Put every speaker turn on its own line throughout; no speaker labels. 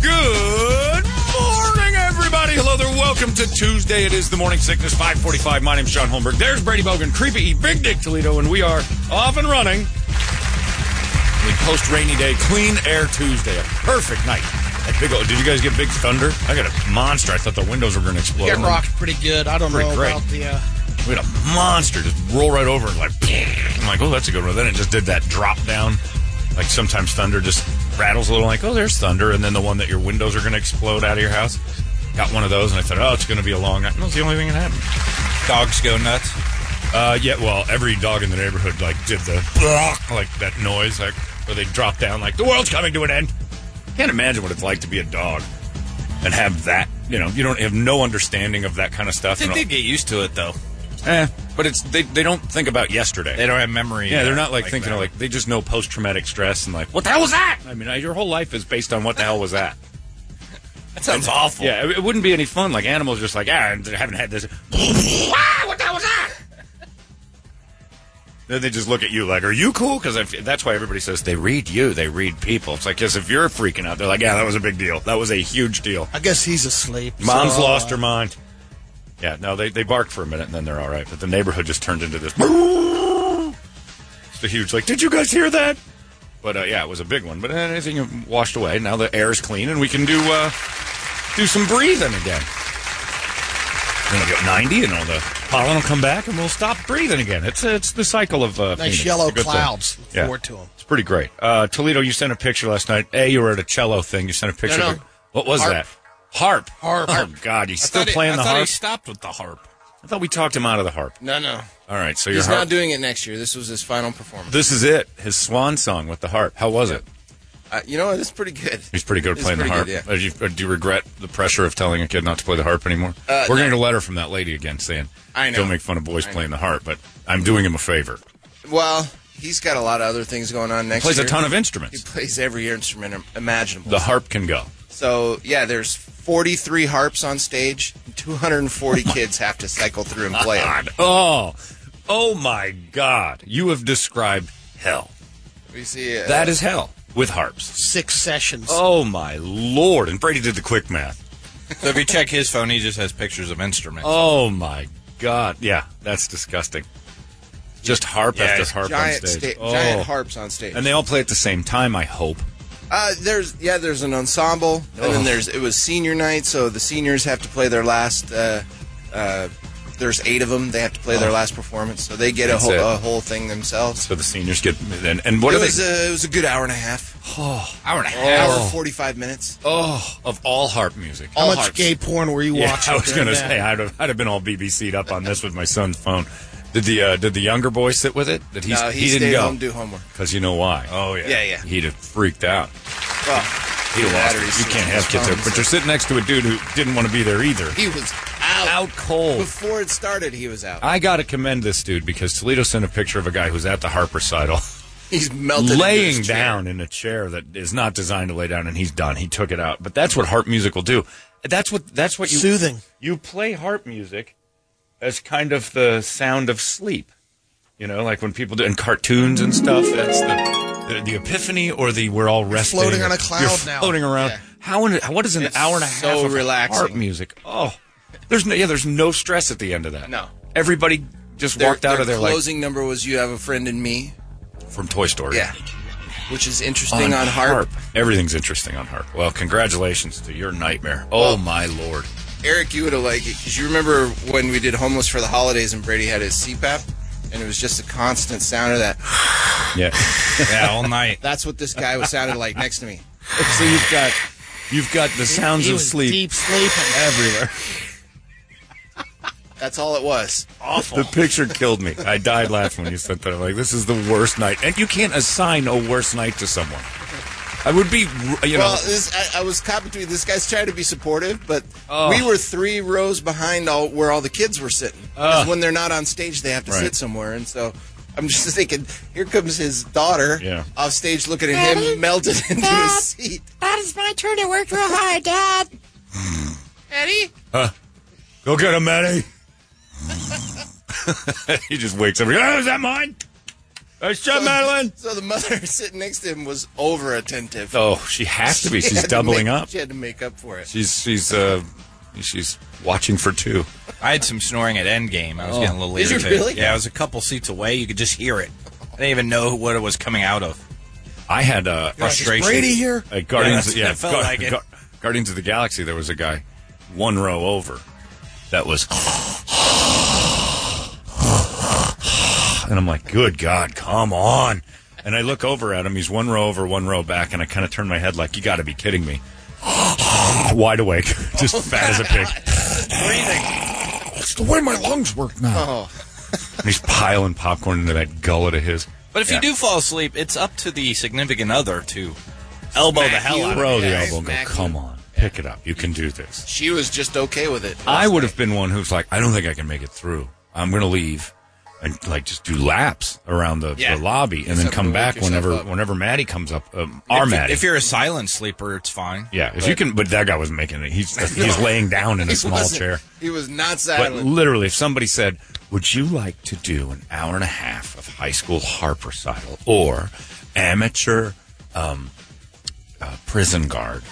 Good morning, everybody. Hello there. Welcome to Tuesday. It is the Morning Sickness 545. My name's Sean Holmberg. There's Brady Bogan, Creepy E, Big Dick Toledo, and we are off and running. We post rainy day, clean air Tuesday. A perfect night. That big old, did you guys get big thunder? I got a monster. I thought the windows were going to explode.
It rocked pretty good. I don't
Pretty
know
great.
about the. Uh,
We had a monster just roll right over and like, I'm like, oh, that's a good one. Then it just did that drop down. Like sometimes thunder just rattles a little, like, oh, there's thunder. And then the one that your windows are going to explode out of your house. Got one of those, and I thought, oh, it's going to be a long night. And that's the only thing that happened.
Dogs go nuts.
Uh, yeah, well, every dog in the neighborhood, like, did the, like, that noise, like, where they drop down, like, the world's coming to an end. Can't imagine what it's like to be a dog and have that, you know, you don't have no understanding of that kind of
I
stuff.
think
And-
they get used to it though.
eh, but it's, they, they don't think about yesterday.
They don't have memory.
Yeah, they're not like, thinking
that.
of like they just know post traumatic stress and like what the hell was that? I mean, I- your whole life is based on what the hell was that?
that sounds awful.
Yeah, it, it wouldn't be any fun. Like animals, just like ah, I haven't had this. Ah, what the hell was that? Then they just look at you like, "Are you cool?" Because that's why everybody says they read you. They read people. It's like, because if you're freaking out, they're like, "Yeah, that was a big deal. That was a huge deal."
I guess he's asleep.
Mom's
so,
lost
uh,
her mind. Yeah, no, they, they bark for a minute and then they're all right. But the neighborhood just turned into this. It's a huge, like, did you guys hear that? But uh, yeah, it was a big one. But anything washed away. Now the air is clean and we can do uh, do some breathing again. Then it'll get 90 and all the pollen will come back and we'll stop breathing again. It's it's the cycle of. Uh,
Nice
Phoenix. It's
yellow
a good thing.
clouds. Look forward to 'em.
It's pretty great. Uh, Toledo, you sent a picture last night. A, you were at a cello thing. You sent a picture.
no.
of- What was
Harp.
that? Harp.
Harp.
Oh, God. He's still
thought he-
playing
I
the
thought
harp?
he stopped with the harp.
I thought we talked him out of the harp.
No, no.
All right. So your
He's
harp.
not doing it next year. This was his final performance.
this is it. His swan song with the harp. How was it?
Uh, you know what? It's pretty good.
He's pretty good at
It's
playing
pretty
the harp.
good, yeah.
Are you- or do you regret the pressure of telling a kid not to play the harp anymore?
Uh,
We're
no.
going to get a letter from that lady again saying,
I know.
don't make fun of boys
I know.
playing the harp, but I'm doing him a favor.
Well, he's got a lot of other things going on next
Plays
year.
a ton of
He
instruments.
plays every instrument imaginable.
The harp can go.
so, yeah, there's 43 harps on stage. 240 kids have to cycle through and play it.
God. Oh, oh my God! You have described hell.
We see uh,
That is hell with harps.
Six sessions.
Oh my Lord! And Brady did the quick math.
So if you check his phone, he just has pictures of instruments.
Oh my God! Yeah, that's disgusting. Just harp
Yeah,
after
it's
harp
giant,
on stage.
sta-
Oh.
giant harps on stage.
And they all play at the same time. I hope.
Uh, there's yeah, there's an ensemble, and
Ugh.
then there's it was senior night, so the seniors have to play their last. Uh, uh, there's eight of them. They have to play their last performance, so they get
Oh.
a
That's
whole,
it.
a whole thing themselves.
So the seniors get and, and what
it
are they?
was uh, it was a good hour and a half,
Hour and a half.
hour forty five minutes.
oh, of all harp music.
How
all
much
harps.
gay porn were you
Yeah,
watching?
I was
during
gonna
that?
say I'd have, I'd have been all BBC'd up on this with my son's phone. Did the uh, did the younger boy sit with it? Did he?
No, Uh, he,
didn't
stayed
go.
home do homework.
Because you know why?
Oh, yeah.
Yeah, yeah.
He'd have freaked out.
Well,
He'd have lost it.
batteries
You can't
in
have
his
kids there.
phones.
But you're sitting next to a dude who didn't want to be there either.
he was out.
cold.
before it started. He was out.
I got to commend this dude because Toledo sent a picture of a guy who's at the harp recital
He's melted, into
laying
his chair.
down in a chair that is not designed to lay down, and he's done. He took it out. But that's what harp music will do. That's what that's what you
Soothing.
You play harp music as kind of the sound of sleep. You know, like when people do in cartoons and stuff. That's the the, the epiphany or the we're all resting.
floating
or
on a cloud
you're
now.
floating around.
Yeah.
How in, what is an
It's
hour and a
so
half of
relaxing.
harp music? Oh, there's no yeah, there's no stress at the end of that.
No.
everybody just
Their-
walked out
their
of there like
Closing number was "You Have a Friend in Me."
from Toy Story.
Yeah, which is interesting on, harp.
Everything's interesting on harp. Well, congratulations to your nightmare. Oh
Well-
my lord.
Eric, you would have liked it because you remember when we did homeless for the holidays and Brady had his CPAP, and it was just a constant sound of that.
Yeah.
yeah, all night.
That's what this guy was sounding like next to me.
so you've got you've got the sounds
he
of
was
sleep
Deep sleeping.
everywhere.
That's all it was.
The picture killed me. I died laughing when you sent that. I'm like, this is the worst night, and you can't assign a worst night to someone. I would be, you know,
Well, this, I, I was caught between this guy's trying to be supportive, but
Oh.
we were three rows behind all where all the kids were sitting. 'Cause when they're not on stage, they have to
Ah. Right.
sit somewhere, and so I'm just thinking, here comes his daughter
Yeah.
off stage looking at him
Daddy?
melted into
Dad?
his seat.
Dad, it's my turn to work real hard, Dad. Eddie?
Go get him, Eddie. he just wakes up. Oh, is that mine? That's up, Madeline.
So the mother sitting next to him was over attentive.
Oh, she has to be.
She
She's
had to
doubling
make-
up.
She had to make up for it.
She's she's uh she's watching for two.
I had some snoring at Endgame. I was getting a
Oh.
little
Did you
irritated.
really?
Yeah, I was a couple seats away. You could just hear it. I didn't even know what it was coming out of.
I had uh,
Frustration. Brady here?
At Uh, Guardians,
that's-
yeah,
that felt
Guar-
like it.
Guar- Guardians of the Galaxy. There was a guy one row over that was, and I'm like, "Good God, come on!" And I look over at him. He's one row over, one row back, and I kind of turn my head like, "You got to be kidding me!" Wide awake,
Oh,
just fat as a pig. It's the way my lungs work now.
Oh.
And he's piling popcorn into that gullet of his.
But if
Yeah.
you do fall asleep, it's up to the significant other to elbow the hell out of it.
throw the
Yeah,
elbow and go,
smack
"Come on, pick it up. You can do this."
She was just okay with it.
I would have been one who's like, I don't think I can make it through. I'm going to leave and like just do laps around the,
Yeah.
the lobby and then
something
come
to
back
wake yourself
whenever
up.
whenever Maddie comes up. Um, our
if, you-
Maddie,
if you're a silent sleeper, it's fine.
yeah, if you can. But that guy was making it. He's he's laying down in a
He
small
wasn't-
chair.
He was not
But
silent.
literally, if somebody said, "Would you like to do an hour and a half of high school harp recital or amateur um, uh, prison guard?"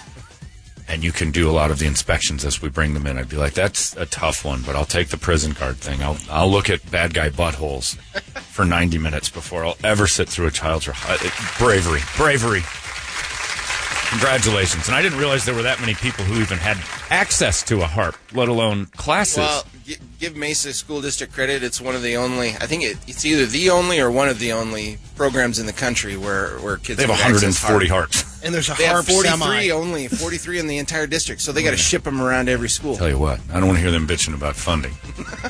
And you can do a lot of the inspections as we bring them in. I'd be like, "That's a tough one, but I'll take the prison guard thing. I'll I'll look at bad guy buttholes for ninety minutes before I'll ever sit through a child's rec- uh, bravery, bravery." Congratulations. And I didn't realize there were that many people who even had access to a harp, let alone classes.
Well, gi- give Mesa School District credit. It's one of the only. I think it, it's either the only or one of the only programs in the country where where kids
They have
access
140
harp.
hearts.
And there's a
They have
harp
43
semi.
only, 43 in the entire district. So they got to ship them around every school.
Tell you what, I don't want to hear them bitching about funding.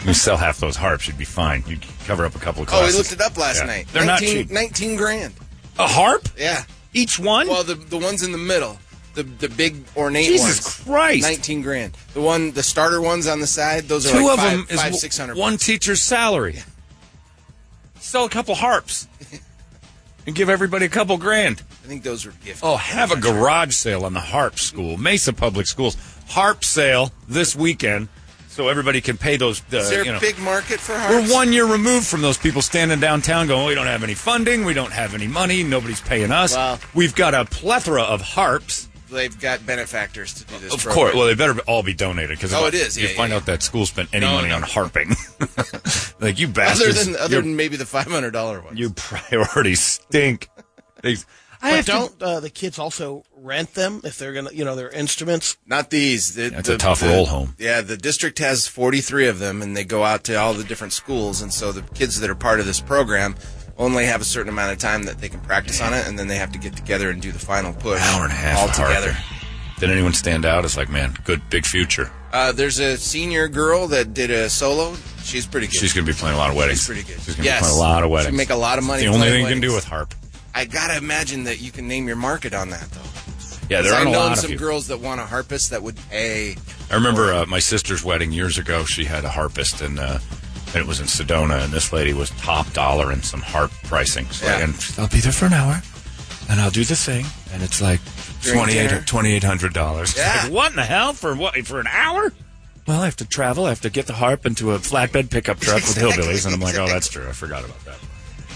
you sell half those harps, you'd be fine. You'd cover up a couple of
Oh, we
classes.
looked it up last
Yeah.
night.
They're not
19
cheap.
19 grand.
A harp?
Yeah.
Each one?
Well, the the ones in the middle, the the big ornate ones.
Jesus Christ.
19 grand. The one the starter ones on the side, those are
Two
like
of
five,
them is
five,
w-
600
one teacher's salary. Sell a couple harps and give everybody a couple grand.
I think those were gifted.
Oh, have a garage sale on the Harp School, Mesa Public Schools. Harp sale this weekend, so everybody can pay those. Uh,
is there
you
a
know,
big market for hearts?
we're one year removed from those people standing downtown going, "We don't have any funding, we don't have any money, nobody's paying us."
Wow.
We've got a plethora of harps.
They've got benefactors to do this.
Of
program.
course, well, they better all be donated because
Oh, it is.
You
Yeah,
find
yeah,
out that school spent any
No,
money
no.
on harping, like you
other
bastards.
than other
your,
than maybe the five hundred dollar one.
your priorities stink. They- I
But
have to-
don't uh, the kids also rent them if they're gonna, you know, their instruments?
Not these. The,
That's
the-
a tough
the-
roll home.
Yeah, the district has 43 of them, and they go out to all the different schools. And so the kids that are part of this program only have a certain amount of time that they can practice on it, and then they have to get together and do the final push.
hour and a half
all
of
together.
harping. Did anyone stand out as like, man, good big future?
Uh, there's a senior girl that did a solo. She's pretty good.
She's going to be playing a lot of weddings.
She's pretty good.
She's going to
Yes.
be playing a lot of weddings.
She'd make a lot of money
It's the only thing
playing
you can do with
weddings.
harp.
I gotta imagine that you can name your market on that though.
Yeah, there
I've
aren't a
known
lot of
some
you.
girls that want a harpist that would pay.
I remember uh, my sister's wedding years ago. She had a harpist, and, uh, and it was in Sedona. And this lady was top dollar in some harp pricing. So
Yeah.
and I'll be there for an hour, and I'll do the thing, and it's like
During
twenty
dinner.
eight twenty eight hundred dollars.
Yeah.
Like, what in the hell for what for an hour? Well, I have to travel. I have to get the harp into a flatbed pickup truck with
Exactly,
hillbillies, and I'm like, oh,
exactly.
that's true. I forgot about that.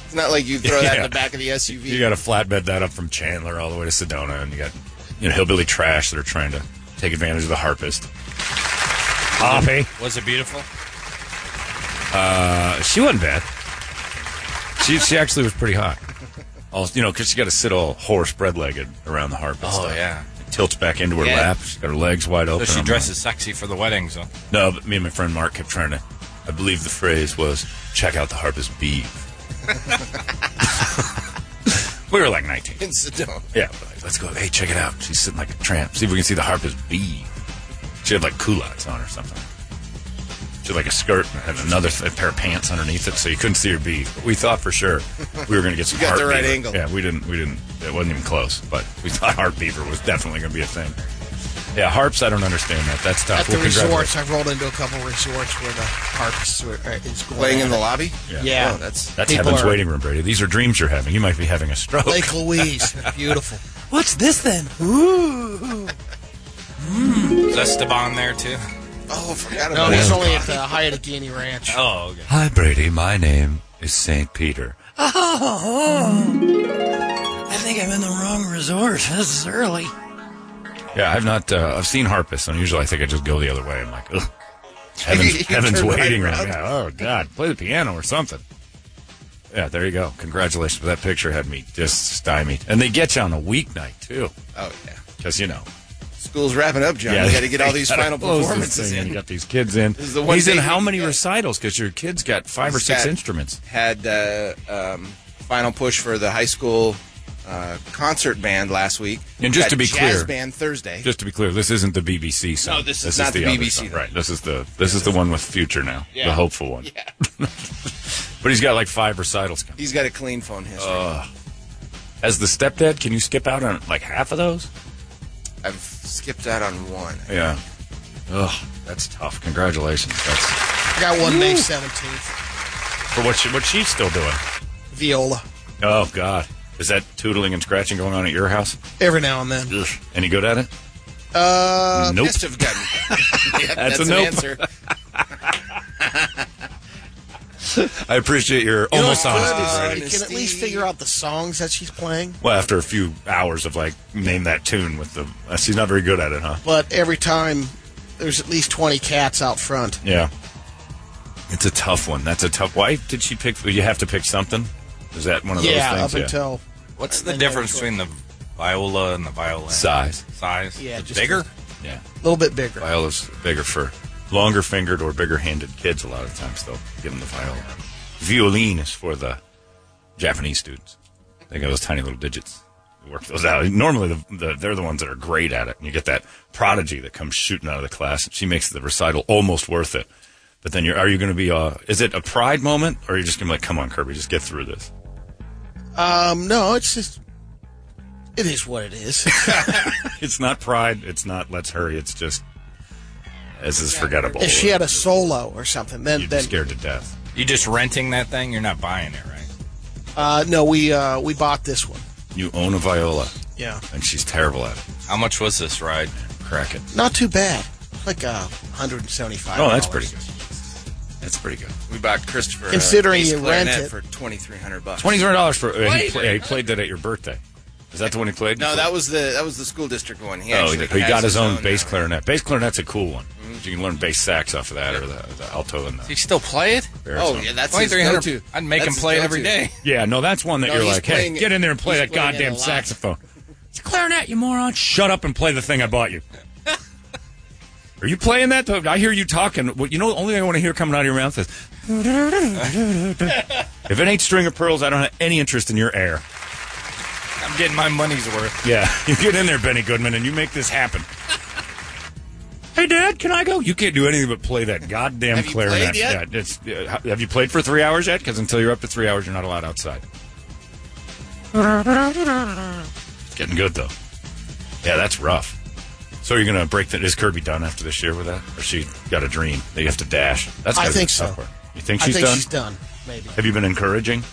It's not like you throw that in
Yeah.
the back of the SUV.
You got to flatbed that up from Chandler all the way to Sedona, and you got you know hillbilly trash that are trying to take advantage of the harpist. Hoppy,
Was it beautiful?
Uh, she wasn't bad. She she actually was pretty hot. All you know, because she got to sit all horse bread legged around the harpist.
Oh, yeah.
It tilts back into her
Yeah.
lap. She's got her legs wide
So
open.
she
I'm
dresses sexy for the weddings. Huh?
like, no, but me and my friend Mark kept trying to. I believe the phrase was "check out the harpist beef." we were like nineteen.
in Sedona.
Yeah, we're like, let's go. Hey, check it out. She's sitting like a tramp. See if we can see the harpist bee. She had like culottes on or something. She had like a skirt and another th- pair of pants underneath it, so you couldn't see her bee. But we thought for sure we were going to get some.
You got
harp
the right
beaver.
angle.
Yeah, we didn't. We didn't. It wasn't even close. But we thought harp beaver was definitely going to be a thing. Yeah, harps. I don't understand that. That's tough.
At the
Well, congratulations.
resorts, I've rolled into a couple resorts where the harps were, uh, is going
Playing in
on.
the lobby?
Yeah.
Yeah.
Oh, that's
That's
People
heaven's
are-
waiting room, Brady. These are dreams you're having. You might be having a stroke.
Lake Louise, beautiful.
What's this then?
Is Esteban there too?
Oh, I forgot
No,
about
he's
it.
only at the Hiattagini Ranch.
Oh, okay.
Hi, Brady. My name is Saint Peter.
Oh. I think I'm in the wrong resort. This is early.
Yeah, I've not. Uh, I've seen harpists, and usually I think I just go the other way. I'm like, ugh.
You
Heaven's, heaven's
turn right
waiting room.
around.
Yeah, oh God, play the piano or something. Yeah, there you go. Congratulations. That picture had me just stymied, and they get you on a weeknight too,
Oh, yeah.
because you know.
School's wrapping up, John.
Yeah,
you got to get all
they
these
gotta
final
close this
performances
thing, and You
in.
got these kids in.
This is the one
He's in
thing
how
you
many
get.
recitals? Because your kid's got five or
He's
six
got-
instruments.
had uh, um, final push for the high school uh, concert band last week.
And just
Got
to be
jazz
clear-
band Thursday.
Just to be clear, this isn't the BBC song.
No, this is not the
other
BBC
song.
though.
Right. This is the this is the one with Future now,
Yeah.
the hopeful one.
Yeah.
But he's got like five recitals coming.
He's got a clean phone history.
Uh, As the stepdad, can you skip out on like half of those?
I've skipped out on one.
Yeah. Ugh, that's tough. Congratulations. That's
I got one May 17th,
for what she, what she's still doing.
viola,
Oh God, is that tootling and scratching going on at your house?
every now and then.
Ugh. Any good at it?
Uh,
nope.
Must have gotten. Yep,
That's
that's,
a
an
nope.
answer.
I appreciate your
you know,
almost
it's good
honesty.
is
Brady.
You can at least figure out the songs that she's playing,
Well, after a few hours of like name that tune with the, uh, she's not very good at it, huh?
but every time there's at least 20 cats out front.
Yeah. It's a tough one. That's a tough. Why did she pick? You have to pick something. Is that one of
yeah,
those things?
up until.
What's the
then you have a
difference
choice.
between the viola and the violin?
size.
Size?
Yeah, just
bigger.
Yeah.
A little bit bigger.
Viola's bigger for longer fingered or bigger handed kids a lot of times, they'll give them the viola. Violin is for the Japanese students. They got those tiny little digits. You Work those out. Normally, the, the, they're the ones that are great at it. And you get that prodigy that comes shooting out of the class. And she makes the recital almost worth it. But then you're, are you going to be, uh, is it a pride moment? Or are you just going to be like, come on, Kirby, just get through this?
Um, no, it's just. It is what it is.
It's not pride. It's not let's hurry. It's just, this is forgettable.
if she had a solo or something, then
You'd be
then
scared to death.
You just renting that thing? You're not buying it, right?
uh, no, we uh, we bought this one.
You own a viola.
Yeah,
and she's terrible at it.
How much was this ride?
Crack it.
not too bad. Like uh, 175.
Oh, that's pretty good. That's pretty good.
We bought Christopher.
Considering
uh, bass
you rent
clarinet
it.
for twenty three hundred bucks.
Twenty three dollars for uh, he, play, he played that at your birthday. Is that the one he played?
No, that was the that was the school district one. He
Oh, he,
actually
he
has
got his own bass
now.
clarinet. Bass clarinet's a cool one. You can learn bass sax off of that, or the, the alto and
Do
the.
you still play it?
baritone.
Oh yeah, that's
Twenty
his
three
go-to.
hundred. I'd make
That's
him
his
play it every
go-to.
day.
yeah. No, that's one that
No,
you're
he's
like,
playing
hey,
it-
get in there and play
he's
that
playing it a
goddamn
lot.
saxophone. It's a clarinet, you moron! Shut up and play the thing I bought you. Are you playing that? I hear you talking. Well, you know, the only thing I want to hear coming out of your mouth is. if it ain't string of pearls, I don't have any interest in your air.
I'm getting my money's worth.
Yeah, you get in there, Benny Goodman, and you make this happen. hey, Dad, can I go? You can't do anything but play that goddamn
Have you
clarinet.
played yet?
Yeah, it's, uh, ha- have you played for three hours yet? Because until you're up to three hours, you're not allowed outside. It's getting good though. Yeah, that's rough. So you're gonna break that? Is Kirby done after this year with that, or she got a dream that you have to dash? That's
I
gotta be
think
the tough
so.
part. You think
I
she's
think
done?
she's done. Maybe.
Have you been encouraging?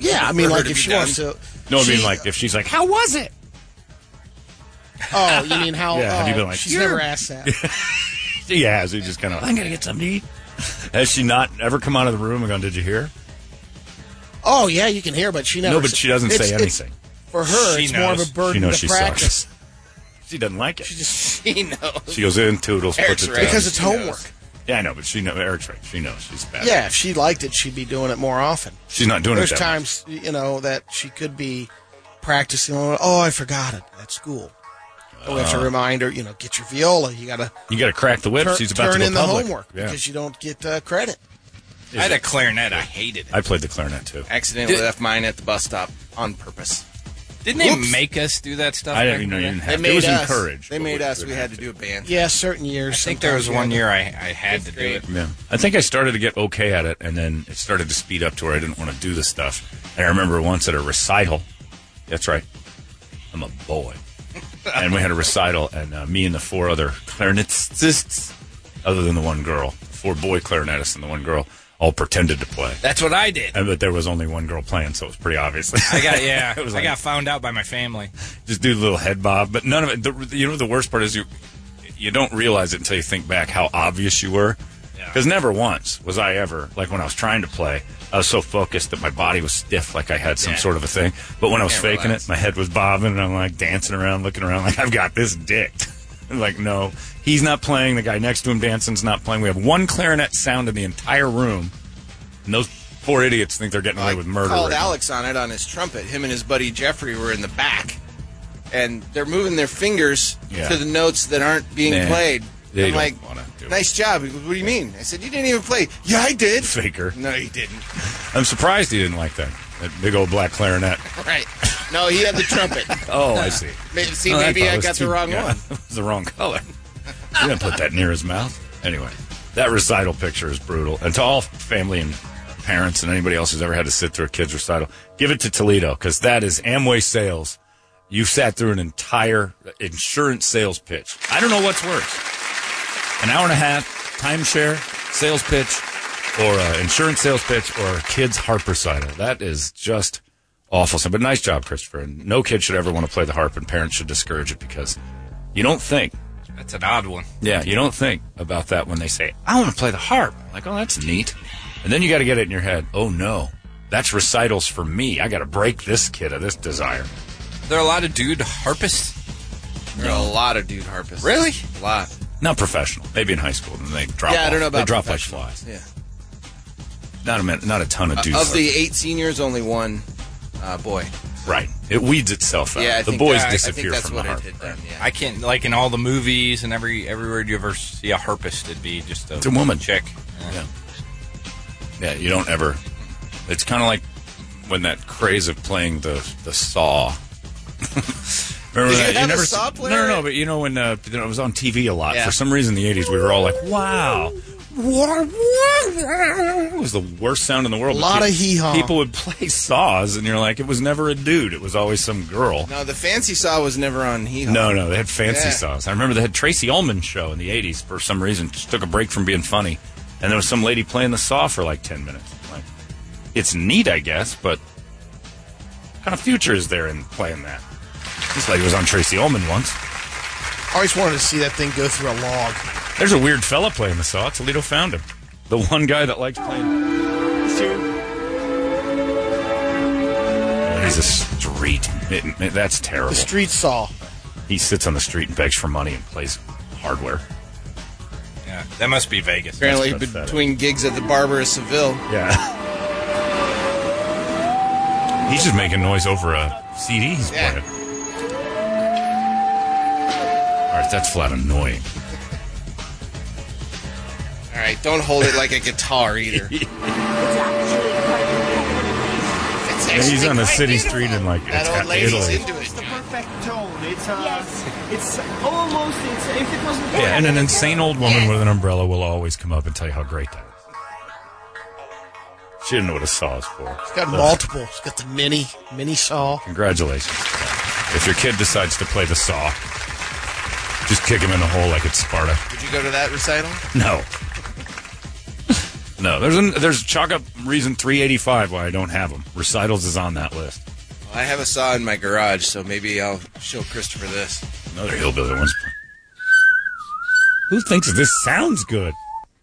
Yeah, I mean,
For her
like
to
if
be
she
done?
wants to.
No, I
she-
mean like if she's like, "How was it?"
Oh, you mean how?
Yeah, have you
oh,
been like,
she's
"You're-"
never asked that.
She has. He just kind of.
I'm gonna get something to eat.
Has she not ever come out of the room and gone, "Did you hear?"
Oh yeah, you can hear, but she never.
No, but she doesn't
it's-
say
it's-
anything.
For her,
She
it's more of a
knows. She
burden
knows she
to practice
sucks. She doesn't like it. She,
He knows.
goes in, toodles,
Eric's
puts it
right.
down.
because it's
She knows.
homework.
yeah, I know, but she knows. Eric's right. She knows she's bad.
Yeah, if she liked it, she'd be doing it more often.
she's not doing
There's
it. that much.
times you know that she could be practicing. Oh, I forgot it at school. Oh, we have to
Uh.
remind her. You know, get your viola. You got to
You got to crack the whip.
turn,
she's about to go
in
public.
the homework
Yeah.
because you don't get uh, credit.
I had a clarinet. I hated it.
I played the clarinet too.
Accidentally left mine at the bus stop on purpose.
Didn't they
Oops.
make us do that stuff?
I
back
didn't even know
then?
you didn't
They
have. to.
made
It was
us.
encouraged.
They
but
made
we
us.
didn't
We
have
had to do a band.
Yeah, certain years.
I think there was one year I, I had to do it.
Yeah. I think I started to get okay at it, and then it started to speed up to where I didn't want to do this stuff. And I remember once at a recital. That's right. I'm a boy. and we had a recital, and uh, me and the four other clarinetists, other than the one girl, four boy clarinetists and the one girl, all pretended to play.
That's what I did.
And but there was only one girl playing, so it was pretty obvious.
I got yeah.
It was
I
like-
got found out by my family.
just do a little head bob, but none of it. The, you know, the worst part is you you don't realize it until you think back how obvious you were.
Yeah.
Because never once was I ever like when I was trying to play, I was so focused that my body was stiff, like I had some
Yeah.
sort of a thing. But when I was
Can't
faking
relax.
it, my head was bobbing, and I'm like dancing around, looking around, like I've got this dick. like no, he's not playing. The guy next to him dancing's not playing. We have one clarinet sound in the entire room, and those four idiots think they're getting away
I
with murder.
called
right now.
Alex on it on his trumpet. Him and his buddy Jeffrey were in the back, and they're moving their fingers
Yeah.
to the notes that aren't being
Nah,
played.
they
I'm
don't
like,
wanna do it.
nice job. He goes, what do you mean? I said, you didn't even play. Yeah, I did.
Faker.
No, you didn't.
I'm surprised he didn't like that. That big old black clarinet.
Right. No, he had the trumpet.
Oh, I see.
May- See,
Oh, that
maybe
thought
I
was
got the
too-
wrong
yeah,
one.
It was the wrong color. You didn't put that near his mouth. Anyway, that recital picture is brutal. And to all family and parents and anybody else who's ever had to sit through a kid's recital, give it to Toledo because that is Amway sales. You sat through an entire insurance sales pitch. I don't know what's worse an hour and a half timeshare sales pitch or uh, insurance sales pitch or a kids harp recital. That is just awful. So, But nice job, Christopher. And no kid should ever want to play the harp, and parents should discourage it because you don't think.
That's an odd one.
Yeah, you don't think about that when they say, "I want to play the harp." Like, oh, that's neat. And then you got to get it in your head. Oh no, that's recitals for me. I got to break this kid of this desire.
There are a lot of dude harpists.
There are a lot of dude harpists.
Really?
A lot.
Not professional. Maybe in high school, and they drop.
Yeah, I
off.
don't know about
They drop like
professional.
flies.
Yeah.
Not a min- not a ton of dudes.
of the eight seniors, only one uh, boy.
Right. It weeds itself out.
Yeah, I
the
think
boys
that- I
disappear
think that's
from
what
the
it
harp.
had
right.
done, yeah.
I can't like in all the movies and every everywhere you ever see a harpist, it'd be just a,
a woman.
chick. Yeah.
Yeah. Yeah, you don't ever. It's kind of like when that craze of playing the the saw. Remember
Did you
that?
have a
never
saw
se-
player?
No, no, no. But you know when uh, you know, it was on TV a lot
Yeah.
for some reason in the '80s, we were all like, "Wow, it was the worst sound in the world."
A
But
lot
pe-
of hee-haw.
People would play saws, and you're like, it was never a dude. It was always some girl.
No, the fancy saw was never on Hee Haw.
No, no, they had fancy
Yeah.
sauce. I remember they had Tracy Ullman's show in the '80s for some reason. Just took a break from being funny, and there was some lady playing the saw for like ten minutes. Like, it's neat, I guess, but what kind of future is there in playing that? This lady was on Tracy Ullman once.
I always wanted to see that thing go through a log.
There's a weird fella playing the saw. Toledo found him. The one guy that likes playing. He's a street. mitten. that's terrible.
The street saw.
He sits on the street and begs for money and plays hardware.
That must be Vegas.
Apparently,
That's pathetic.
between gigs at the Barber of Seville,
Yeah. He's just making noise over a CD he's
Yeah.
playing. All right, that's flat annoying.
All right, don't hold it like a guitar either. It's actually
he's on the
quite
city
beautiful.
street in like
that old
Ita-
lady's
Italy.
into it.
It's the perfect tone. It's uh,
Yes.
it's almost it's, if it wasn't
Yeah, and an insane old woman with an umbrella will always come up and tell you how great that is. She didn't know what a saw is for.
It's got multiple. It's got the mini, mini saw.
Congratulations. If your kid decides to play the saw, just kick him in the hole like it's Sparta.
Would you go to that recital?
No. No, there's an, there's chalk up reason 385 why I don't have them. Recitals is on that list.
Well, I have a saw in my garage, so maybe I'll show Christopher this.
Another hillbilly one's. Who thinks this sounds good?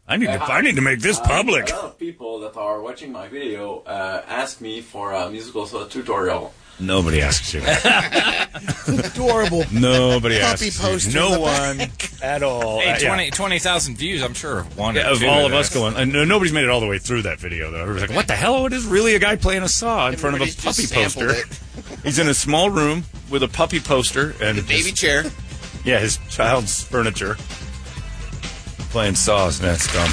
I need to I need to make this public.
A lot of people that are watching my video uh, ask me for a musical saw tutorial.
Nobody asks you. that.
Adorable.
Nobody
Puppy
asks
poster
you.
in
No
the
one at all. Uh,
Hey,
yeah.
20 20,000 views, I'm sure. of One or
Yeah, of
two
all of us
this.
going, and no- nobody's made it all the way through that video though. Everybody's like, "What the hell? It is really a guy playing a saw in
Everybody's
front of a
just
puppy poster."
sampled
He's in a small room with a puppy poster and his-
Baby chair.
Yeah, his child's furniture. Playing saws, and that's dumb.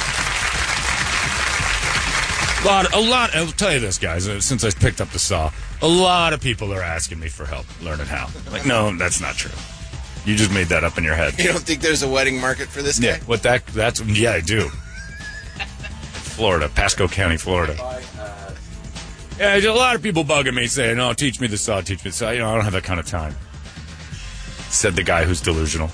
A lot, a lot. I'll tell you this, guys. uh, Since I picked up the saw, a lot of people are asking me for help learning how. Like, no, that's not true. You just made that up in your head.
You don't think there's a wedding market for this
Yeah,
guy?
what that? That's yeah, I do. Florida, Pasco County, Florida. Yeah, there's a lot of people bugging me saying, "Oh, teach me the saw, teach me the saw." You know, I don't have that kind of time. said the guy who's delusional.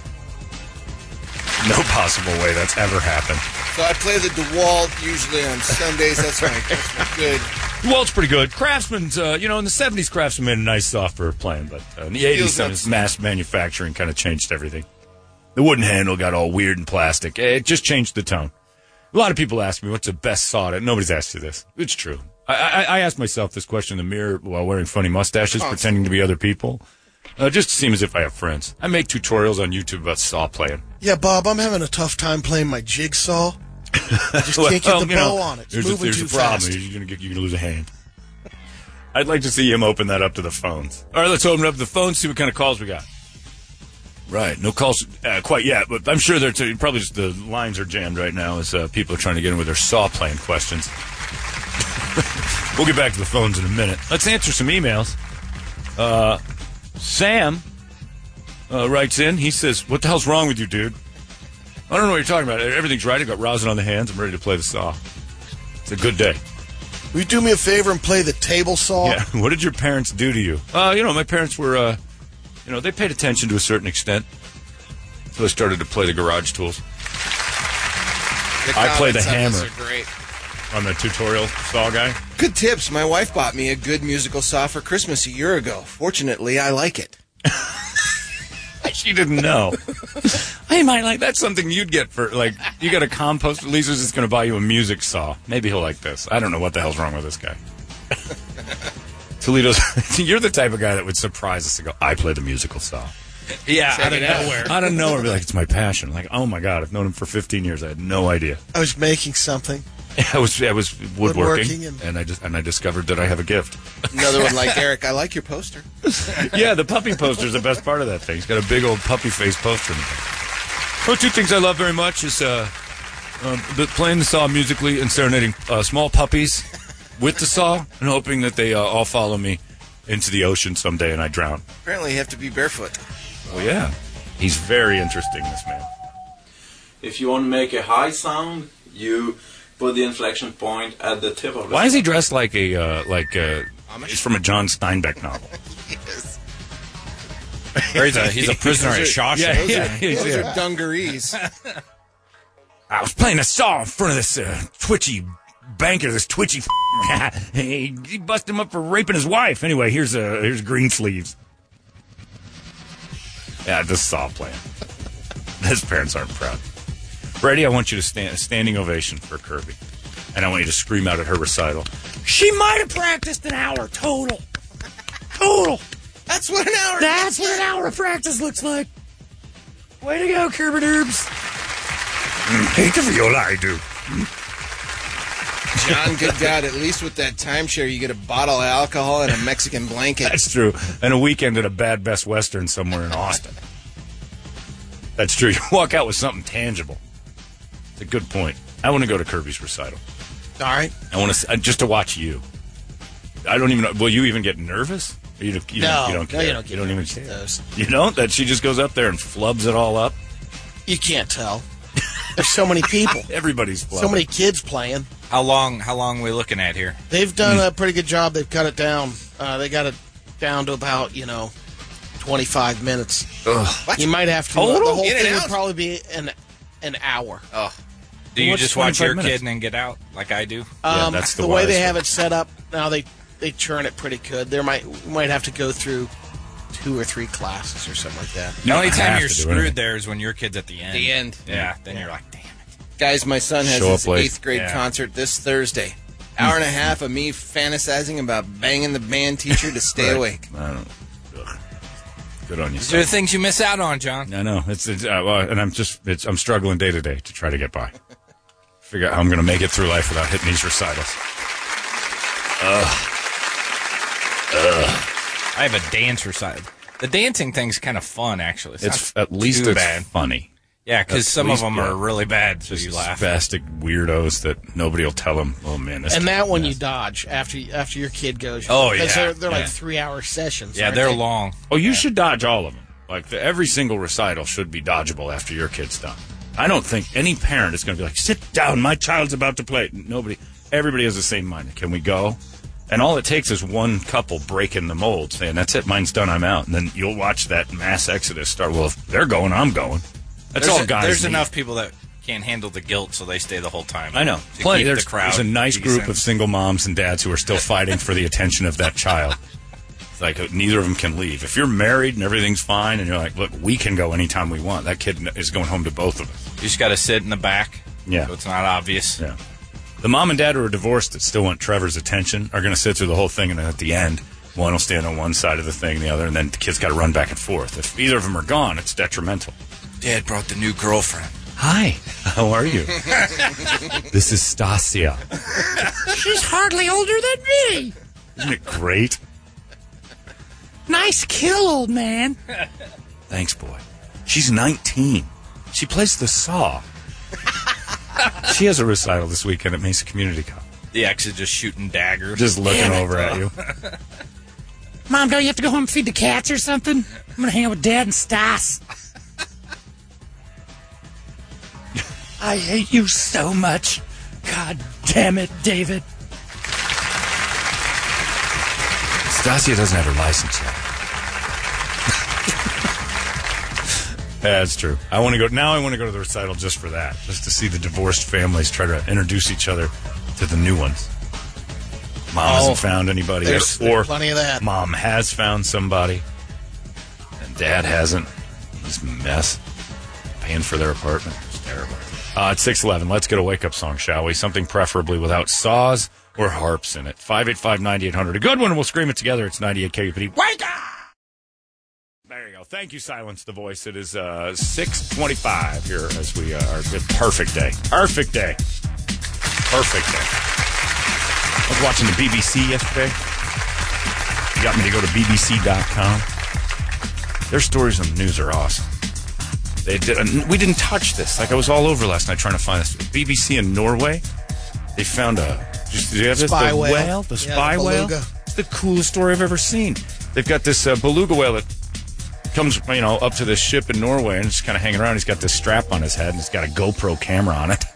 No possible way that's ever happened.
So I play the DeWalt usually on Sundays. That's my, that's my good.
Walt's pretty good. Craftsman's, uh, you know, in the 70s, Craftsman made a nice soft for playing, but uh, in the 80s,
Feels
some of
up-
this mass manufacturing kind of changed everything. The wooden handle got all weird and plastic. Eh, It just changed the tone. A lot of people ask me, what's the best saw? to-" Nobody's asked you this. It's true. I, I, I ask myself this question in the mirror while wearing funny mustaches, pretending to be other people, uh, just to seem as if I have friends. I make tutorials on YouTube about saw playing.
Yeah, Bob, I'm having a tough time playing my jigsaw. I just can't get
Well,
the
you
bow
know,
on it. It's
There's a,
moving
there's
too
a problem.
fast.
You're gonna get you're gonna lose a hand. I'd like to see him open that up to the phones. All right, let's open up the phones. See what kind of calls we got. Right, no calls uh, quite yet, but I'm sure they're t- probably just the lines are jammed right now as uh, people are trying to get in with their saw playing questions. we'll get back to the phones in a minute. Let's answer some emails. Uh, Sam uh, writes in. He says, "What the hell's wrong with you, dude?" I don't know what you're talking about. Everything's right. I've got rosin on the hands. I'm ready to play the saw. It's a good day.
Will you do me a favor and play the table saw?
Yeah. What did your parents do to you? Uh, you know, my parents were, uh, you know, they paid attention to a certain extent. So I started to play the garage tools
The
I play the
comments on this
hammer.
Are great.
on the tutorial saw guy.
Good tips. My wife bought me a good musical saw for Christmas a year ago. Fortunately, I like it.
She didn't know. hey, might like that's something you'd get for like you got a compost. Lisa's just going to buy you a music saw. Maybe he'll like this. I don't know what the hell's wrong with this guy. Toledo's. you're the type of guy that would surprise us and go, "I play the musical saw."
Yeah,
out of nowhere. Out of nowhere, be like, it's my passion. Like, oh my god, I've known him for 15 years. I had no idea.
I was making something.
I was I was woodworking,
Woodworking and-
and I just and I discovered that I have a gift.
Another one like Eric. I like your poster.
yeah, the puppy poster is the best part of that thing. It's got a big old puppy face poster. In the back. Well, two things I love very much is uh, um, the playing the saw musically and serenading uh, small puppies with the saw, and hoping that they uh, all follow me into the ocean someday and I drown.
Apparently, you have to be barefoot.
Well, yeah, he's very interesting, this man.
If you want to make a high sound, you put the inflection point at the tip of the
Why is he dressed like a uh, like uh, he's from a John Steinbeck novel?
Or he's, a, he's a prisoner at Shawshank.
yeah,
Those are dungarees.
I was playing a saw in front of this uh, twitchy banker, this twitchy. he, he busted him up for raping his wife. Anyway, here's uh, here's green sleeves. Yeah, this saw playing. his parents aren't proud. Brady, I want you to stand a standing ovation for Kirby, and I want you to scream out at her recital. She might have practiced an hour total. Total.
That's what an hour.
That's what an hour of practice looks like. Way to go, Kermit Herbs. hate the viola, I do.
John, good God! At least with that timeshare, you get a bottle of alcohol and a Mexican blanket.
That's true. And a weekend at a bad Best Western somewhere in Austin. That's true. You walk out with something tangible. It's a good point. I want to go to Kirby's recital.
All right.
I want to just to watch you. I don't even know. Will you even get nervous? Or You don't, you
No.
don't, you don't
No,
care.
you don't get
even
nervous. Those-
You don't? That she just goes up there and flubs it all up?
You can't tell. There's so many people,
Everybody's flubbing.
so many kids playing.
How long? How long we looking at here?
They've done
Mm.
a pretty good job. They've cut it down. Uh, they got it down to about you know, 25 minutes. You might have to. uh,
Total?
The whole
In and
thing
out?
would probably be an an hour.
Do you
What's
just watch your
25 minutes?
kid and then get out like I do?
Yeah,
Um,
that's the
way they
wise
have
one.
it set up now. They they churn it pretty good. There might we might have to go through two or three classes or something like that.
The only
I
time
have
you're
to do
screwed
anything.
there is when your kid's at the end.
The end.
Yeah. Then you're like, damn it.
Guys, my son has
Show
his
up late.
eighth grade
Yeah.
concert this Thursday. Hour and a half of me fantasizing about banging the band teacher to stay
Right.
awake.
I don't. Ugh. Good on you.
These are
son.
the things you miss out on, John.
I know it's, it's uh, well, and I'm just it's I'm struggling day to day to try to get by. Figure out how I'm going to make it through life without hitting these recitals.
I have a dance recital. The dancing thing's kind of fun, actually. It's,
It's
not
at least
too
it's
bad.
funny.
Yeah, because
At
some of
least-
them
yeah.
are really bad, so
Just
you laugh.
spastic weirdos that nobody will tell them. Oh man, this
And that one you dodge after after your kid goes.
Oh,
'Cause
yeah,
they're, they're
yeah.
like three hour sessions.
Yeah,
aren't
they're
they?
long.
Oh, you should dodge all of them. Like the, every single recital should be dodgeable after your kid's done. I don't think any parent is going to be like, "Sit down, my child's about to play." Nobody, everybody has the same mind. Can we go? And all it takes is one couple breaking the mold, saying, that's it, mine's done, I'm out. And then you'll watch that mass exodus start. Well, if they're going, I'm going. That's
there's
all
a-
guys
There's
need.
enough people that can't handle the guilt, so they stay the whole time.
I know.
To
Plenty.
keep
There's,
the crowd
there's a nice group
decent.
of single moms and dads who are still fighting for the attention of that child. It's like uh, neither of them can leave. If you're married and everything's fine, and you're like, look, we can go anytime we want. That kid n- is going home to both of us.
You just got to sit in the back.
Yeah.
So it's not obvious.
Yeah. The mom and dad who are divorced that still want Trevor's attention are going to sit through the whole thing, and then at the end, one will stand on one side of the thing, the other, and then the kid's got to run back and forth. If either of them are gone, it's detrimental.
Dad brought the new girlfriend.
Hi, how are you? this is Stasia.
She's hardly older than me.
Isn't it great?
Nice kill, old man.
Thanks, boy. She's 19. She plays the saw. she has a recital this weekend at Mesa Community College.
The ex is just shooting daggers.
Just looking over at you.
Mom, don't you have to go home and feed the cats or something? I'm gonna hang out with Dad and Stas. I hate you so much. God damn it, David.
Stasia doesn't have her license yet. That's true. I want to go now. I want to go to the recital just for that, just to see the divorced families try to introduce each other to the new ones. Mom
Oh,
hasn't found anybody, yet,
there's-
or
there's plenty of that.
Mom has found somebody, and Dad hasn't. This mess, paying for their apartment, it's terrible. Uh, it's six eleven. Let's get a wake up song, shall we? Something preferably without saws or harps in it. Five eight five ninety eight hundred. A good one. We'll scream it together. It's ninety eight KUPD. Wake up! There you go. Thank you, Silence the Voice. It is uh, 625 here as we uh, are. Perfect day. Perfect day. Perfect day. I was watching the BBC yesterday. You got me to go to BBC.com. Their stories on the news are awesome. They did, and we didn't touch this. Like, I was all over last night trying to find this. BBC in Norway, they found a. Just, do you have this?
Spy
the
whale.
The
Yeah, the
spy whale?
beluga.
It's the coolest story I've ever seen. They've got this uh, beluga whale that comes, you know, up to this ship in Norway and just kind of hanging around. He's got this strap on his head and it's got a GoPro camera on it.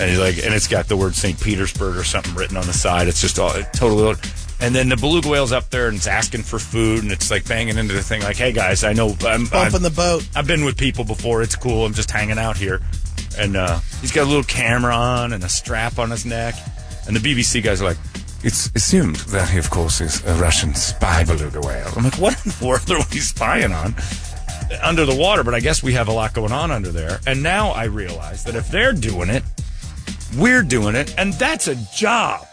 And he's like, and it's got the word St. Petersburg or something written on the side. It's just all it totally. And then the beluga whale's up there and it's asking for food and it's like banging into the thing, like, "Hey guys, I know I'm, I'm
Bumping the boat.
I've been with people before. It's cool. I'm just hanging out here. And uh, he's got a little camera on and a strap on his neck. And the BBC guys are like, it's assumed that he, of course, is a Russian spy beluga whale. I'm like, what in the world are we spying on? Under the water, but I guess we have a lot going on under there. And now I realize that if they're doing it, we're doing it, and that's a job.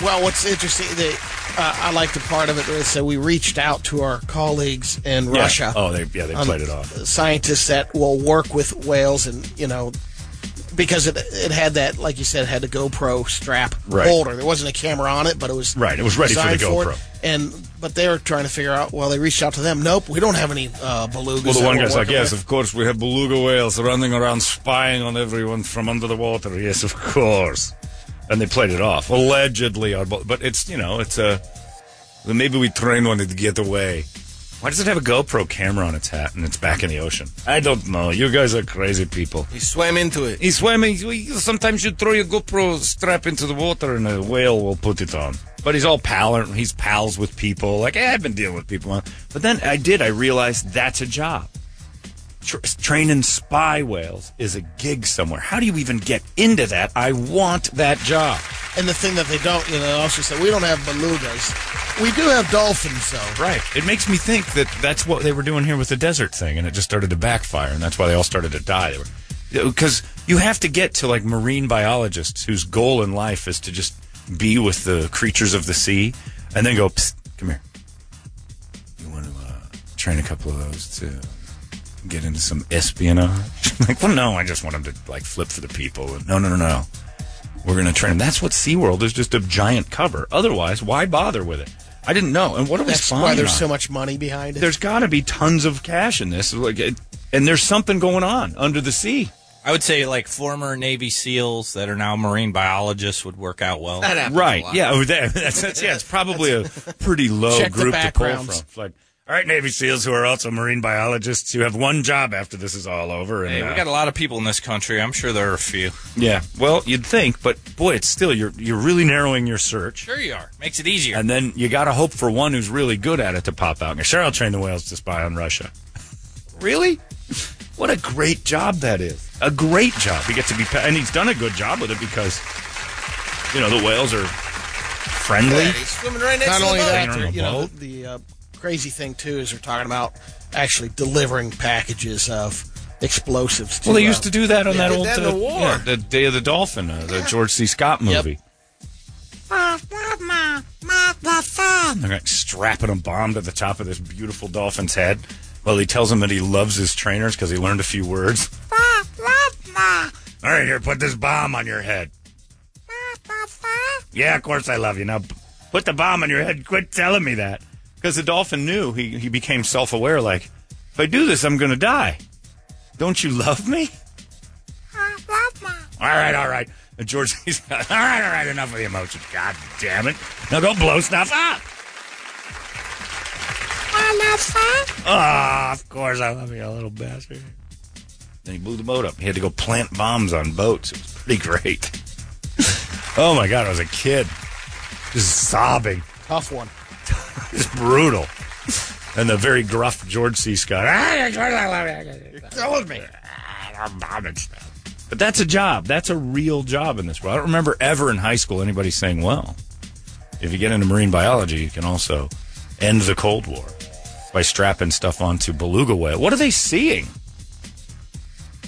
Well, what's interesting, the, uh, I like the part of it where it said we reached out to our colleagues in
Yeah.
Russia.
Oh, they yeah, they
um,
played it off.
Scientists that will work with whales and, you know, because it it had that, like you said, it had the GoPro strap
Right.
holder. There wasn't a camera on it, but it was
Right, it was ready for the
designed
GoPro.
it. And but they were trying to figure out. Well, they reached out to them. Nope, we don't have any uh, belugas.
Well, the
that
one
we're
guy's like,
working
yes,
with."
of course, we have beluga whales running around spying on everyone from under the water. Yes, of course. And they played it off allegedly, on bo- but it's you know it's a well, maybe we train one to get away. Why does it have a GoPro camera on its hat and it's back in the ocean? I don't know. You guys are crazy people.
He swam into it.
He swam. He, he- sometimes you throw your GoPro strap into the water, and a whale will put it on. But he's all pal. He's pals with people. Like eh, I've been dealing with people. But then I did. I realized that's a job. Tr- training spy whales is a gig somewhere. How do you even get into that? I want that job.
And the thing that they don't, you know, they also said we don't have belugas. We do have dolphins, though.
Right. It makes me think that that's what they were doing here with the desert thing, and it just started to backfire, and that's why they all started to die. They were because you have to get to like marine biologists whose goal in life is to just be with the creatures of the sea, and then go, Psst, come here. You want to uh, train a couple of those to get into some espionage? like, well, no, I just want them to like flip for the people. No, no, no, no. We're going to train them. That's what SeaWorld is just a giant cover. Otherwise, why bother with it? I didn't know. And what are we
That's
spying
why there's
on?
so much money behind it.
there's got to be tons of cash in this. Like, it, and there's something going on under the sea.
I would say like former Navy SEALs that are now marine biologists would work out well.
That happens a
Right?
lot.
Yeah. oh, that- that's, that's- yeah. It's probably a pretty low
Check the
group to pull
backgrounds.
from. Like, All right, Navy SEALs who are also marine biologists, you have one job after this is all over. And,
Hey, we
uh,
got a lot of people in this country. I'm sure there are a few.
yeah. Well, you'd think, but boy, it's still you're you're really narrowing your search.
Sure, you are. Makes it easier.
And then you got to hope for one who's really good at it to pop out. And sure, I'll train the whales to spy on Russia. really? What a great job that is. A great job. He gets to be, pa- and he's done a good job with it because, you know, the whales are friendly.
Yeah, he's swimming right next
Not
to the
only
boat.
that,
They're on a
you know,
boat.
the, the uh, crazy thing too is they're talking about actually delivering packages of explosives. To,
Well, they
uh,
used to do that on that
did
old uh,
that in the war.
yeah, the Day of the Dolphin, uh, the George C. Scott movie. They're like strapping a bomb to the top of this beautiful dolphin's head. Well, he tells him that he loves his trainers because he learned a few words. All right, here, put this bomb on your head. Yeah, of course I love you. Now, p- put the bomb on your head. Quit telling me that. Because the dolphin knew. He, he became self aware like, if I do this, I'm going to die. Don't you love me? All right, all right. And George, he's all right, all right. Enough of the emotions. God damn it! Now go blow stuff up. Ah, of course I love you, little bastard. Then he blew the boat up. He had to go plant bombs on boats. It was pretty great. oh my god, I was a kid, just sobbing.
tough one.
It's brutal. And the very gruff George C. Scott. "Ah, George, I love you."
Told me.
I'm bombing stuff. But that's a job. That's a real job in this world. I don't remember ever in high school anybody saying, well, if you get into marine biology, you can also end the Cold War by strapping stuff onto beluga whale. What are they seeing?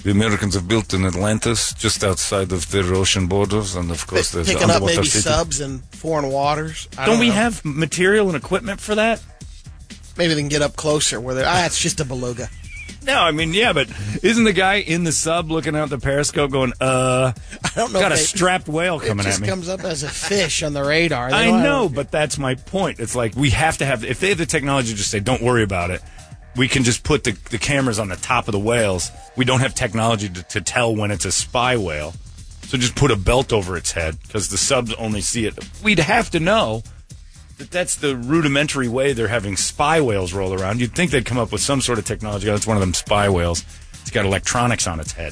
The Americans have built in Atlantis just outside of their ocean borders, and of course, there's
Picking up maybe subs in foreign waters. I
Don't, we
know.
have material and equipment for that?
Maybe they can get up closer where they're. Ah, it's just a beluga.
No, I mean, yeah, but isn't the guy in the sub looking out the periscope going, uh,
I don't know.
got a
if they,
strapped whale
it
coming
just
at me?
comes up as a fish on the radar. They don't
I
have-
know, but that's my point. It's like we have to have. If they have the technology, to just say, "Don't worry about it." We can just put the, the cameras on the top of the whales. We don't have technology to, to tell when it's a spy whale, so just put a belt over its head because the subs only see it. We'd have to know that that's the rudimentary way they're having spy whales roll around. You'd think they'd come up with some sort of technology. Oh, it's one of them spy whales. It's got electronics on its head.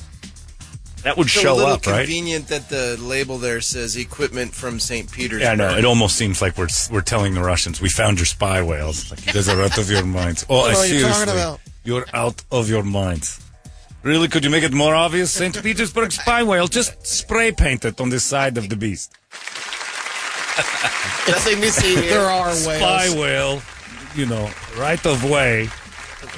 That would
It's a
show
little
up, right?
convenient that the label there says equipment from St. Petersburg.
Yeah, I know. It almost seems like we're we're telling the Russians we found your spy whales. Like, There's a out of your minds. Oh,
What are you talking
seriously,
about?
you're out of your minds. Really? Could you make it more obvious? Saint Petersburg spy whale. Just spray paint it on the side of the beast.
Nothing to see
There
here.
are whales.
Spy whale. You know, right of way.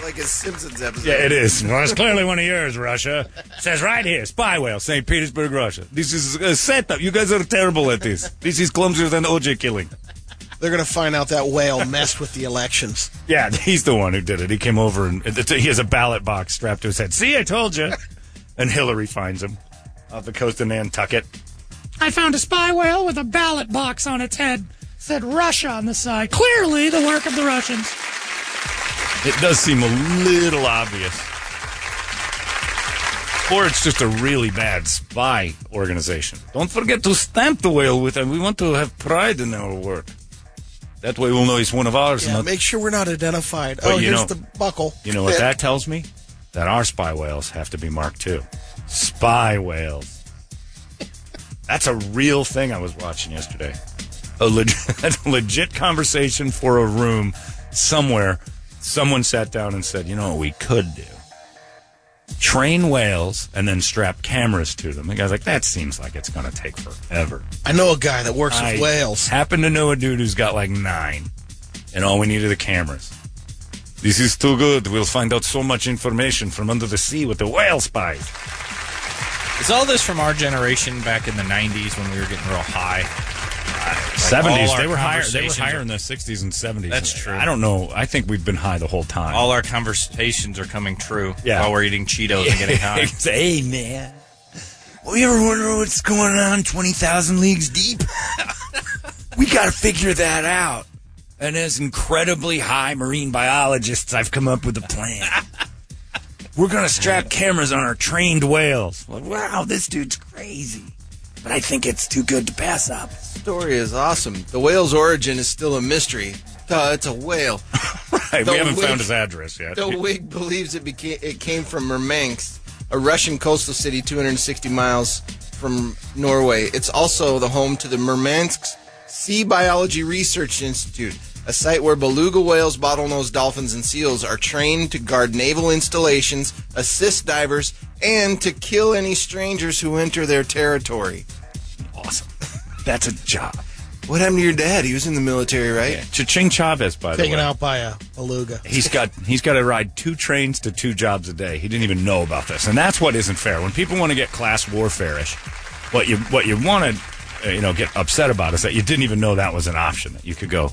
like a Simpsons episode.
Yeah, it is. Well, it's clearly one of yours, Russia. It says right here, spy whale, St. Petersburg, Russia. This is a setup. You guys are terrible at this. This is clumsier than OJ killing.
They're going to find out that whale messed with the elections.
Yeah, he's the one who did it. He came over and uh, he has a ballot box strapped to his head. See, I told you. And Hillary finds him off the coast of Nantucket.
I found a spy whale with a ballot box on its head. Said Russia on the side. Clearly the work of the Russians.
It does seem a little obvious. Or it's just a really bad spy organization. Don't forget to stamp the whale with it. We want to have pride in our work. That way we'll know he's one of ours. and
Yeah,
not-
make sure we're not identified.
Well,
oh,
you
here's
know-
the buckle.
You know what that tells me? That our spy whales have to be marked too. Spy whales. That's a real thing I was watching yesterday. A, leg- that's a legit conversation for a room somewhere. Someone sat down and said, you know what we could do? Train whales and then strap cameras to them. The guy's like, that seems like it's going to take forever.
I know a guy that works
I
with whales.
Happen to know a dude who's got like nine, and all we need are the cameras. This is too good. We'll find out so much information from under the sea with the whale spies.
Is all this from our generation back in the 90s when we were getting real high?
Seventies,
all our
they were higher. They were
conversations
higher
are-
in the sixties and seventies.
That's true.
I don't know. I think we've been high the whole time.
All our conversations are coming true
Yeah.
while we're eating Cheetos and getting high.
hey man, well, you ever wonder what's going on twenty thousand leagues deep? we got to figure that out. And as incredibly high marine biologists, I've come up with a plan. We're going to strap cameras on our trained whales. Well, wow, this dude's crazy. But I think it's too good to pass up.
story is awesome. The whale's origin is still a mystery. Duh, it's a Uh, whale.
Right,
The
we haven't
wig-
found his address yet.
The wig believes it became it came from Murmansk, a Russian coastal city 260 miles from Norway. It's also the home to the Murmansk Sea Biology Research Institute, a site where beluga whales, bottlenose dolphins, and seals are trained to guard naval installations, assist divers, and to kill any strangers who enter their territory.
awesome. That's a job.
What happened to your dad? He was in the military, right?
Cha-ching Chavez, by the
Taken
way.
out by a beluga.
He's got he's got to ride two trains to two jobs a day. He didn't even know about this, and that's what isn't fair. When people want to get class warfareish, what you what you want to uh, you know get upset about is that you didn't even know that was an option that you could go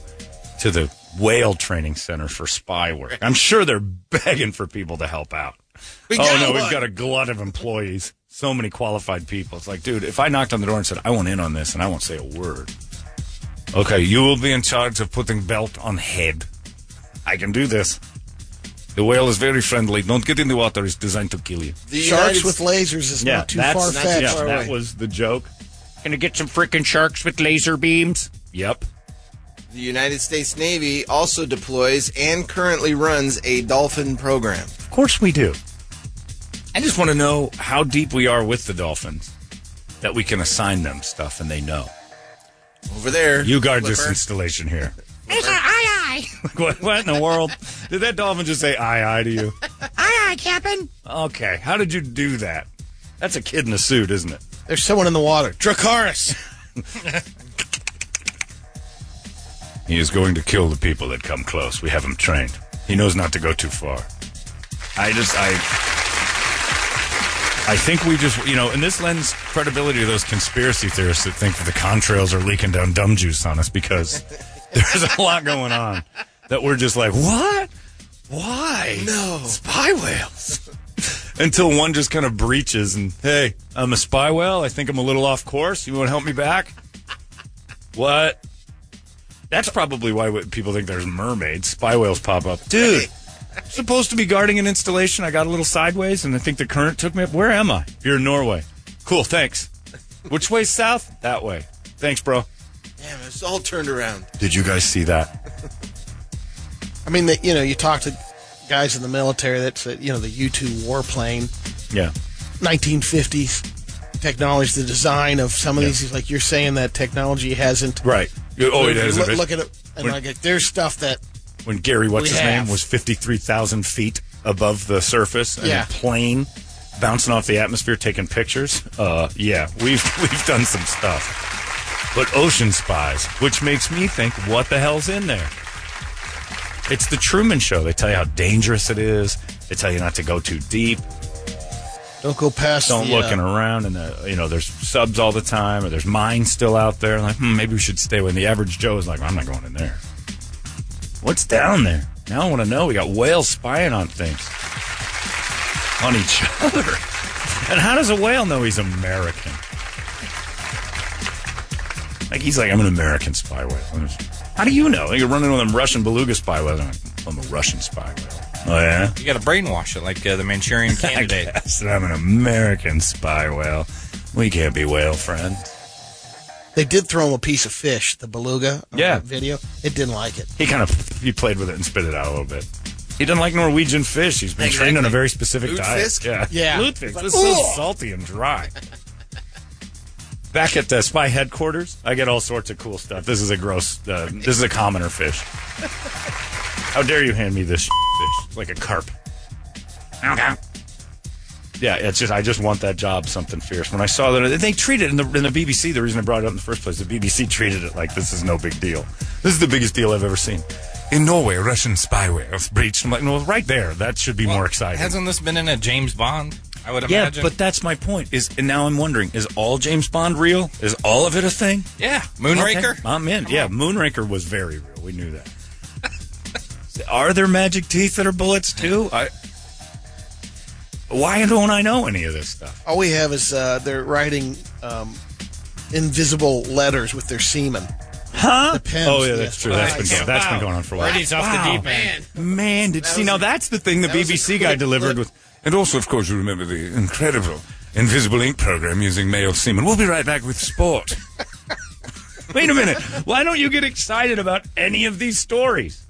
to the whale training center for spy work. I'm sure they're begging for people to help out.
We
oh
got
no,
one.
we've got a glut of employees. So many qualified people. It's like, dude, if I knocked on the door and said I want in on this, and I won't say a word. Okay, you will be in charge of putting belt on head. I can do this. The whale is very friendly. Don't get in the water. It's designed to kill you.
The
Sharks
United
with lasers is not too far fetched.
yeah, that was the joke. Gonna get some freaking sharks with laser beams? Yep.
The United States Navy also deploys and currently runs a dolphin program.
Of course we do. I just want to know how deep we are with the dolphins that we can assign them stuff and they know.
Over there,
You guard this
Flipper.
installation here.
It's a aye aye.
Like, what, what in the world? Did that dolphin just say aye aye to you?
Aye aye, Captain.
Okay, how did you do that? That's a kid in a suit, isn't it?
There's someone in the water. Dracaris.
He is going to kill the people that come close. We have him trained. He knows not to go too far. I just, I. I think we just, you know, and this lends credibility to those conspiracy theorists that think that the contrails are leaking down dumb juice on us because there's a lot going on that we're just like, what? Why? No. Spy whales. Until one just kind of breaches and, hey, I'm a spy whale. I think I'm a little off course. You want to help me back? What? That's probably why wh- people think there's mermaids. Spy whales pop up. Dude, I'm supposed to be guarding an installation. I got a little sideways, and I think the current took me up. Where am I? You're in Norway. Cool, thanks. Which way's south? That way. Thanks, bro.
Damn, it's all turned around.
Did you guys see that?
I mean, the, you know, you talk to guys in the military that's, uh, you know, the U 2 warplane,
Yeah.
1950s technology, the design of some of these. He's like, you're saying that technology hasn't.
Right. You- Oh, it is.
Look,
it is.
look at it. And
When-
like, there's stuff that
when Gary, what's
We
his
have.
name, was 53,000 feet above the surface and
Yeah.
a plane bouncing off the atmosphere taking pictures. Uh, yeah, we've we've done some stuff. But ocean spies, which makes me think, what the hell's in there? It's the Truman Show. They tell you how dangerous it is. They tell you not to go too deep.
don't go past.
Don't
the,
look
uh,
looking around, and uh you know there's subs all the time, or there's mines still out there. Like hmm, maybe we should stay. When the average Joe is like, I'm not going in there. What's down there? Now I want to know. We got whales spying on things, on each other. And how does a whale know he's American? Like he's like, I'm an American spy whale. And it's, How do you know? You're running with them Russian beluga spy whales. I'm, like, I'm a Russian spy whale. Oh yeah.
You got to brainwash it like uh, the Manchurian candidate.
I said, I'm an American spy whale. We can't be whale friends.
They did throw him a piece of fish, the beluga. on
Yeah.
that Video. It didn't like it.
He kind of he played with it and spit it out a little bit. He doesn't like Norwegian fish. He's been trained on a very specific diet.
Lutefisk?
Yeah,
Yeah.
Lutefisk was so salty and dry. Back at the spy headquarters, I get all sorts of cool stuff. This is a gross. Uh, this is a commoner fish. How dare you hand me this fish? It's like a carp. Yeah, it's just I just want that job something fierce. When I saw that, and they treated in the in the BBC. The reason I brought it up in the first place, the BBC treated it like this is no big deal. This is the biggest deal I've ever seen. In Norway, Russian spyware was breached. I'm like, no, right there, that should be more exciting.
Hasn't this been in a James Bond? I would
yeah,
imagine.
but that's my point. Is and now I'm wondering, is all James Bond real? Is all of it a thing?
yeah, Moonraker.
Okay, I'm in. Yeah, Moonraker was very real. We knew that. are there magic teeth that are bullets too? I. Why don't I know any of this stuff?
All we have is uh, they're writing um, invisible letters with their semen.
Huh?
pins,
oh yeah,
yeah.
that's true. That's been
Nice.
going, that's been going on for a while.
Brady's off the deep end.
Man, did see now that's the thing the
was a
BBC guy
quick
delivered
clip.
with. And also, of course, you remember the incredible invisible ink program using male semen. We'll be right back with sport. Wait a minute. Why don't you get excited about any of these stories?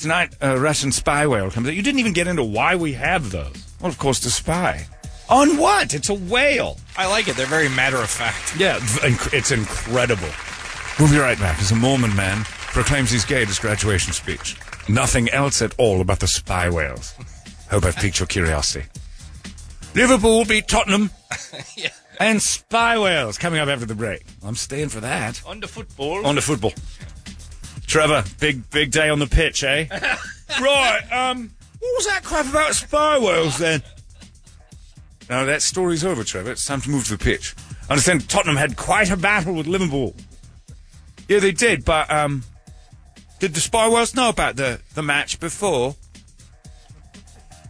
Tonight, a Russian spy whale comes out. You didn't even get into why we have those. Well, of course, to spy. On what? It's a whale.
I like it. They're very matter of fact.
Yeah, inc- it's incredible. We'll be right back as a Mormon man proclaims he's gay at his graduation speech. Nothing else at all about the spy whales. Hope I've piqued your curiosity. Liverpool beat Tottenham
yeah.
and spy whales coming up after the break. I'm staying for that.
On the football.
On to football. Trevor, big big day on the pitch, eh? right. Um, what was that crap about spy whales then? No, that story's over, Trevor. It's time to move to the pitch. I understand Tottenham had quite a battle with Liverpool. Yeah, they did, but um, did the spy whales know about the, the match before?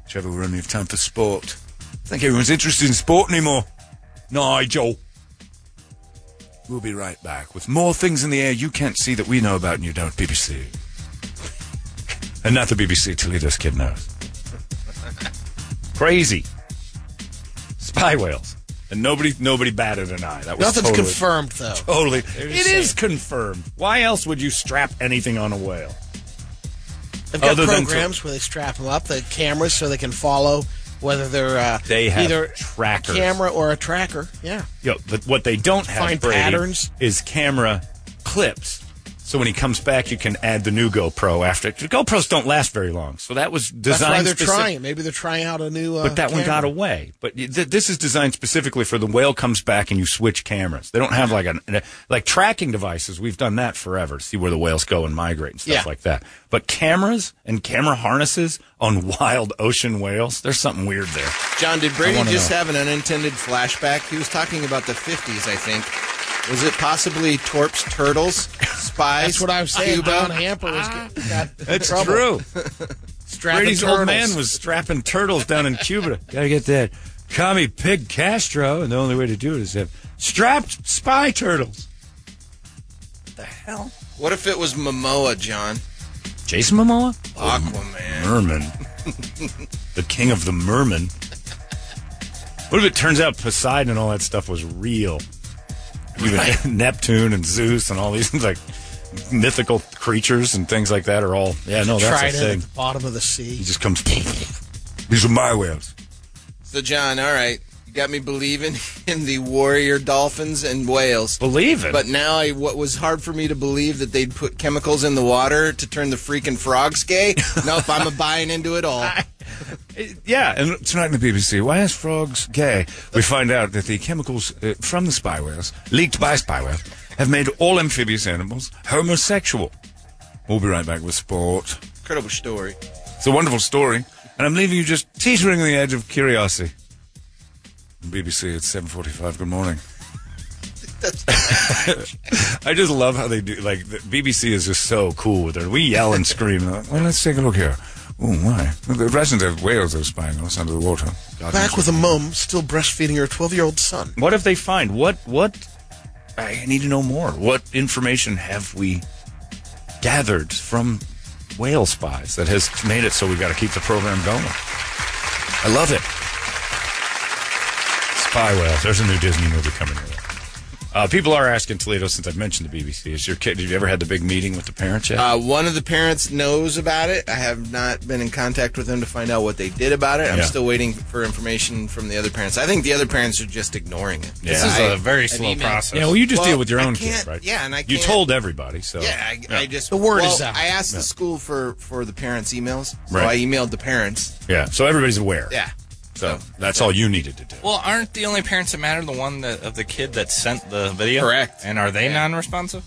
Trevor, we only have time for sport. I think everyone's interested in sport anymore. Nigel. We'll be right back with more things in the air you can't see that we know about and you don't, BBC. And not the BBC Toledo's kid knows. Crazy. Spy whales. And nobody nobody batted an eye. That was
Nothing's
totally,
confirmed, though.
Totally. It is confirmed. Why else would you strap anything on a whale?
They've got
Other than
programs where they strap them up, the cameras, so they can follow whether they're uh,
They have
either
trackers.
a camera or a tracker. Yeah.
Yo, but what they don't have
Find
Brady,
patterns.
is camera clips. So when he comes back, you can add the new GoPro after. The GoPros don't last very long, so that was designed.
That's why they're
specif-
trying. Maybe they're trying out a new. Uh,
But that one
camera.
got away. But y- th- this is designed specifically for the whale comes back and you switch cameras. They don't have like an an- like tracking devices. We've done that forever. See where the whales go and migrate and stuff
Yeah.
like that. But cameras and camera harnesses on wild ocean whales. There's something weird there.
John, did Brady
wanna
just
know.
have an unintended flashback? He was talking about the 50s, I think. Was it possibly Torp's Turtles, Spies?
That's what I was saying. Don
Cuba?
Hamper was get- got in
It's
trouble.
true.
Strapping
Ah. Brady's
turtles.
old man was strapping turtles down in Cuba. Gotta get that commie pig Castro, and the only way to do it is have strapped spy turtles.
What if it was Momoa, John?
Jason Momoa?
Aquaman.
Merman. the king of the merman. What if it turns out Poseidon and all that stuff was real? Even Neptune and Zeus and all these like mythical creatures and things like that are all yeah no that's
Trident
a
at
thing.
the bottom of the
He
sea.
just comes. These are my whales.
So, John, all right. You got me believing in the warrior dolphins and whales.
Believe it.
But now, I, what was hard for me to believe that they'd put chemicals in the water to turn the freaking frogs gay? nope, I'm a buying into it all.
Yeah, and tonight in the BBC, why is frogs gay? We find out that the chemicals uh, from the spy whales, leaked by spy whales, have made all amphibious animals homosexual. We'll be right back with sport.
Incredible story.
It's a wonderful story, and I'm leaving you just teetering on the edge of curiosity. BBC at 7:45. Good morning. I just love how they do. Like the BBC is just so cool with it. We yell and scream. Like, well, let's take a look here. Oh my! The Russians have whales that are spying on us under the water. God knows
Back with a mum still breastfeeding her 12 year old son.
what if they find what what I need to know more. What information have we gathered from whale spies that has made it so we've got to keep the program going? I love it. Spy whales. There's a new Disney movie coming out. Uh, people are asking Toledo since I've mentioned the BBC. Is your kid? Have you ever had the big meeting with the parents yet?
Uh, one of the parents knows about it. I have not been in contact with them to find out what they did about it. I'm
Yeah.
still waiting for information from the other parents. I think the other parents are just ignoring it.
Yeah.
This is
I-
a very
an
slow
email.
process.
yeah. Well, you just
well,
deal with your
I
own
can't-
kid, right?
yeah, and I
you
can't-
told everybody. So
Yeah, I, I just
The word
well,
is out.
I asked the school for for the parents' emails, so
Right.
I emailed the parents.
yeah. So everybody's aware.
Yeah,
So that's all you needed to do.
Well, aren't the only parents that matter the one that, of the kid that sent the video?
Correct.
And are they non-responsive?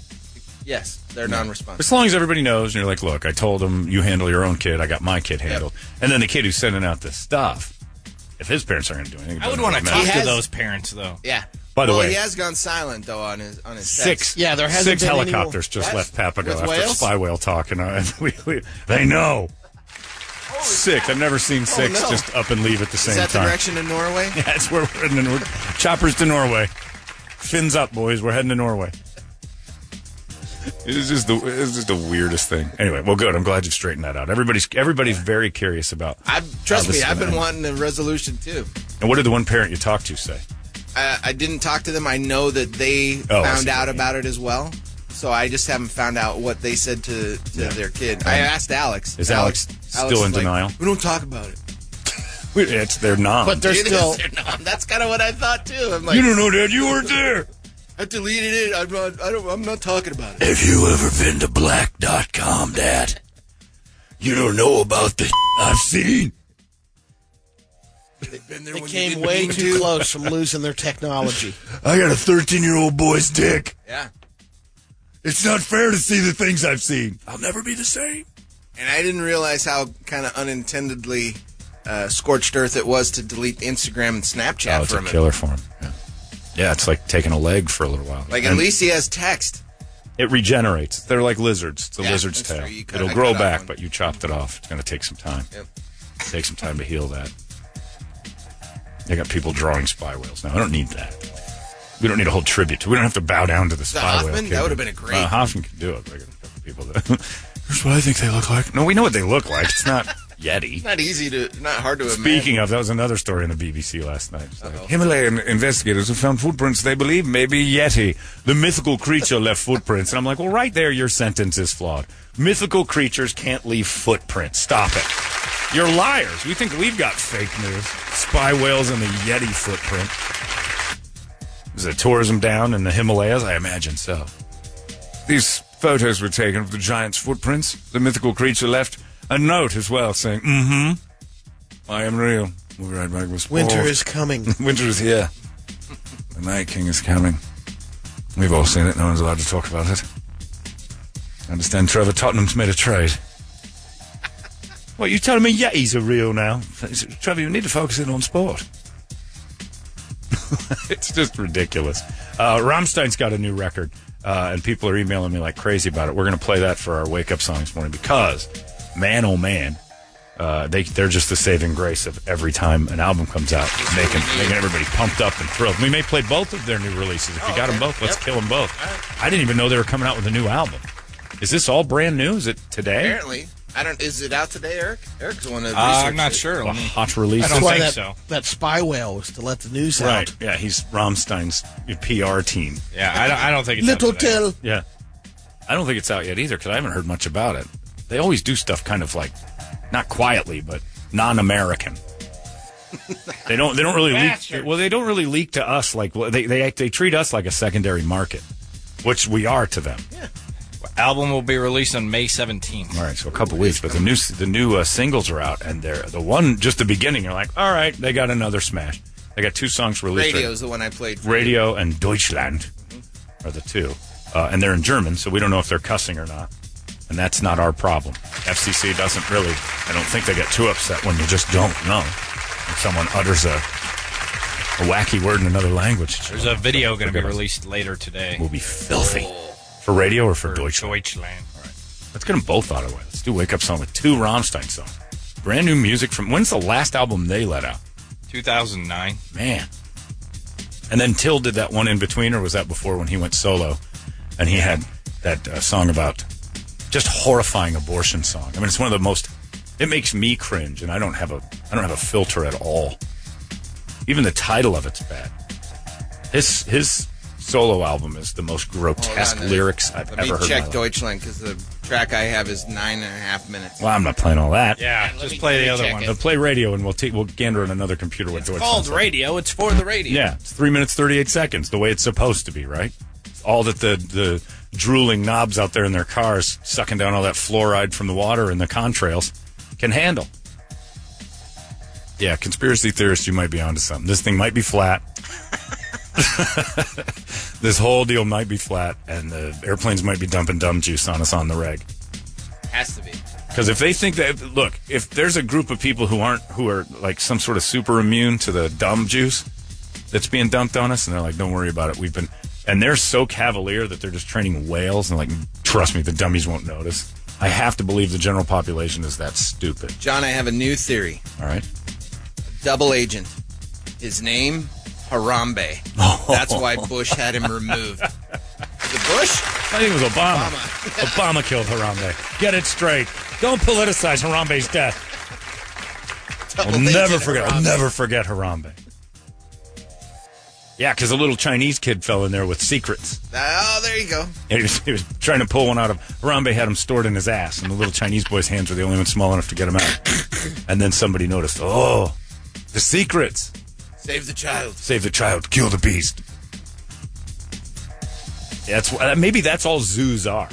yes, they're non-responsive.
As long as everybody knows, and you're like, look, I told him you handle your own kid. I got my kid handled. And then the kid who's sending out this stuff, if his parents aren't going to do anything, it
I would
doesn't
want to
really
talk
matter.
has-
to those parents though.
Yeah.
By the
well,
way-
he has gone silent though on his on his
Six,
text.
Yeah, there hasn't
six
been any
helicopters just
What?
left Papago
With
after
whales?
spy whale talk, and, uh, we, we, they know. Six. I've never seen six
Oh, no.
just up and leave at the same
Is that the
time.
direction in Norway?
That's where we're heading. We're, choppers to Norway. Fins up, boys. We're heading to Norway. This is the this is the weirdest thing. Anyway, well, good. I'm glad you've straightened that out. Everybody's everybody's very curious about.
I've
how
trust
this
me,
is
I've
gonna
been
end.
wanting a resolution too.
And what did the one parent you talked to say?
I, I didn't talk to them. I know that they
Oh, I
found
see.
out about it as well. So I just haven't found out what they said to, to
Yeah.
their kid. I asked Alex.
Is Alex still in
is like,
denial?
We don't talk about it.
It's they're not.
But there's
It is
still
their nom. That's kind of what I thought too. I'm like,
you don't know, Dad. You weren't there.
I deleted it. I'm not, I don't, I'm not talking about it.
Have you ever been to black.com, Dad? You don't know about the I've seen.
They've been there
they
when you
came
didn't
way
mean
too
to.
close from losing their technology.
I got a 13 year old boy's dick.
Yeah.
It's not fair to see the things I've seen. I'll never be the same.
And I didn't realize how kind of unintendedly uh, scorched earth it was to delete Instagram and Snapchat
Oh, it's
from
a
him.
killer for him. Yeah. yeah, it's like taking a leg for a little while.
Like at
And
least he has text.
it regenerates. They're like lizards. It's a
Yeah,
lizard's
that's
tail.
true. You cut-
It'll
I
grow
cut off
back,
one.
but you chopped it off. It's going to take some time.
Yep.
Take some time to heal that. They got people drawing spy whales now. I don't need that. We don't need a whole tribute. We don't have to bow down to the spy whale.
Hoffman?
kid.
That would've been a great-
Uh, Hoffman could do it. But I got a couple people that. Here's what I think they look like. No, we know what they look like. It's not Yeti.
Not easy to, not hard to imagine.
Speaking of, that was another story on the BBC last night. It's like, Himalayan investigators have found footprints they believe may be Yeti. The mythical creature left footprints. And I'm like, well, right there, your sentence is flawed. Mythical creatures can't leave footprints. Stop it. You're liars. We think we've got fake news. Spy whales and the Yeti footprint. Is the tourism down in the Himalayas? I imagine so. These photos were taken of the giant's footprints. The mythical creature left a note as well saying, mm hmm, I am real. We'll be right back with sports.
Winter is coming.
Winter is here. The Night King is coming. We've all seen it. No one's allowed to talk about it. I understand Trevor Tottenham's made a trade. What, you telling me Yetis are real now? Trevor, you need to focus in on sport. it's just ridiculous. Uh, Rammstein's got a new record, uh, and people are emailing me like crazy about it. We're going to play that for our wake up song this morning because, man, oh man, uh, they they're just the saving grace of every time an album comes out, making making everybody pumped up and thrilled. We may play both of their new releases. If you got them both, let's kill 'em kill them both. I didn't even know they were coming out with a new album. Is this all brand new? Is it today?
Apparently, I don't. Is it out today, Eric? Eric's one of the.
Uh, I'm
researchers.
not sure.
A
Let me-
hot release.
I don't
That's why
think
that,
so.
that spy whale was to let the news
right.
out.
Yeah, he's Rammstein's PR team.
Yeah, I don't, I don't think it's
Little
up to that.
tell.
Yeah. I don't think it's out yet either because I haven't heard much about it. They always do stuff kind of like, not quietly, but non-American. they don't. They don't really leak. Well, they don't really leak to us. Like well, they they they treat us like a secondary market, which we are to them.
Album will be released on May 17th.
All right, so a couple weeks, but the new the new uh, singles are out, and they're the one just the beginning. You're like, all right, they got another smash. They got two songs released. right
Radio is the one I played.
Radio and Deutschland are the two. Uh, and they're in German, so we don't know if they're cussing or not. And that's not our problem. FCC doesn't really, I don't think they get too upset when you just don't know. If someone utters a, a wacky word in another language, it's-
There's a video going to be
Forget us.
released later today.
we'll be filthy. For radio or for,
for
Deutschland?
Deutschland.
Let's get them both out of the way. Let's do Wake Up Song with two Rammstein songs. Brand new music from, when's the last album they let out?
2009.
Man. And then Till did that one in between, or was that before when he went solo? And he had that uh, song about just horrifying abortion song. I mean, it's one of the most. It makes me cringe, and I don't have a I don't have a filter at all. Even the title of it's bad. His his solo album is the most grotesque
Hold on,
lyrics I've
Let
ever
me
heard. in my
check
life.
Deutschland because the track I have is nine and a half minutes.
Well, I'm not playing all that.
Yeah, just play the other
check
one.
it.
Now play radio, and we'll t- we'll gander on another computer with Deutschland.
Called radio. It's for the radio.
Yeah, it's three minutes thirty eight seconds, the way it's supposed to be, right? All that the the drooling knobs out there in their cars, sucking down all that fluoride from the water and the contrails, can handle. Yeah, conspiracy theorist, you might be onto something. This thing might be flat. this whole deal might be flat, and the airplanes might be dumping dumb juice on us on the reg.
Has to be.
Because if they think that, look, if there's a group of people who aren't, who are like some sort of super immune to the dumb juice that's being dumped on us, and they're like, don't worry about it, we've been, and they're so cavalier that they're just training whales and like, trust me, the dummies won't notice. I have to believe the general population is that stupid.
John, I have a new theory.
All right.
Double agent. His name, Harambe. That's why Bush had him removed. The Bush?
I think it was Obama. Obama, killed Harambe. Get it straight. Don't politicize Harambe's death. I'll
Double
never
Agent
forget. I'll
Harambe.
never forget Harambe. Yeah, because a little Chinese kid fell in there with secrets.
Oh, there you go.
And he was, he was trying to pull one out of Harambe had him stored in his ass, and the little Chinese boy's hands were the only ones small enough to get him out. And then somebody noticed, oh, the secrets.
Save the child.
Save the child, kill the beast. That's wh- uh, maybe that's all zoos are.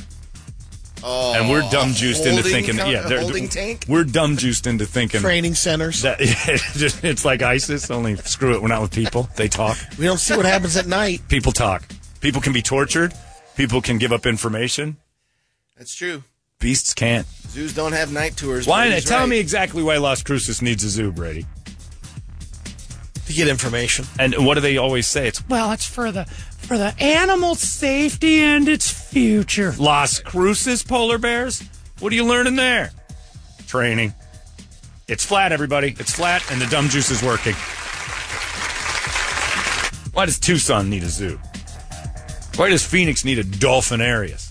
Oh,
And we're dumb juiced into
holding
thinking,
co-
yeah, they're-
holding tank.
we're dumb juiced into thinking
Training centers.
that just, it's like ISIS. Only screw it, we're not with people. They talk.
We don't see what happens at night.
People talk. People can be tortured. People can give up information.
That's true.
Beasts can't.
Zoos don't have night tours.
Why?
Brady's
Tell
right.
me exactly why Las Cruces needs a zoo, Brady.
to get information.
And what do they always say? It's
Well, it's for the for the animal safety and its future.
Las Cruces polar bears? What are you learning there? Training. It's flat, everybody. It's flat, and the dumb juice is working. Why does Tucson need a zoo? Why does Phoenix need a dolphinarius?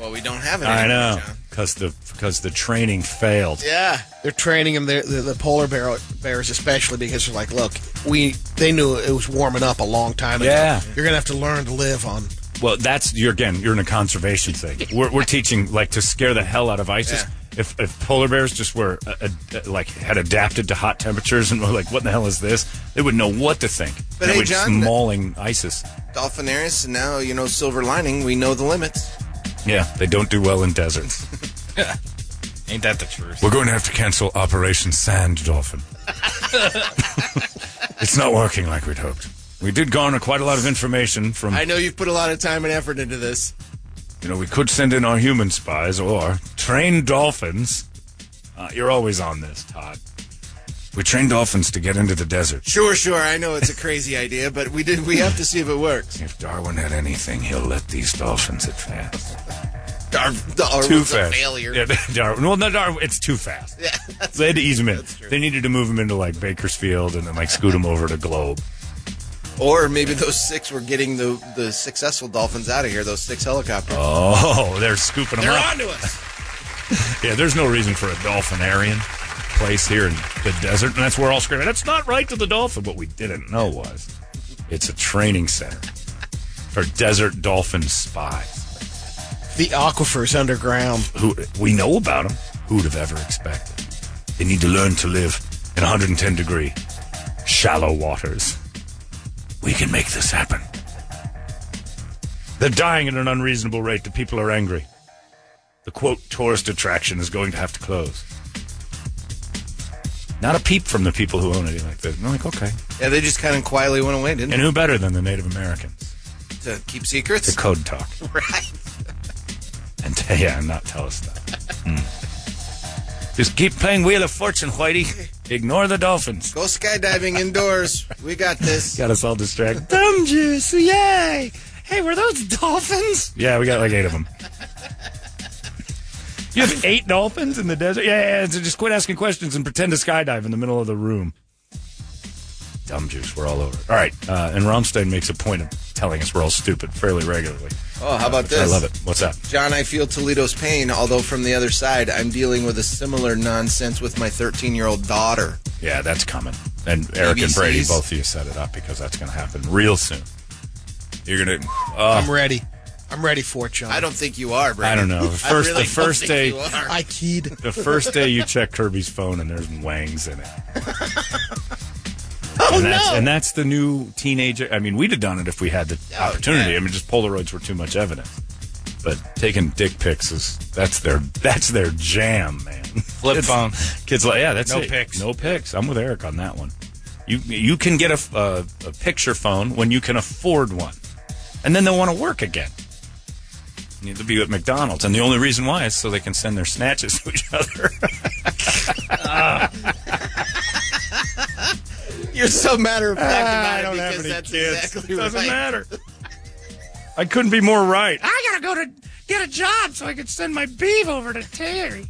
Well, we don't have it.
I
anymore,
know,
John.
because the because the training failed.
Yeah.
They're training them, they're, the, the polar bear, bears especially, because they're like, look, we they knew it was warming up a long time ago.
Yeah.
You're going to have to learn to live on.
Well, that's you're again. You're in a conservation thing. We're, we're teaching like to scare the hell out of ISIS. If, if polar bears just were uh, uh, like had adapted to hot temperatures and were like, what the hell is this? They wouldn't know what to think.
But
And
hey,
we're just
John, the-
mauling ISIS.
Dolphinarius, and now, you know, silver lining, we know the limits.
Yeah, they don't do well in deserts.
Ain't that the truth?
We're going to have to cancel Operation Sand Dolphin. it's not working like we'd hoped. We did garner quite a lot of information from.
I know you've put a lot of time and effort into this.
You know, we could send in our human spies or train dolphins. Uh, you're always on this, Todd. We train dolphins to get into the desert.
Sure, sure, I know it's a crazy idea, but we did we have to see if it works.
If Darwin had anything, he'll let these dolphins advance.
Dar- Dar-
Too
was
fast.
A failure.
Yeah, Darwin. Well, no, Darwin. It's too fast. Yeah, they had to ease him in. They needed to move him into like Bakersfield and then like scoot him over to Globe.
Or maybe those six were getting the, the successful dolphins out of here, those six helicopters.
Oh, they're scooping him
They're
up.
onto us.
Yeah, there's no reason for a dolphinarian place here in the desert, and that's where all screaming. That's not right to the dolphin. What we didn't know was it's a training center for desert dolphin spies.
The aquifers underground.
Who we know about them? Who'd have ever expected? They need to learn to live in 110 degree shallow waters. We can make this happen. They're dying at an unreasonable rate. The people are angry. The quote tourist attraction is going to have to close. Not a peep from the people who own it. Like that. They're like, okay.
Yeah, they just kind of quietly went away, didn't
And who better than the Native Americans
they? To keep
to
secrets?
code talk
Right.
and t- yeah, and not tell us that. Hmm. Just keep playing Wheel of Fortune, Whitey. Ignore the dolphins.
Go skydiving indoors. We got this.
Got us all distracted.
Dumb juice, yay! Hey, were those dolphins?
Yeah, we got like eight of them. You have eight dolphins in the desert? Yeah, yeah, yeah. So just quit asking questions and pretend to skydive in the middle of the room. Dumb juice, we're all over it. All right, uh, and Rammstein makes a point of telling us we're all stupid fairly regularly.
Oh, how about this?
I love it. What's up?
John, I feel Toledo's pain, although from the other side, I'm dealing with a similar nonsense with my 13 year old daughter.
Yeah, that's coming. And Eric and
ABCs.
Brady, both of you set it up because that's going to happen real soon. You're going to.
I'm ready. I'm ready for it, John.
I don't think you are, Brady.
I don't know. The
I
first,
really
the first
don't
day.
think you are.
I keyed.
The first day you check Kirby's phone and there's wangs in it.
Oh,
and that's,
no.
and that's the new teenager. I mean, we'd have done it if we had the
Oh,
opportunity.
yeah.
I mean, just Polaroids were too much evidence. But taking dick pics is that's their that's their jam, man.
Flip
It's-
phone.
Kids like yeah, that's
No
it.
pics.
No pics. I'm with Eric on that one. You you can get a, f- a- a picture phone when you can afford one, and then they'll want to work again. You need to be at McDonald's, and the only reason why is so they can send their snatches to each other. Ah.
You're so matter of fact about
Ah, I don't
it
have
because
any
that's
kids.
exactly
Doesn't
right.
matter. I couldn't be more right.
I gotta go to get a job so I could send my beef over to Terry.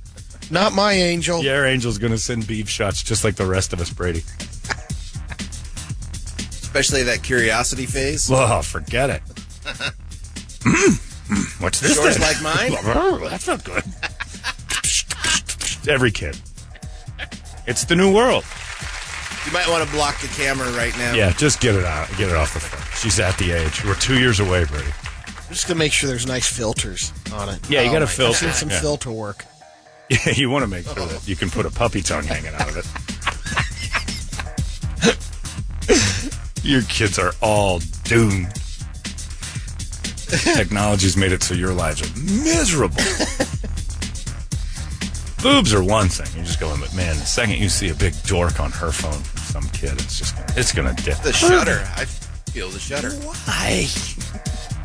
Not my angel.
Yeah, our angel's going to send beef shots just like the rest of us, Brady.
Especially that curiosity phase.
Oh, forget it. Mm, What's this?
Yours
then?
like mine?
That's not good. Every kid. It's the new world.
You might want to block the camera right now.
Yeah, just get it out. Get it off the phone. She's at the age. We're two years away, Brady.
I'm just gonna make sure there's nice filters on it. Oh,
Yeah, you gotta
my-
filter,
I've seen some
yeah.
filter work.
Yeah, you want to make sure that you can put a puppy tongue hanging out of it. your kids are all doomed. Technology's made it so your lives are miserable. Boobs are one thing. You just go in, but man, the second you see a big dork on her phone from some kid, it's just it's gonna dip.
The shudder. I feel the shudder.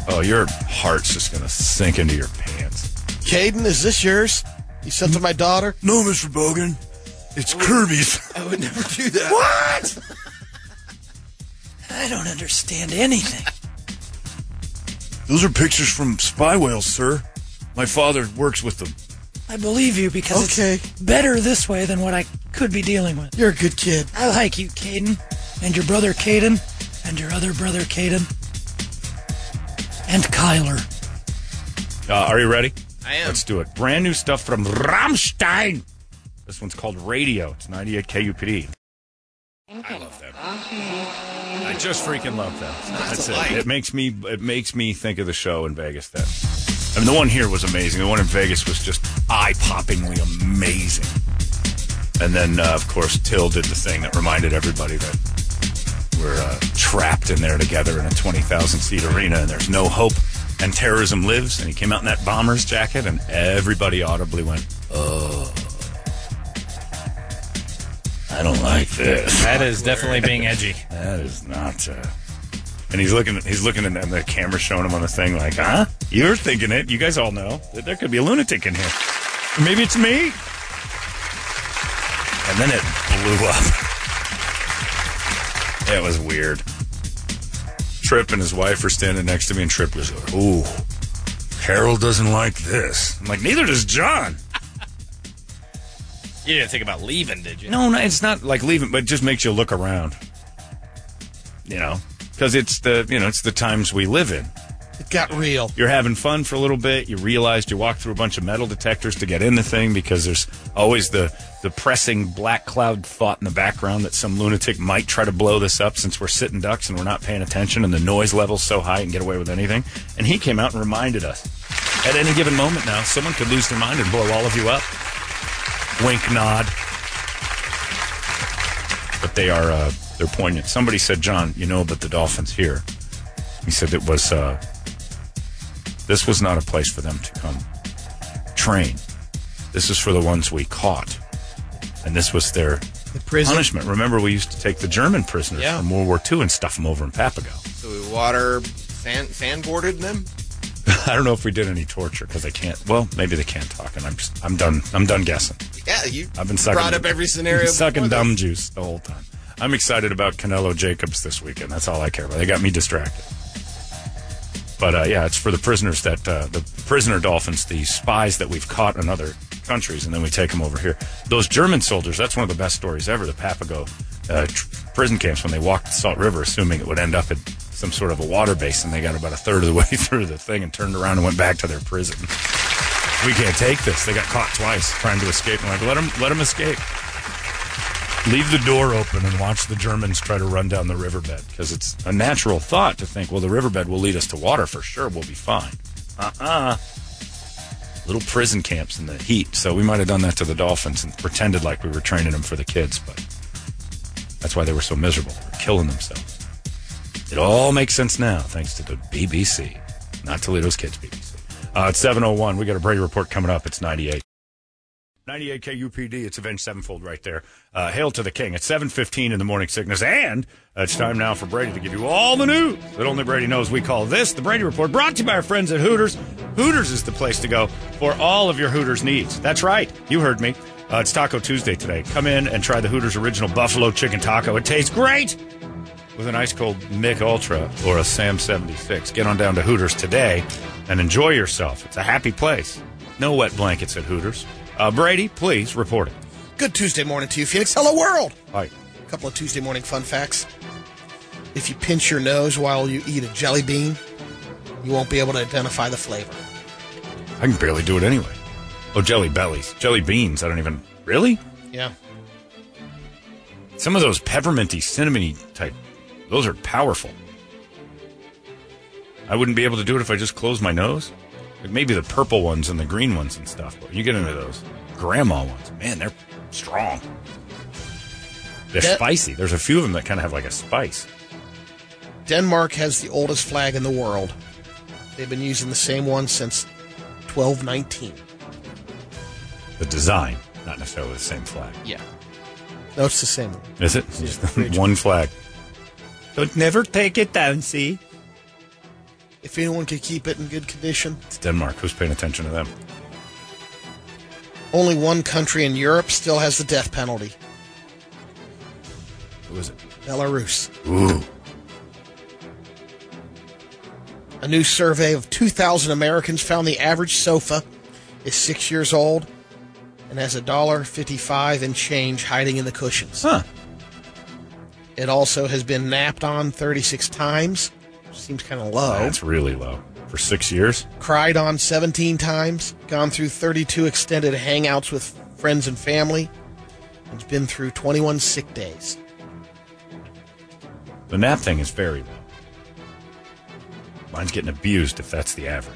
Oh, your heart's just gonna sink into your pants.
Caden, is this yours? You sent to my daughter?
No, Mr. Bogan. It's Kirby's.
I would never do that.
What?
I don't understand anything.
Those are pictures from spy whales, sir. My father works with them.
I believe you because
Okay.
it's better this way than what I could be dealing with.
You're a good kid.
I like you, Caden, and your brother Caden, and your other brother Caden, and Kyler.
Uh, are you ready?
I am.
Let's do it. Brand new stuff from Rammstein. This one's called Radio. It's 98 KUPD. I love them. I just freaking love them. That's it. It makes me it makes me think of the show in Vegas. That I mean, the one here was amazing. The one in Vegas was just eye poppingly amazing. And then, uh, of course, Till did the thing that reminded everybody that we're uh, trapped in there together in a 20,000 seat arena and there's no hope and terrorism lives. And he came out in that bomber's jacket and everybody audibly went, oh, I don't like this.
That is definitely being edgy.
That is not. Uh... And he's looking. He's looking, and the camera's showing him on the thing, like, "Huh? You're thinking it. You guys all know that there could be a lunatic in here. Maybe it's me." And then it blew up. It was weird. Tripp and his wife were standing next to me, and Tripp was like, "Ooh, Harold doesn't like this." I'm like, "Neither does John."
You didn't think about leaving, did you?
No, no, it's not like leaving, but it just makes you look around. You know, because it's the you know it's the times we live in.
It got real.
You're having fun for a little bit. You realized you walked through a bunch of metal detectors to get in the thing because there's always the the pressing black cloud thought in the background that some lunatic might try to blow this up since we're sitting ducks and we're not paying attention and the noise level's so high and get away with anything. And he came out and reminded us. At any given moment now, someone could lose their mind and blow all of you up. Wink, nod but they are uh, they're poignant. Somebody said, John, you know, but the Dolphins here. He said it was uh, this was not a place for them to come train. This is for the ones we caught, and this was their
The prison.
punishment. Remember, we used to take the German prisoners
Yeah.
from World War II and stuff them over in Papago.
So we water sand sandboarded them.
I don't know if we did any torture because I can't. Well, maybe they can't talk, and I'm just, I'm done. I'm done guessing.
Yeah, you.
I've been sucking
Brought up every scenario.
sucking
before
dumb
this.
juice the whole time. I'm excited about Canelo Jacobs this weekend. That's all I care about. They got me distracted. But uh, yeah, it's for the prisoners that uh, the prisoner dolphins, the spies that we've caught in other countries, and then we take them over here. Those German soldiers. That's one of the best stories ever. The Papago uh, tr- prison camps when they walked the Salt River, assuming it would end up in some sort of a water basin. They got about a third of the way through the thing and turned around and went back to their prison. We can't take this. They got caught twice trying to escape. I'm like, let them, let them escape leave the door open and watch the Germans try to run down the riverbed because it's a natural thought to think, well, the riverbed will lead us to water for sure. We'll be fine. Uh uh Little prison camps in the heat. So we might have done that to the dolphins and pretended like we were training them for the kids, but that's why they were so miserable. They were killing themselves. It all makes sense now, thanks to the BBC, not Toledo's Kids BBC. Uh, it's 7.01. We got a Brady report coming up. It's 98. 98 KUPD. It's Avenged Sevenfold right there. Uh, hail to the king. It's 7.15 in the morning sickness. And it's time now for Brady to give you all the news that only Brady knows. We call this the Brady Report, brought to you by our friends at Hooters. Hooters is the place to go for all of your Hooters needs. That's right. You heard me. Uh, it's Taco Tuesday today. Come in and try the Hooters original buffalo chicken taco. It tastes great with an ice cold Mick Ultra or a Sam 76. Get on down to Hooters today and enjoy yourself. It's a happy place. No wet blankets at Hooters. Uh, Brady, please report it.
Good Tuesday morning to you, Phoenix. Hello, world.
All right.
A couple of Tuesday morning fun facts. If you pinch your nose while you eat a jelly bean, you won't be able to identify the flavor.
I can barely do it anyway. Oh, jelly bellies. Jelly beans. I don't even. Really?
Yeah.
Some of those pepperminty, cinnamony type, those are powerful. I wouldn't be able to do it if I just closed my nose. Like maybe the purple ones and the green ones and stuff, but you get into those grandma ones, man, they're strong. They're
That-
spicy. There's a few of them that kind of have like a spice.
Denmark has the oldest flag in the world. They've been using the same one since 1219.
The design, not necessarily the same flag.
Yeah. No, it's the same one.
Is it? One flag. Don't never take it down, see?
If anyone could keep it in good condition,
It's Denmark. Who's paying attention to them?
only one country in Europe still has the death penalty
Who is it?
Belarus.
Ooh.
A new survey of 2,000 Americans found the average sofa is six years old and has a dollar fifty-five and change hiding in the cushions.
Huh.
It also has been napped on 36 times, which seems kind of low.
That's really low. For six years?
Cried on 17 times, gone through 32 extended hangouts with friends and family, and has been through 21 sick days.
The nap thing is very low. Mine's getting abused if that's the average.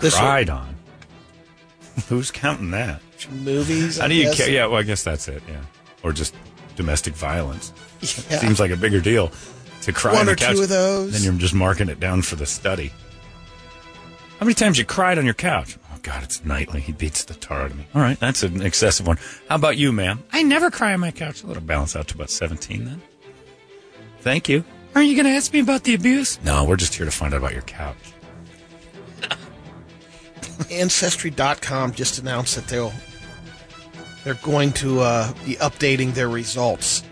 This
Cried on. Who's counting that?
watch movies.
How do you?
guess.
Ca- yeah, well, I guess that's it. Yeah, or just domestic violence
Yeah.
seems like a bigger deal to cry
One
on the
or two
couch.
of those.
Then you're just marking it down for the study. How many times you cried on your couch? Oh God, it's nightly. He beats the tar out of me. All right, that's an excessive one. How about you, ma'am?
I never cry on my couch.
It'll balance out to about seventeen then. Thank you.
Aren't you going to ask me about the abuse?
No, we're just here to find out about your couch.
Ancestry.com just announced that they'll they're going to uh, be updating their results.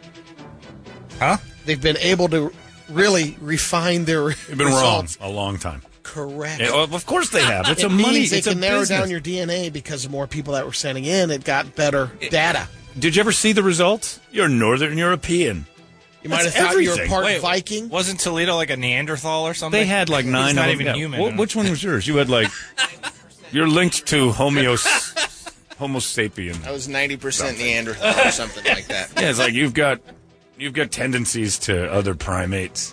Huh?
They've been able to really refine their
You've been
results.
wrong a long time.
Correct.
Yeah, well, of course they have. It's
it
a money.
means they
It's
can
a
narrow
business.
down your DNA because the more people that were sending in, it got better data.
Did you ever see the results? You're Northern European.
You might have
That's
thought you were
everything.
part
Wait,
Viking.
Wasn't Toledo like a Neanderthal or something?
They had like
He's
nine.
not
of them.
even
Yeah.
human.
Wh- which one was yours? You had like you're linked to homeos Homo sapien.
I was 90% Neanderthal or something like that.
Yeah, it's like you've got you've got tendencies to other primates.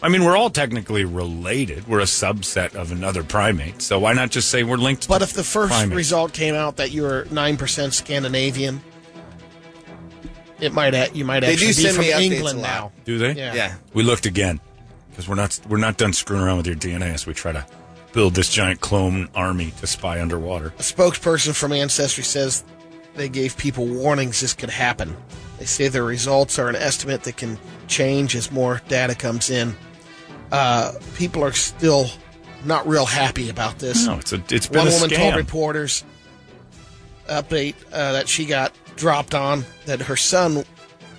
I mean, we're all technically related. We're a subset of another primate, so why not just say we're linked?
But
to
if the first
primates?
result came out that you were nine percent Scandinavian, it might a- you might
They
actually
do
be
send
from
me updates
England
a
now.
lot.
do they?
Yeah.
Yeah.
We looked again because we're not we're not done screwing around with your DNA as we try to build this giant clone army to spy underwater.
A spokesperson from Ancestry says they gave people warnings this could happen. They say their results are an estimate that can change as more data comes in. Uh, people are still not real happy about this.
No, it's a it's been
One
a
woman
scam.
told reporters update uh, that she got dropped on that her son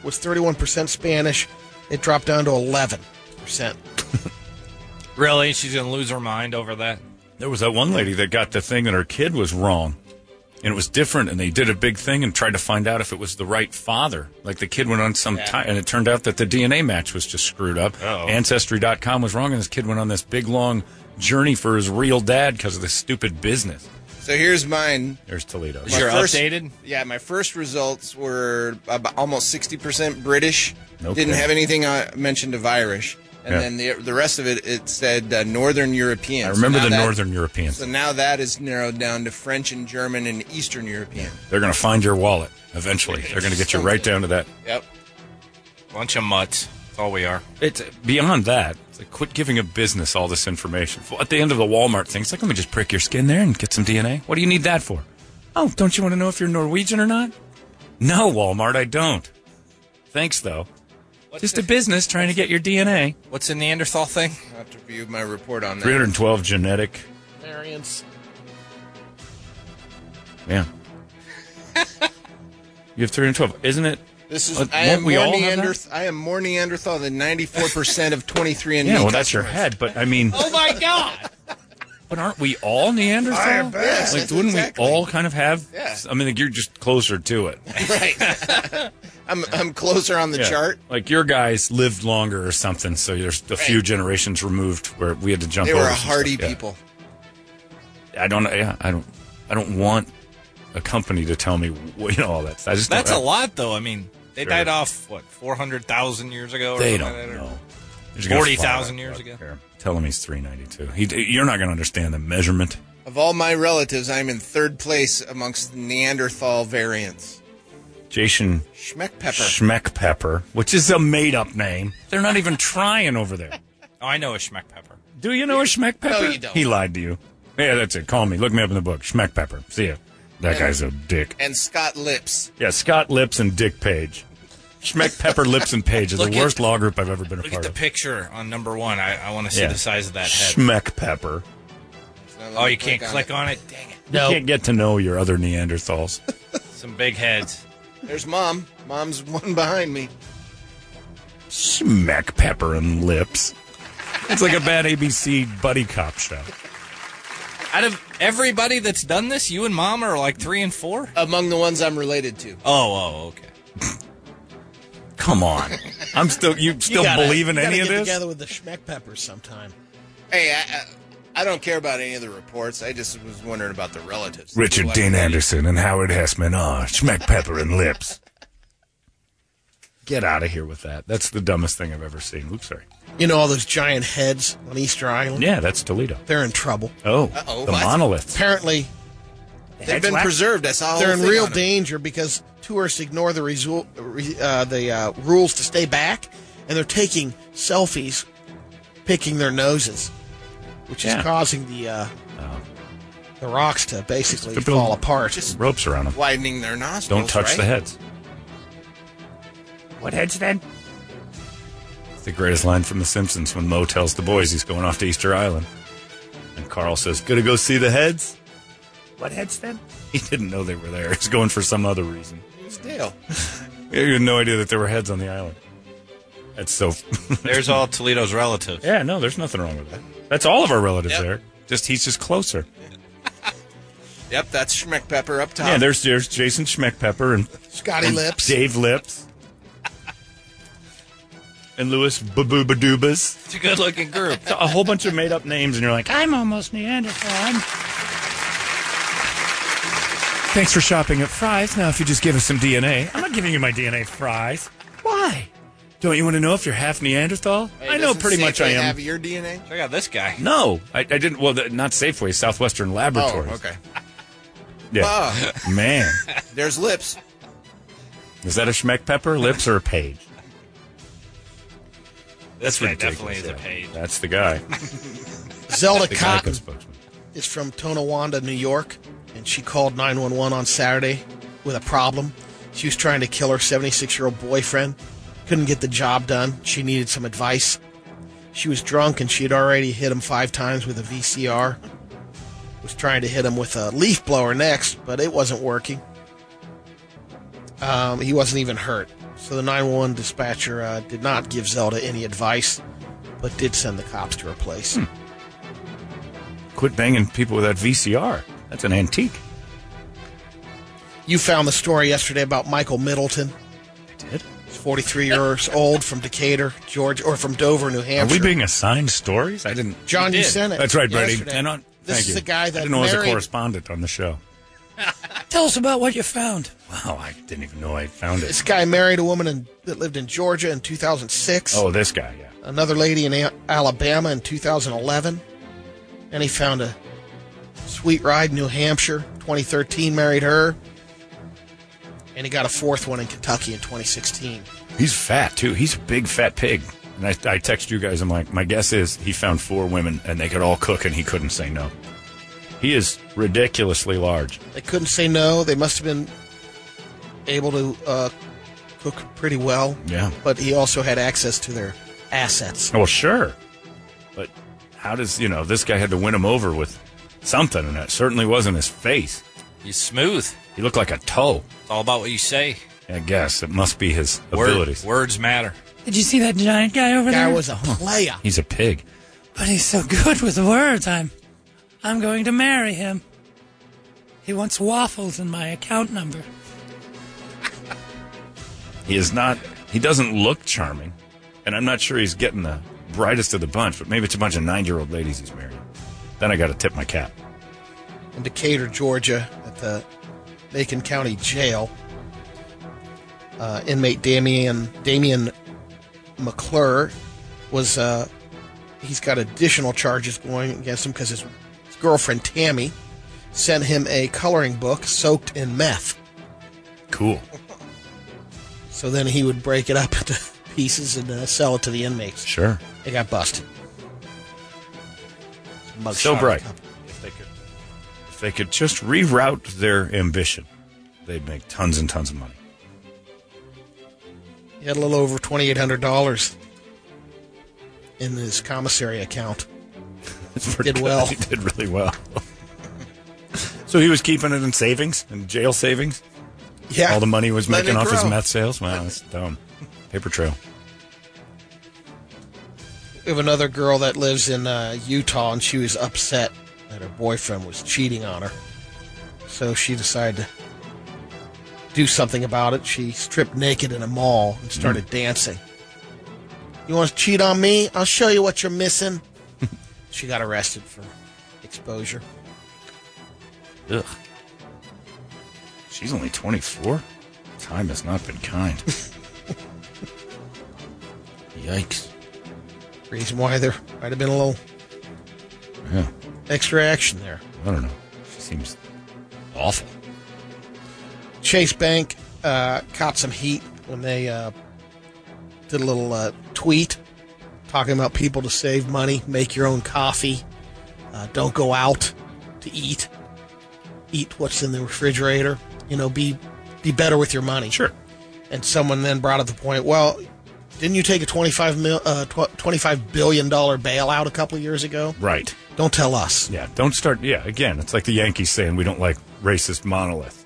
was 31% Spanish. It dropped down to 11%.
Really? She's going to lose her mind over that?
There was that one lady that got the thing that her kid was wrong. And it was different, and they did a big thing and tried to find out if it was the right father. Like the kid went on some time, and it turned out that the DNA match was just screwed up.
Uh-oh.
Ancestry.com was wrong, and this kid went on this big, long journey for his real dad because of this stupid business.
So here's mine.
There's Toledo.
My
You're updated?
Yeah, my first results were about almost 60% British.
No
Didn't
kidding.
have anything uh, mentioned of Irish. And
Yeah.
then the, the rest of it, it said uh, Northern European.
I remember
So
the
now that-
Northern Europeans.
So now that is narrowed down to French and German and Eastern European.
They're going to find your wallet eventually. They're going to get you right down to that.
Yep.
Bunch of mutts. That's all we are.
It's beyond that. It's like, quit giving a business all this information. At the end of the Walmart thing, it's like, let me just prick your skin there and get some DNA. What do you need that for? Oh, don't you want to know if you're Norwegian or not? No, Walmart, I don't. Thanks, though. just a business trying to get your DNA.
What's a Neanderthal thing?
I'll have to review my report on that.
312 genetic.
Variance.
Yeah. you have 312. Isn't it?
This is
Uh,
I
won't
am
we
more
all have that?
Neanderth- I am more Neanderthal than 94% of 23 and
Yeah,
me
well, that's your
customers.
head, but I mean. oh, my God! But aren't we all Neanderthal?
Yes,
Like,
that's
wouldn't
exactly.
we all kind of have?
Yeah.
I mean, like, you're just closer to it.
I'm, I'm closer on the
Yeah.
chart.
Like your guys lived longer or something, so there's a few generations removed where we had to jump.
They were
over
a
some
hardy
stuff. Yeah.
people.
I don't. Yeah, I don't. I don't want a company to tell me, wh- you know, all that. I just don't-
That's a lot, though. I mean, they
Sure.
died off what four hundred thousand years ago. Or
They
something
don't
like that, or-
know. They're just gonna
40,000
fly
years
up
ago.
there. Tell him he's 392. He, you're not going to understand the measurement.
Of all my relatives, I'm in third place amongst Neanderthal variants.
Jason
Schmeck pepper.
Schmeck Pepper, which is a made up name. They're not even trying over there.
Oh, I know a schmeck pepper.
Do you know a Schmeck Pepper?
you don't.
He lied to you. Yeah, that's it. Call me. Look me up in the book. Schmeck Pepper. See ya. That guy's a dick.
and Scott Lips.
Yeah, Scott Lips and Dick Page. Schmeck Pepper Lips and Page is the
Look at-
worst law group I've ever been a
Look at
part
the
of.
picture on number one. I, I want to see
Yeah.
the size of that head.
Schmeck Pepper.
Oh, you can't click on it. Dang it!
You can't get to know your other Neanderthals.
Some big heads.
There's mom. Mom's one behind me.
Schmeck Pepper and Lips. It's like a bad ABC buddy cop show.
Out of everybody that's done this, you and mom are like three and four.
Among the ones I'm related to.
Oh, oh, okay.
Come on. I'm still you
You
still
gotta-
believe in
you gotta
any of
get
this?
Together with the Schmeck Peppers sometime.
Hey, I, I, I don't care about any of the reports. I just was wondering about the relatives.
Richard
Like,
Dean Anderson and Howard Hessman are Schmeck Pepper and Lips. Get out of here with that. That's the dumbest thing I've ever seen. Oops, sorry.
You know all those giant heads on Easter Island?
Yeah, that's Toledo.
They're in trouble.
Oh,
Uh-oh,
the
what?
monolith.
Apparently,
They've been preserved. I saw. a
they're
whole
in
thing
real
on 'em.
danger because tourists ignore the resu- re- uh, the uh, rules to stay back, and they're taking selfies, picking their noses, which
Yeah.
is causing the uh, the rocks to basically
Stupid
fall
little-
apart.
Ropes around them.
Widening their nostrils.
Don't touch
right?
the heads. What heads then? It's the greatest line from The Simpsons when Mo tells the boys he's going off to Easter Island. And Carl says, Gonna go see the heads? What heads then? He didn't know they were there. He's going for some other reason.
Who's Dale?
He had no idea that there were heads on the island. That's so.
There's all Toledo's relatives.
yeah, no, there's nothing wrong with that. That's all of our relatives
Yep.
there. Just he's just closer.
Yep, that's Schmeck Pepper up top.
Yeah, there's there's Jason Schmeckpepper and
Scotty Lips.
Dave Lips and Louis Baboobadubas.
It's a good-looking group.
A whole bunch of made up names, and you're like,
I'm almost Neanderthal. I'm
thanks for shopping at Fry's. Now, if you just give us some DNA, I'm not giving you my DNA, Fry's. Why? Don't you want to know if you're half Neanderthal?
Hey,
I know
doesn't
pretty
say
much
if
I
they
am.
Have your DNA?
Check out this guy.
No, I, I didn't. Well, the, not Safeway, Southwestern
Oh,
Laboratories.
okay.
Yeah.
Oh,
Ah.
Man,
there's lips.
is that a Schmeck Pepper, Lips, or a Page?
This guy definitely is a
yeah.
page.
That's the guy.
Zelda
The guy
Cotton
comes spokesman.
is from Tonawanda, New York, and she called 911 on Saturday with a problem. She was trying to kill her 76 year old boyfriend, couldn't get the job done. She needed some advice. She was drunk and she had already hit him five times with a VCR. Was trying to hit him with a leaf blower next, but it wasn't working. Um, he wasn't even hurt. So the 911 dispatcher uh, did not give Zelda any advice, but did send the cops to her place.
Quit banging people with that VCR. That's an antique.
You found the story yesterday about Michael Middleton.
I did.
He's 43 years old from Decatur, Georgia, or from Dover, New
Are
Hampshire.
we being assigned stories? I didn't.
John, you,
did.
sent it.
That's right, Brady.
yesterday.
And on,
this
thank
is
you.
the guy that
I didn't know I was a
married.
correspondent on the show.
Tell us about what you found.
Wow, I didn't even know I found
This
it.
guy married a woman in, that lived in Georgia in 2006.
Oh, this guy. Yeah.
Another lady in A- Alabama in 2011. And he found a sweet ride in New Hampshire. 2013, married her. And he got a fourth one in Kentucky in 2016.
He's fat too. He's a big fat pig. And I, I text you guys. I'm like, my guess is he found four women and they could all cook, and he couldn't say no. He is ridiculously large.
They couldn't say no. They must have been able to uh, cook pretty well.
Yeah.
But he also had access to their assets.
Well, sure, but how does you know this guy had to win him over with something, and it certainly wasn't his face.
He's smooth.
He looked like a toe.
It's all about what you say.
I guess it must be his
Word-
abilities.
words matter.
Did you see that giant guy over
Guy
there?
was a player.
He's a pig.
but he's so good with words. I'm, I'm going to marry him. He wants waffles in my account number.
He is not. He doesn't look charming, and I'm not sure he's getting the brightest of the bunch. But maybe it's a bunch of nine-year-old ladies he's marrying. Then I got to tip my cap.
In Decatur, Georgia, at the Macon County Jail. Uh, inmate Damien Damien McClure was uh, he's got additional charges going against him because his, his girlfriend Tammy sent him a coloring book soaked in meth.
Cool.
So then he would break it up into pieces and uh, sell it to the inmates.
Sure.
They got busted. Mug
So
shot
bright.
company.
If they could, if they could just reroute their ambition, they'd make tons and tons of money.
He had a little over twenty eight hundred dollars in his commissary account.
It's
Did well.
He did really well. so he was keeping it in savings, in jail savings.
Yeah,
All the money he was
Let
making
it
off his
grow.
meth sales. Wow, that's dumb. Paper trail.
We have another girl that lives in uh, Utah, and she was upset that her boyfriend was cheating on her. So she decided to do something about it. She stripped naked in a mall and started dancing. You want to cheat on me? I'll show you what you're missing. she got arrested for exposure.
Ugh. She's only 24? Time has not been kind. Yikes.
Reason why there might have been a little
Yeah,
extra action there.
I don't know. She seems awful.
Chase Bank uh, caught some heat when they uh, did a little uh, tweet talking about people to save money, make your own coffee, uh, don't go out to eat, eat what's in the refrigerator. You know, be be better with your money.
Sure.
And someone then brought up the point. Well, didn't you take a twenty five mil, uh, tw- twenty five billion dollar bailout a couple of years ago?
Right.
Don't tell us.
Yeah, don't start. Yeah, again, it's like the Yankees saying we don't like racist monolith.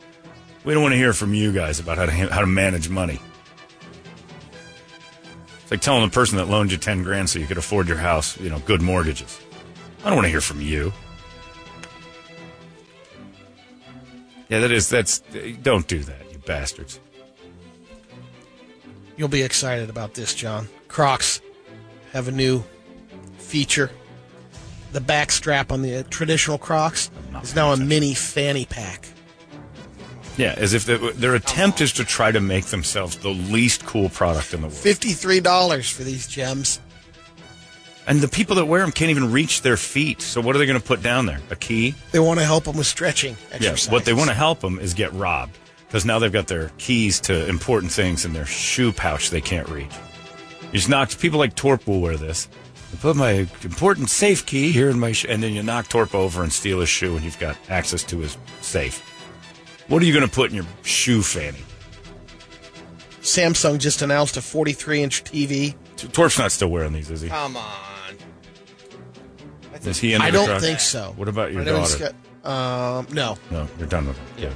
We don't want to hear from you guys about how to ha- how to manage money. It's like telling the person that loaned you ten grand so you could afford your house, you know, good mortgages. I don't want to hear from you. Yeah, that is that's don't do that, you bastards.
You'll be excited about this, John. Crocs have a new feature. The back strap on the uh, traditional Crocs
not
is now a
paying
mini fanny pack.
Yeah, as if the, their attempt is to try to make themselves the least cool product in the world.
$53 for these gems.
And the people that wear them can't even reach their feet. So what are they going to put down there? A key?
They want to help them with stretching
Yeah.
exercises.
What they want to help them is get robbed because now they've got their keys to important things in their shoe pouch they can't reach. It's not people like Torp will wear this. I put my important safe key here in my sh- and then you knock Torp over and steal his shoe and you've got access to his safe. What are you going to put in your shoe fanny?
Samsung just announced a 43 inch TV.
T- Torp's not still wearing these, is he?
Come on.
Is he in
I
the
don't
truck?
think so.
What about your
I know he's
daughter?
got- um, no.
No, you're done with them. Yeah.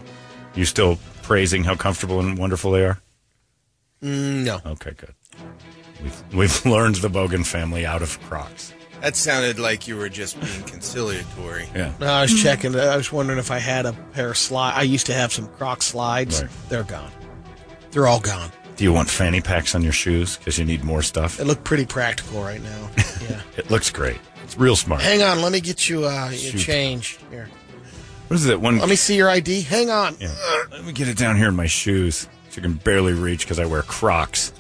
You still praising how comfortable and wonderful they are?
Mm, No.
Okay, good. We've, we've learned the Bogan family out of Crocs.
That sounded like you were just being conciliatory.
Yeah.
No, I was checking. I was wondering if I had a pair of slides. I used to have some Croc slides.
Right.
They're gone. They're all gone.
Do you want fanny packs on your shoes because you need more stuff?
They look pretty practical right now. Yeah.
It looks great. It's real smart.
Hang on, let me get you uh, your
Shoot.
change here.
What is it? One.
Let me see your ID. Hang on.
Yeah. Let me get it down here in my shoes, which I can barely reach because I wear Crocs.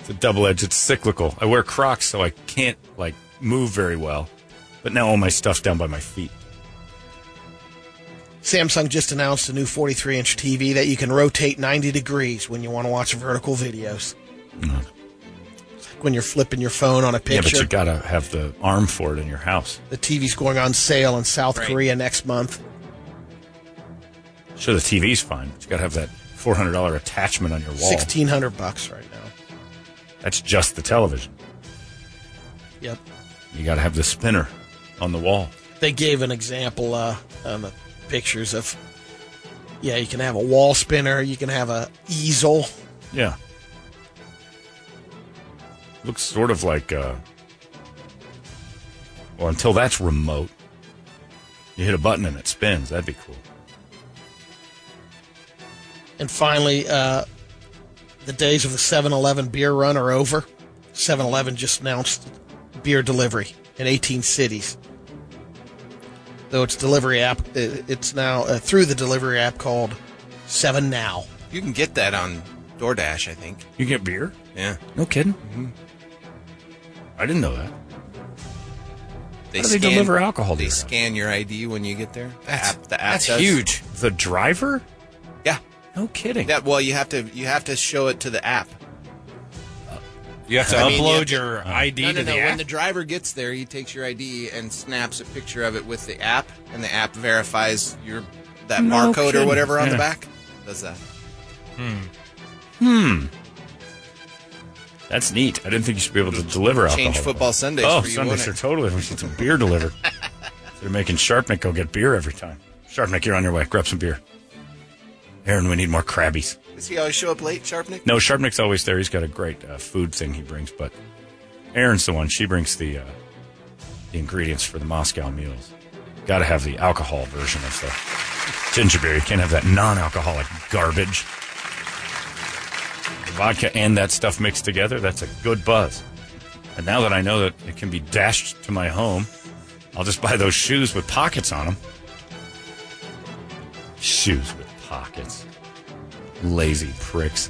It's a double edged. It's cyclical. I wear Crocs so I can't like move very well, but now all my stuff's down by my feet.
Samsung just announced a new 43 inch TV that you can rotate 90 degrees when you want to watch vertical videos. It's like when you're flipping your phone on a
Yeah, but
picture.
you gotta have the arm for it in your house.
the TV's going on sale in South
Right.
Korea next month.
Sure, the TV's fine, but you gotta have that four hundred dollar attachment on your wall.
1600 bucks right now.
That's just the television.
Yep.
You got to have the spinner on the wall.
They gave an example uh, on the pictures of, yeah, you can have a wall spinner, you can have a easel.
Yeah. Looks sort of like, uh, well, until that's remote, you hit a button and it spins. That'd be cool.
And finally, uh, the days of the 7 Eleven beer run are over. 7 Eleven just announced beer delivery in 18 cities. though its delivery app it- it's now uh, through the delivery app called Seven Now.
You can get that on DoorDash, I think.
You get beer?
Yeah.
No kidding. I didn't know that.
They,
How do they deliver alcohol to
They
your house?
scan your ID when you get there. The app, the app
That's
does.
huge.
The driver?
Yeah.
No kidding.
That well, you have to you have to show it to the app.
You have to Uh-huh.
I mean,
upload
yeah.
your ID
no, no,
to the
no. When
app.
the driver gets there, he takes your ID and snaps a picture of it with the app, and the app verifies your that
No
barcode or
kidding.
whatever on
Yeah.
the back. Does that?
That's neat. I didn't think you should be able to deliver alcohol.
Change football Sundays
Oh,
for you,
Sundays
wouldn't
are
it?
totally. We should some beer delivered. They're making Sharpnick go get beer every time. Sharpnick, you're on your way. Grab some beer. Aaron, we need more Krabbies.
Does he always show up late, Sharpnick?
No, Sharpnick's always there. He's got a great uh, food thing he brings, but Erin's the one. She brings the uh, the ingredients for the Moscow mules. Got to have the alcohol version of the ginger beer. You can't have that non-alcoholic garbage. The vodka and that stuff mixed together—that's a good buzz. And now that I know that it can be dashed to my home, I'll just buy those shoes with pockets on them. Shoes with pockets. Lazy pricks.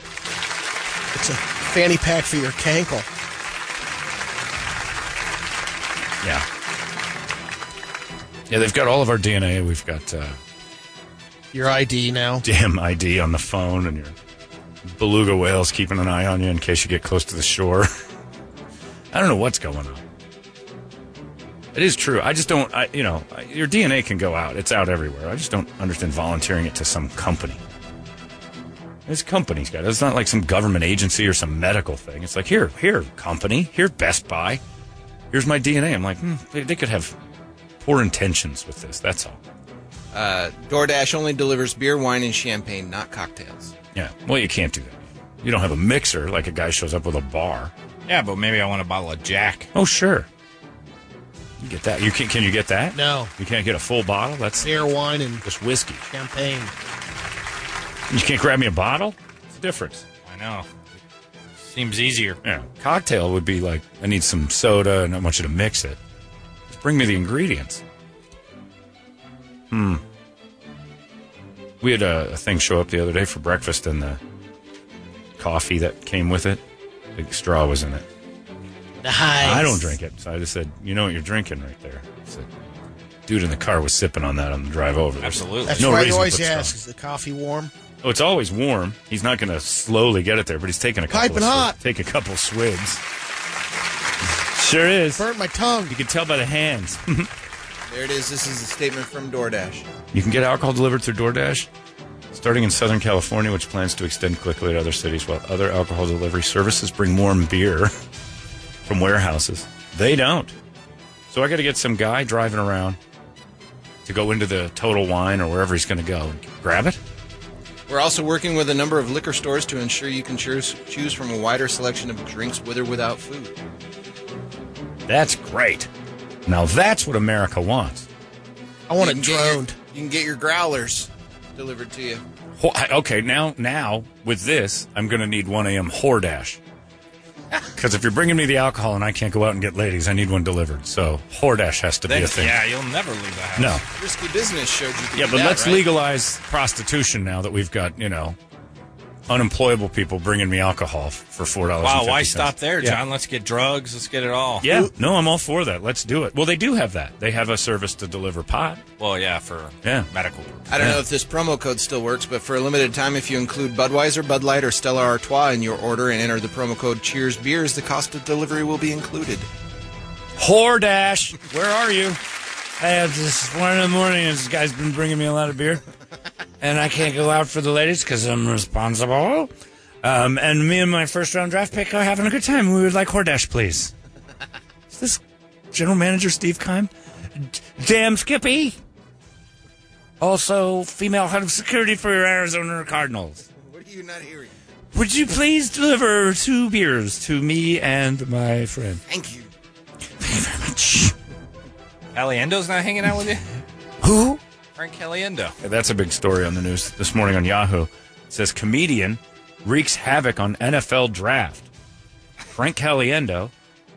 It's a fanny pack for your cankle.
Yeah. Yeah, they've got all of our DNA. We've got uh,
Your ID now.
damn ID on the phone, and your beluga whale's keeping an eye on you in case you get close to the shore. I don't know what's going on. It is true. I just don't, I, you know, I, your DNA can go out. It's out everywhere. I just don't understand volunteering it to some company. This company's got it. It's not like some government agency or some medical thing. It's like, here, here, company, here, Best Buy. Here's my DNA. I'm like, hmm, they, they could have poor intentions with this. That's all.
Uh, DoorDash only delivers beer, wine, and champagne, not cocktails.
Yeah. Well, you can't do that. You don't have a mixer like a guy shows up with a bar.
Yeah, but maybe I want a bottle of Jack.
Oh, sure. You get that. You can, can you get that?
No.
You can't get a full bottle. That's
Beer, wine, and
just whiskey.
champagne.
You can't grab me a bottle. It's a difference.
I know. Seems easier.
Yeah. Cocktail would be like, I need some soda and I want you to mix it. Just bring me the ingredients. Hmm. We had a, a thing show up the other day for breakfast and the coffee that came with it. The straw was in it.
Nice.
I don't drink it. So I just said, you know what you're drinking right there. I said, Dude in the car was sipping on that on the drive over.
Absolutely.
That's
No
why you
reason to
always
put
ask:
straw.
Is the coffee warm?
Oh, it's always warm. He's not going to slowly get it there, but he's taking a couple
Piping
of swi-
hot.
Take a couple swigs. Sure is.
Burnt my tongue.
You can tell by the hands.
There it is. This is a statement from DoorDash.
you can get alcohol delivered through DoorDash, starting in Southern California, which plans to extend quickly to other cities, while other alcohol delivery services bring warm beer from warehouses. They don't. So I got to get some guy driving around to go into the Total Wine or wherever he's going to go and grab it.
We're also working with a number of liquor stores to ensure you can choose, choose from a wider selection of drinks with or without food.
That's great. Now that's what America wants.
I want
You
it
can get your-
droned.
you can get your growlers delivered to you.
Ho- I- Okay, now now with this, I'm going to need 1 a.m. whoredash. Because if you're bringing me the alcohol and I can't go out and get ladies, I need one delivered. So whoredash has to be a thing.
yeah, you'll never leave the house.
No.
Risky Business showed you. Could
Yeah,
do
but
that,
let's
right?
legalize prostitution now that we've got, you know, unemployable people bringing me alcohol f- for $4.
Wow, why stop there,
Yeah.
John? Let's get drugs. Let's get it all.
Yeah, no, I'm all for that. Let's do it. Well, they do have that. They have a service to deliver pot.
Well, yeah, for
Yeah.
medical purposes.
I don't
Yeah.
know if this promo code still works, but for a limited time, if you include Budweiser, Bud Light, or Stella Artois in your order and enter the promo code Cheers Beers, the cost of delivery will be included.
Whoredash, where are you?
I have this one in the morning, and this guy's been bringing me a lot of beer. And I can't go out for the ladies because I'm responsible. Um, and me and my first round draft pick are having a good time. We would like Hordash, please. Is this general manager Steve Kime? D- Damn Skippy! Also, female head of security for your Arizona Cardinals.
What are you not hearing?
Would you please deliver two beers to me and my friend?
Thank you.
Caliendo's not hanging out with you?
Who?
Frank Caliendo.
Yeah, That's a big story on the news this morning on Yahoo. It says comedian wreaks havoc on NFL draft. Frank Caliendo,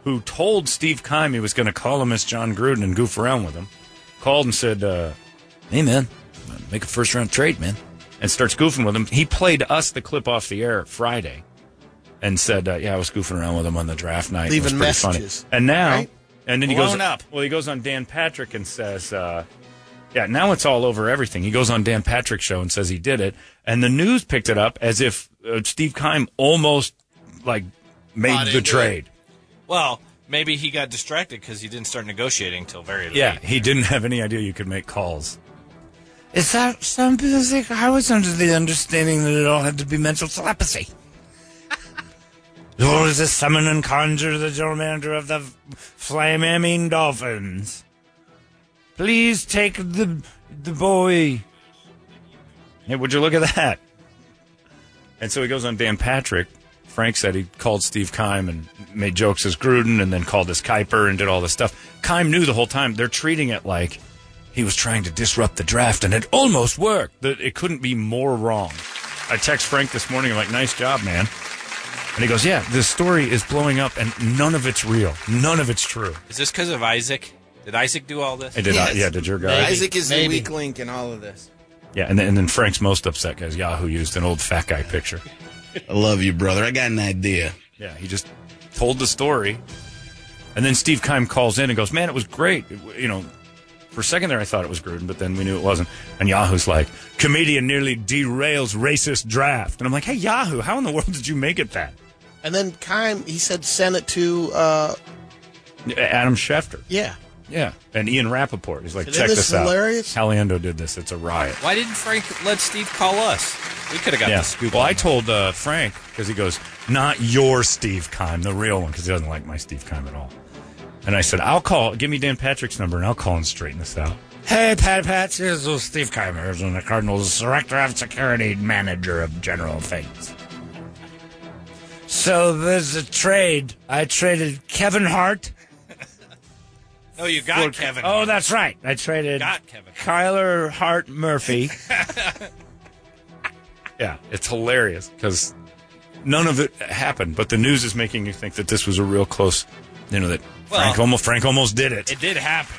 who told Steve Kime he was going to call him as John Gruden and goof around with him, called and said, uh, "Hey man, make a first round trade, man," and starts goofing with him. He played us the clip off the air Friday, and said, uh, "Yeah, I was goofing around with him on the draft night. It was
Leaving
pretty funny."
messages,
And now,
right?
and then he
Blown
goes
up.
Well, he goes on Dan Patrick and says, uh, "Yeah, now it's all over everything." He goes on Dan Patrick's show and says he did it, and the news picked it up as if uh, Steve Keim almost like made
Bought
the
into
trade.
Well, maybe he got distracted because he didn't start negotiating till very late.
Yeah, he didn't have any idea you could make calls.
Is that some music? I was under the understanding that it all had to be mental telepathy. Lord is a summon and conjure the general manager of the Flaming Dolphins. Please take the the boy.
Hey, would you look at that? And so he goes on Dan Patrick. Frank said he called Steve Keim and made jokes as Gruden and then called as Kuiper and did all this stuff. Keim knew the whole time. They're treating it like he was trying to disrupt the draft and it almost worked. That It couldn't be more wrong. I text Frank this morning. I'm like, nice job, man. And he goes, yeah, this story is blowing up and none of it's real. None of it's true.
Is this because of Isaac? Did Isaac do all this?
It did not.
Yes.
Yeah, did your guy?
Isaac is
Maybe.
the weak link in all of this.
Yeah, and then, and then Frank's most upset because Yahoo used an old fat guy picture.
I love you, brother. I got an idea.
Yeah, he just told the story. And then Steve Keim calls in and goes, Man, it was great. It w- you know, for a second there, I thought it was Gruden, but then we knew it wasn't. And Yahoo's like, Comedian nearly derails racist draft. And I'm like, Hey, Yahoo, how in the world did you make it that?
And then Kime, he said, send it to, uh,
A- Adam Schefter.
yeah.
Yeah. And Ian Rappaport. He's like,
Isn't
Check
this
this, out.
hilarious?
Caliendo did this. It's a riot.
Why didn't Frank let Steve call us? We could have got
Yeah.
the scoop.
Well,
on
I
that.
told uh, Frank because he goes, "Not your Steve Kime, the real one," because he doesn't like my Steve Kime at all. And I said, "I'll call. Give me Dan Patrick's number, and I'i'll call and straighten this out."
Hey, Pat Pat, here's little Steve Keimer, Arizona Cardinals Director of Security, Manager of General Things. So there's a trade. I traded Kevin Hart.
No, you got Kevin.
Oh, that's right. I traded
Got Kevin.
Kyler Hart Murphy.
Yeah, it's hilarious because none of it happened, but the news is making you think that this was a real close. You know that
Well-
Frank almost Frank almost did it.
it did happen,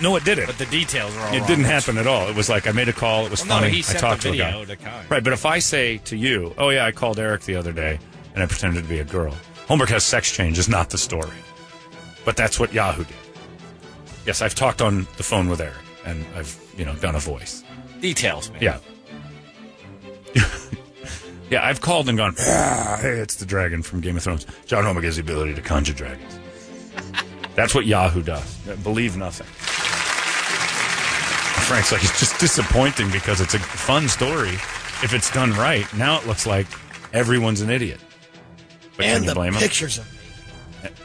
no, it didn't.
but the details were all
It
wrong.
didn't happen at all. It was like I made a call. It was
Well, no,
funny.
he sent
I talked
the
to a guy.
video to Kai.
Right, but if I say to you, "Oh yeah, I called Eric the other day and I pretended to be a girl," homework has sex change is not the story, but that's what Yahoo did. Yes, I've talked on the phone with Eric and I've you know done a voice.
Details, man.
Yeah. yeah, I've called and gone, "Ah, hey, it's the dragon from Game of Thrones. John Homer has the ability to conjure dragons. That's what Yahoo does. Uh, Believe nothing. Frank's like, it's just disappointing because it's a fun story. If it's done right, now it looks like everyone's an idiot. But can
and
you
the
blame him?
pictures of me.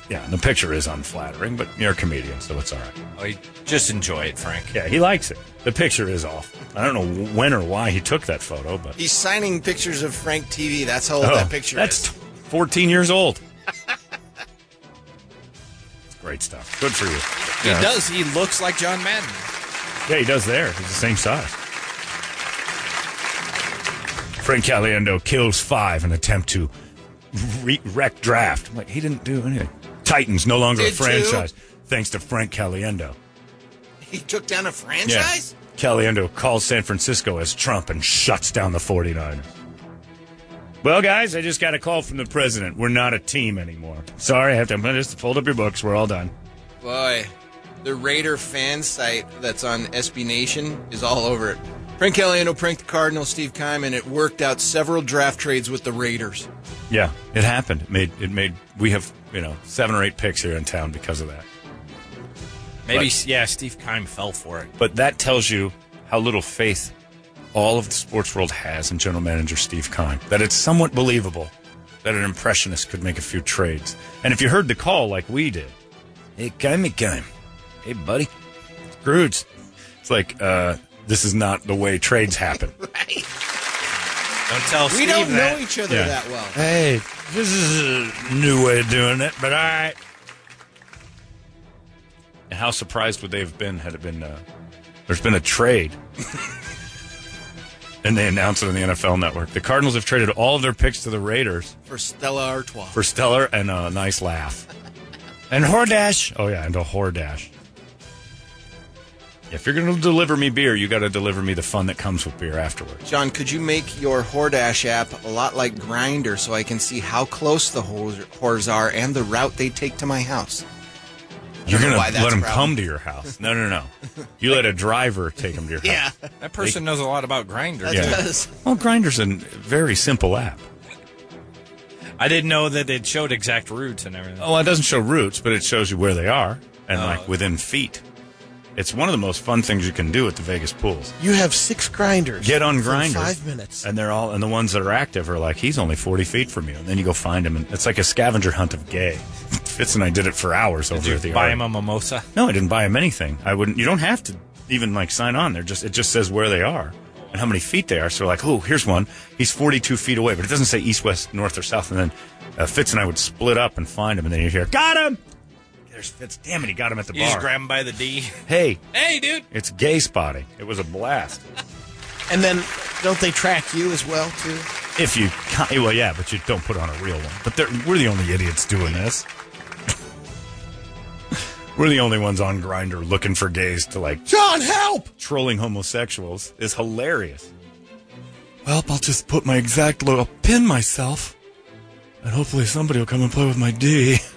Yeah, and the picture is unflattering, but you're a comedian, so it's all right.
Oh, he- just enjoy it, Frank.
Yeah, he likes it. The picture is off. I don't know when or why he took that photo, but
He's signing pictures of Frank TV. That's how old
Oh,
that picture
that's
is.
t- 14 years old. it's great stuff. Good for you.
He does. He looks like John Madden.
Yeah, he does there. He's the same size. Frank Caliendo kills five in attempt to re- wreck draft. I'm like, he didn't do anything. Titans no longer a
Did you?
franchise thanks to Frank Caliendo.
he took down a franchise?
Caliendo calls San Francisco as Trump and shuts down the 49ers. Well, guys, I just got a call from the president. We're not a team anymore. Sorry, I have to I'm gonna just fold up your books. We're all done.
Boy, the Raider fan site that's on SB Nation is all over it. Frank Caliendo pranked the Cardinal Steve Keim, and it worked out several draft trades with the Raiders.
Yeah, it happened. It made it made we have you know seven or eight picks here in town because of that.
Maybe,
But-
yeah, Steve Kime fell for it.
But that tells you how little faith all of the sports world has in general manager Steve Kime. That it's somewhat believable that an impressionist could make a few trades. And if you heard the call like we did, hey Kime, Kime, hey buddy, Scrooge. It's like uh, this is not the way trades happen.
Don't tell
We
Steve
don't
that.
know each other
Yeah.
that well.
hey, this is a new way of doing it, but all right.
And how surprised would they have been had it been uh, there's been a trade? and they announced it on the NFL Network. The Cardinals have traded all of their picks to the Raiders
For Stella Artois.
for Stellar and a nice laugh. And Hordash. Oh, yeah, and a Hordash. If you're going to deliver me beer, you got to deliver me the fun that comes with beer afterwards.
John, could you make your Hordash app a lot like Grinder so I can see how close the whores whores are and the route they take to my house?
You're going
don't know
to
why that's
let
a
them
problem.
come to your house. No, no, no. You let a driver take them to your house.
Yeah.
That person knows a lot about grinders.
Yeah. Well, Grinder's a very simple app.
I didn't know that it showed exact routes and everything.
Oh, it doesn't show routes, but it shows you where they are and like within feet. It's one of the most fun things you can do at the Vegas pools.
You have six grinders.
Get on
for
Grinder.
Five minutes.
And they're all, and the ones that are active are like, he's only 40 feet from you. And then you go find him. And it's like a scavenger hunt of gay. Fitz and I did it for hours over at
Did
the
you buy
Arc.
him a mimosa?
No, I didn't buy him anything. I wouldn't. You don't have to even like sign on. They're just it just says where they are and how many feet they are. So like, oh, here's one. He's 42 feet away, but it doesn't say east, west, north, or south. And then uh, Fitz and I would split up and find him, and then you hear, got him. There's Fitz. Damn it, he got him at the
You
bar.
just grab him by the D.
hey,
hey, dude.
it's gay spotting. It was a blast.
And then don't they track you as well too?
If you, ca- well, yeah, but you don't put on a real one. But they're- we're the only idiots doing this. we're the only ones on Grinder looking for gays to like
John, help!
trolling homosexuals is hilarious. Well, I'll just put my exact logo, I'll pin myself, and hopefully somebody will come and play with my D.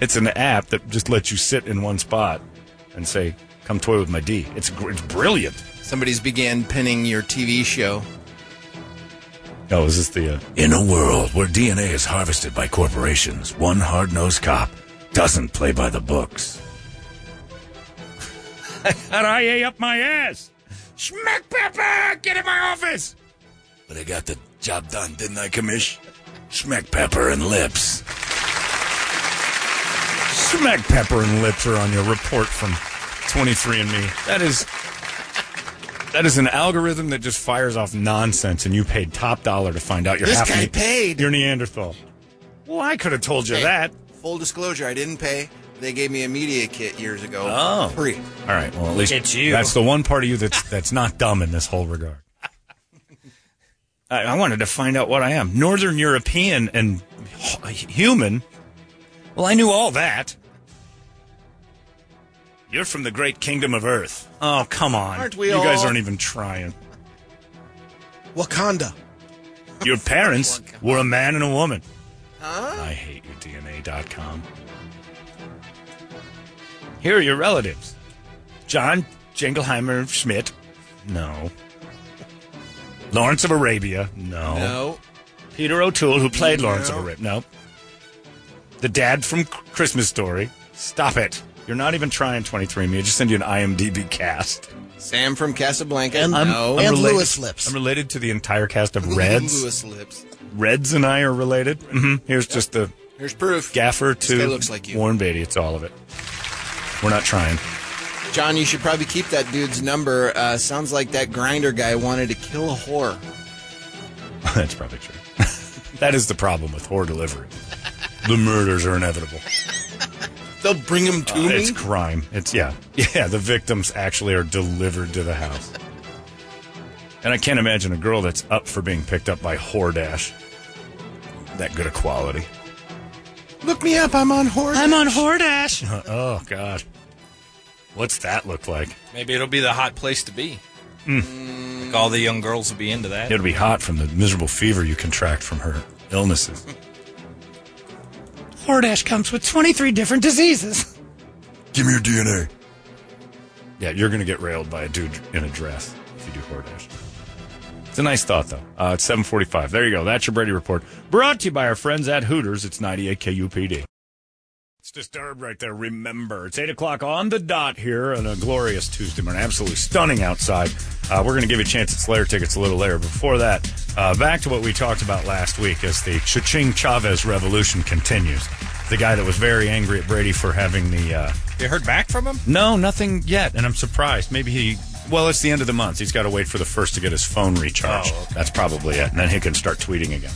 It's an app that just lets you sit in one spot and say, "Come toy with my D." It's gr- it's brilliant.
Somebody's began pinning your TV show.
Oh, is this the? Uh...
In a world where DNA is harvested by corporations, one hard nosed cop doesn't play by the books.
Got IA up my ass. Schmeck Pepper, get in my office.
But I got the job done, didn't I, Commish? Schmeck pepper and lips.
Schmeck Pepper and Lips are on your report from 23andMe. That is that is an algorithm that just fires off nonsense, and you paid top dollar to find out you're
This
half
guy
Ne-
paid.
You're Neanderthal. Well, I could have told you that.
Full disclosure, I didn't pay. They gave me a media kit years ago.
Oh.
Free.
All right. Well, at least
at you.
that's the one part of you that's that's not dumb in this whole regard. I, I wanted to find out what I am: Northern European and hu- human. Well, I knew all that. You're from the great kingdom of Earth. Oh, come on!
Aren't we
you guys
all?
aren't even trying.
Wakanda.
Your parents were a man and a woman. I hate you, DNA.com. Here are your relatives John Jingleheimer Schmidt. No. Lawrence of Arabia. No.
No.
Peter O'Toole, who played Lawrence of Arabia. No. The dad from C- Christmas Story. Stop it. You're not even trying 23andMe. I just send you an IMDb cast.
Sam from Casablanca.
And-
no.
and-
related-
Lewis Lips.
I'm related to the entire cast of Reds.
Lewis Lips.
Reds and I are related. hmm Here's just the
Here's proof.
gaffer
This guy
to
looks like you.
Warren Beatty. It's all of it. We're not trying.
John, you should probably keep that dude's number. Uh, sounds like that grinder guy wanted to kill a whore.
That's probably true. that is the problem with whore delivery. The murders are inevitable.
They'll bring him to me.
It's crime. It's yeah, yeah. The victims actually are delivered to the house. And I can't imagine a girl that's up for being picked up by whoredash. That good a quality.
Look me up. I'm on whore.
on whoredash. oh God, what's that look like?
Maybe it'll be the hot place to be.
Hmm.
Like all the young girls will be into that.
It'll be hot from the miserable fever you contract from her illnesses.
Hordash comes with 23 different diseases.
Give me your DNA.
Yeah, you're going to get railed by a dude in a dress if you do DoorDash. It's a nice thought, though. Uh, it's 745. There you go. That's your Brady Report. Brought to you by our friends at Hooters. It's 98 KUPD. It's disturbed right there. Remember, it's 8 o'clock on the dot here on a glorious Tuesday morning. Absolutely stunning outside. Uh, we're going to give you a chance at Slayer tickets a little later. Before that, uh, back to what we talked about last week as the Ching Chavez revolution continues. The guy that was very angry at Brady for having the. Uh,
You heard back from him?
no, nothing yet, and I'm surprised. Maybe he. Well, it's the end of the month. He's got to wait for the first to get his phone recharged.
Oh,
That's probably it, and then he can start tweeting again.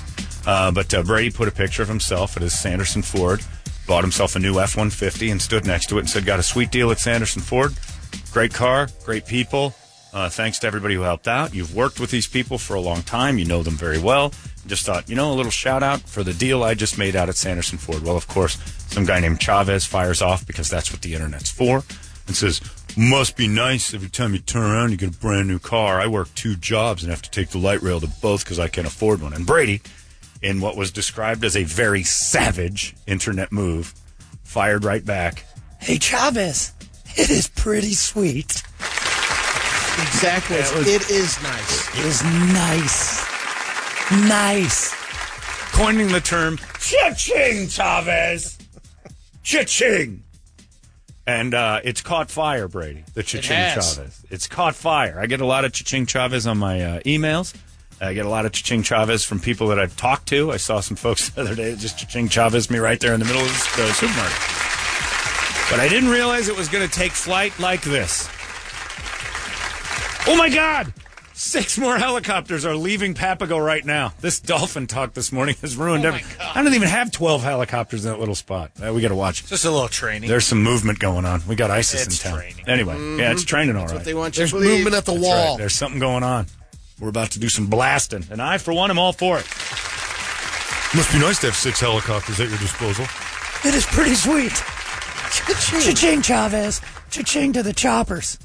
Uh, but uh, Brady put a picture of himself at his Sanderson Ford, bought himself a new F-150, and stood next to it and said, "Got a sweet deal at Sanderson Ford. Great car, great people. Uh, thanks to everybody who helped out. You've worked with these people for a long time. You know them very well. Just thought, you know, a little shout out for the deal I just made out at Sanderson Ford. Well, of course, some guy named Chavez fires off because that's what the internet's for and says, Must be nice every time you turn around, you get a brand new car. I work two jobs and have to take the light rail to both because I can't afford one. And Brady, in what was described as a very savage internet move, fired right back.
Hey, Chavez, it is pretty sweet.
Exactly.
That was-
it is nice.
It is nice. Nice.
Coining the term
Cha-ching, Chavez.
cha-ching. And uh, it's caught fire, Brady. The cha-ching
has.
Chavez. It's caught fire. I get a lot of cha-ching Chavez on my uh, emails. I get a lot of cha-ching Chavez from people that I've talked to. I saw some folks the other day that just cha-ching Chavez me right there in the middle of the uh, supermarket. But I didn't realize it was going to take flight like this. Oh my God! Six more helicopters are leaving Papago right now. This dolphin talk this morning has ruined everything. I don't even have 12 helicopters in that little spot. Uh, we got to watch.
Just a little training.
There's some movement going on. We got ISIS
It's
in town.
training. Mm-hmm.
Anyway, yeah, it's training all right.
what they want you
There's
to believe.
movement at the
That's right.
wall.
There's something going on. We're about to do some blasting, and I, for one, am all for it. Must be nice to have six helicopters at your disposal.
It is pretty sweet. Cha-ching, Chavez. Cha-ching to the choppers.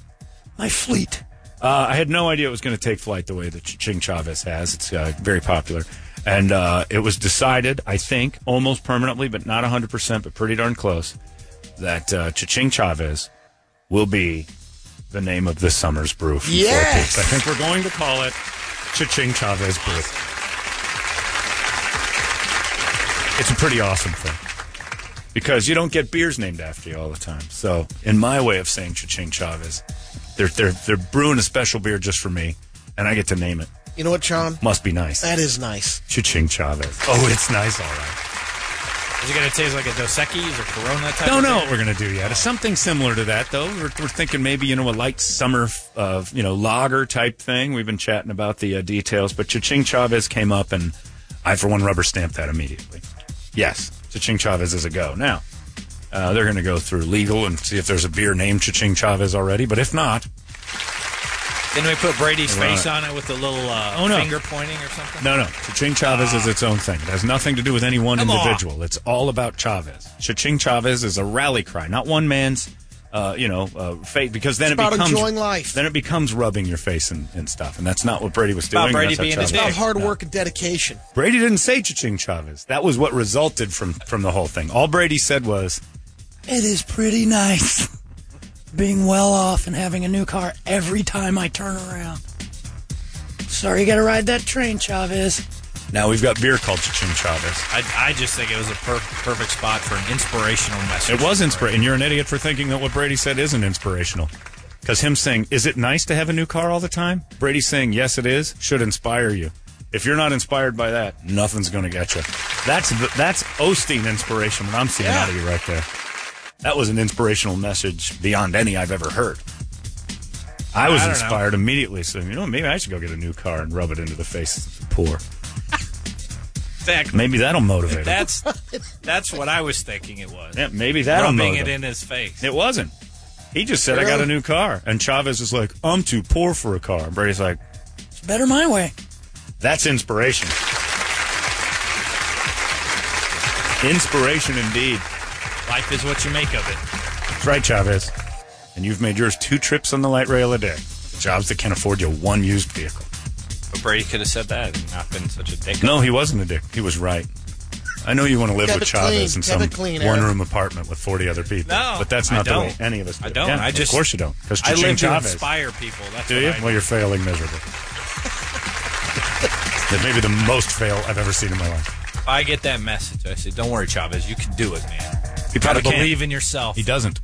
My fleet.
Uh, I had no idea it was going to take flight the way that Ching Chavez has. It's uh, very popular. And uh, it was decided, I think, almost permanently, but not 100%, but pretty darn close, that uh, Ching Chavez will be the name of this summer's brew. from
Yes!
Four Peaks. I think we're going to call it Ching Chavez Brew. It's a pretty awesome thing because you don't get beers named after you all the time. So, in my way of saying Ching Chavez, they're they're they're brewing a special beer just for me, and I get to name it.
You know what, Sean?
Must be nice.
That is nice.
Ching Chavez. Oh, it's nice, all right.
Is it going to taste like a Dos Equis or Corona type?
Don't
of
know
thing?
what we're gonna do yet. It's something similar to that, though. We're, we're thinking maybe you know a light summer f- of you know lager type thing. We've been chatting about the uh, details, but Ching Chavez came up, and I for one rubber stamped that immediately. Yes, Ching Chavez is a go now. Uh, they're going to go through legal and see if there's a beer named Ching Chavez already. But if not,
Didn't we put Brady's
Right.
face on it with a little uh,
Oh, no.
finger pointing or something?
No, no. Ching Chavez is its own thing. It has nothing to do with any one
Come on.
individual. It's all about Chavez. Ching Chavez is a rally cry, not one man's, uh, you know, uh, fate. Because then
It's
it
about
becomes
enjoying life.
Then it becomes rubbing your face and, and stuff, and that's not what Brady was doing.
about Brady
and that's
being
how
a
Chavez-
It's about
Dick.
hard work and dedication.
Brady didn't say Ching Chavez. That was what resulted from from the whole thing. All Brady said was,
It is pretty nice. Being well off and having a new car every time I turn around. Sorry you gotta ride that train, Chavez.
"Now we've got beer called Ching Chavez."
I, I just think it was a per- perfect spot for an inspirational message.
It was inspirational. And you're an idiot for thinking that what Brady said isn't inspirational. Because him saying, is it nice to have a new car all the time? Brady saying, yes, it is, should inspire you. If you're not inspired by that, nothing's going to get you. That's the, that's Osteen inspiration that I'm seeing out of you right there. That was an inspirational message beyond any I've ever heard. I was
I don't know.
inspired immediately, saying, you know, maybe I should go get a new car and rub it into the face of the poor.
Exactly.
Maybe that'll motivate him.
That's that's what I was thinking it was.
Yeah, maybe that'll
Rubbing
motivate
it
him.
in his face.
It wasn't. He just said, I got a new car. And Chavez is like, I'm too poor for a car. And Brady's like,
It's better my way.
that's inspiration. inspiration indeed.
Life is what you make of it.
That's right, Chavez. And you've made yours two trips on the light rail a day. Jobs that can't afford you one used vehicle.
But Brady could have said that and not been such a dick.
No, he wasn't a dick. He was right. I know you want to live
Kept
with
it clean.
Chavez in
Kept
some
it clean, Eric.
one room apartment with 40 other people.
No,
but that's
I
not the way
don't.
any of us do.
I
it.
don't.
Yeah,
I just
of course you don't. Because
I live to
Chavez.
inspire people. That's
Do
what
you?
I
Well, you're failing miserably. that may be the most fail I've ever seen in my life.
If I get that message, I say, "Don't worry, Chavez. You can do it, man.
He
Got to
can't.
believe in yourself.
He doesn't.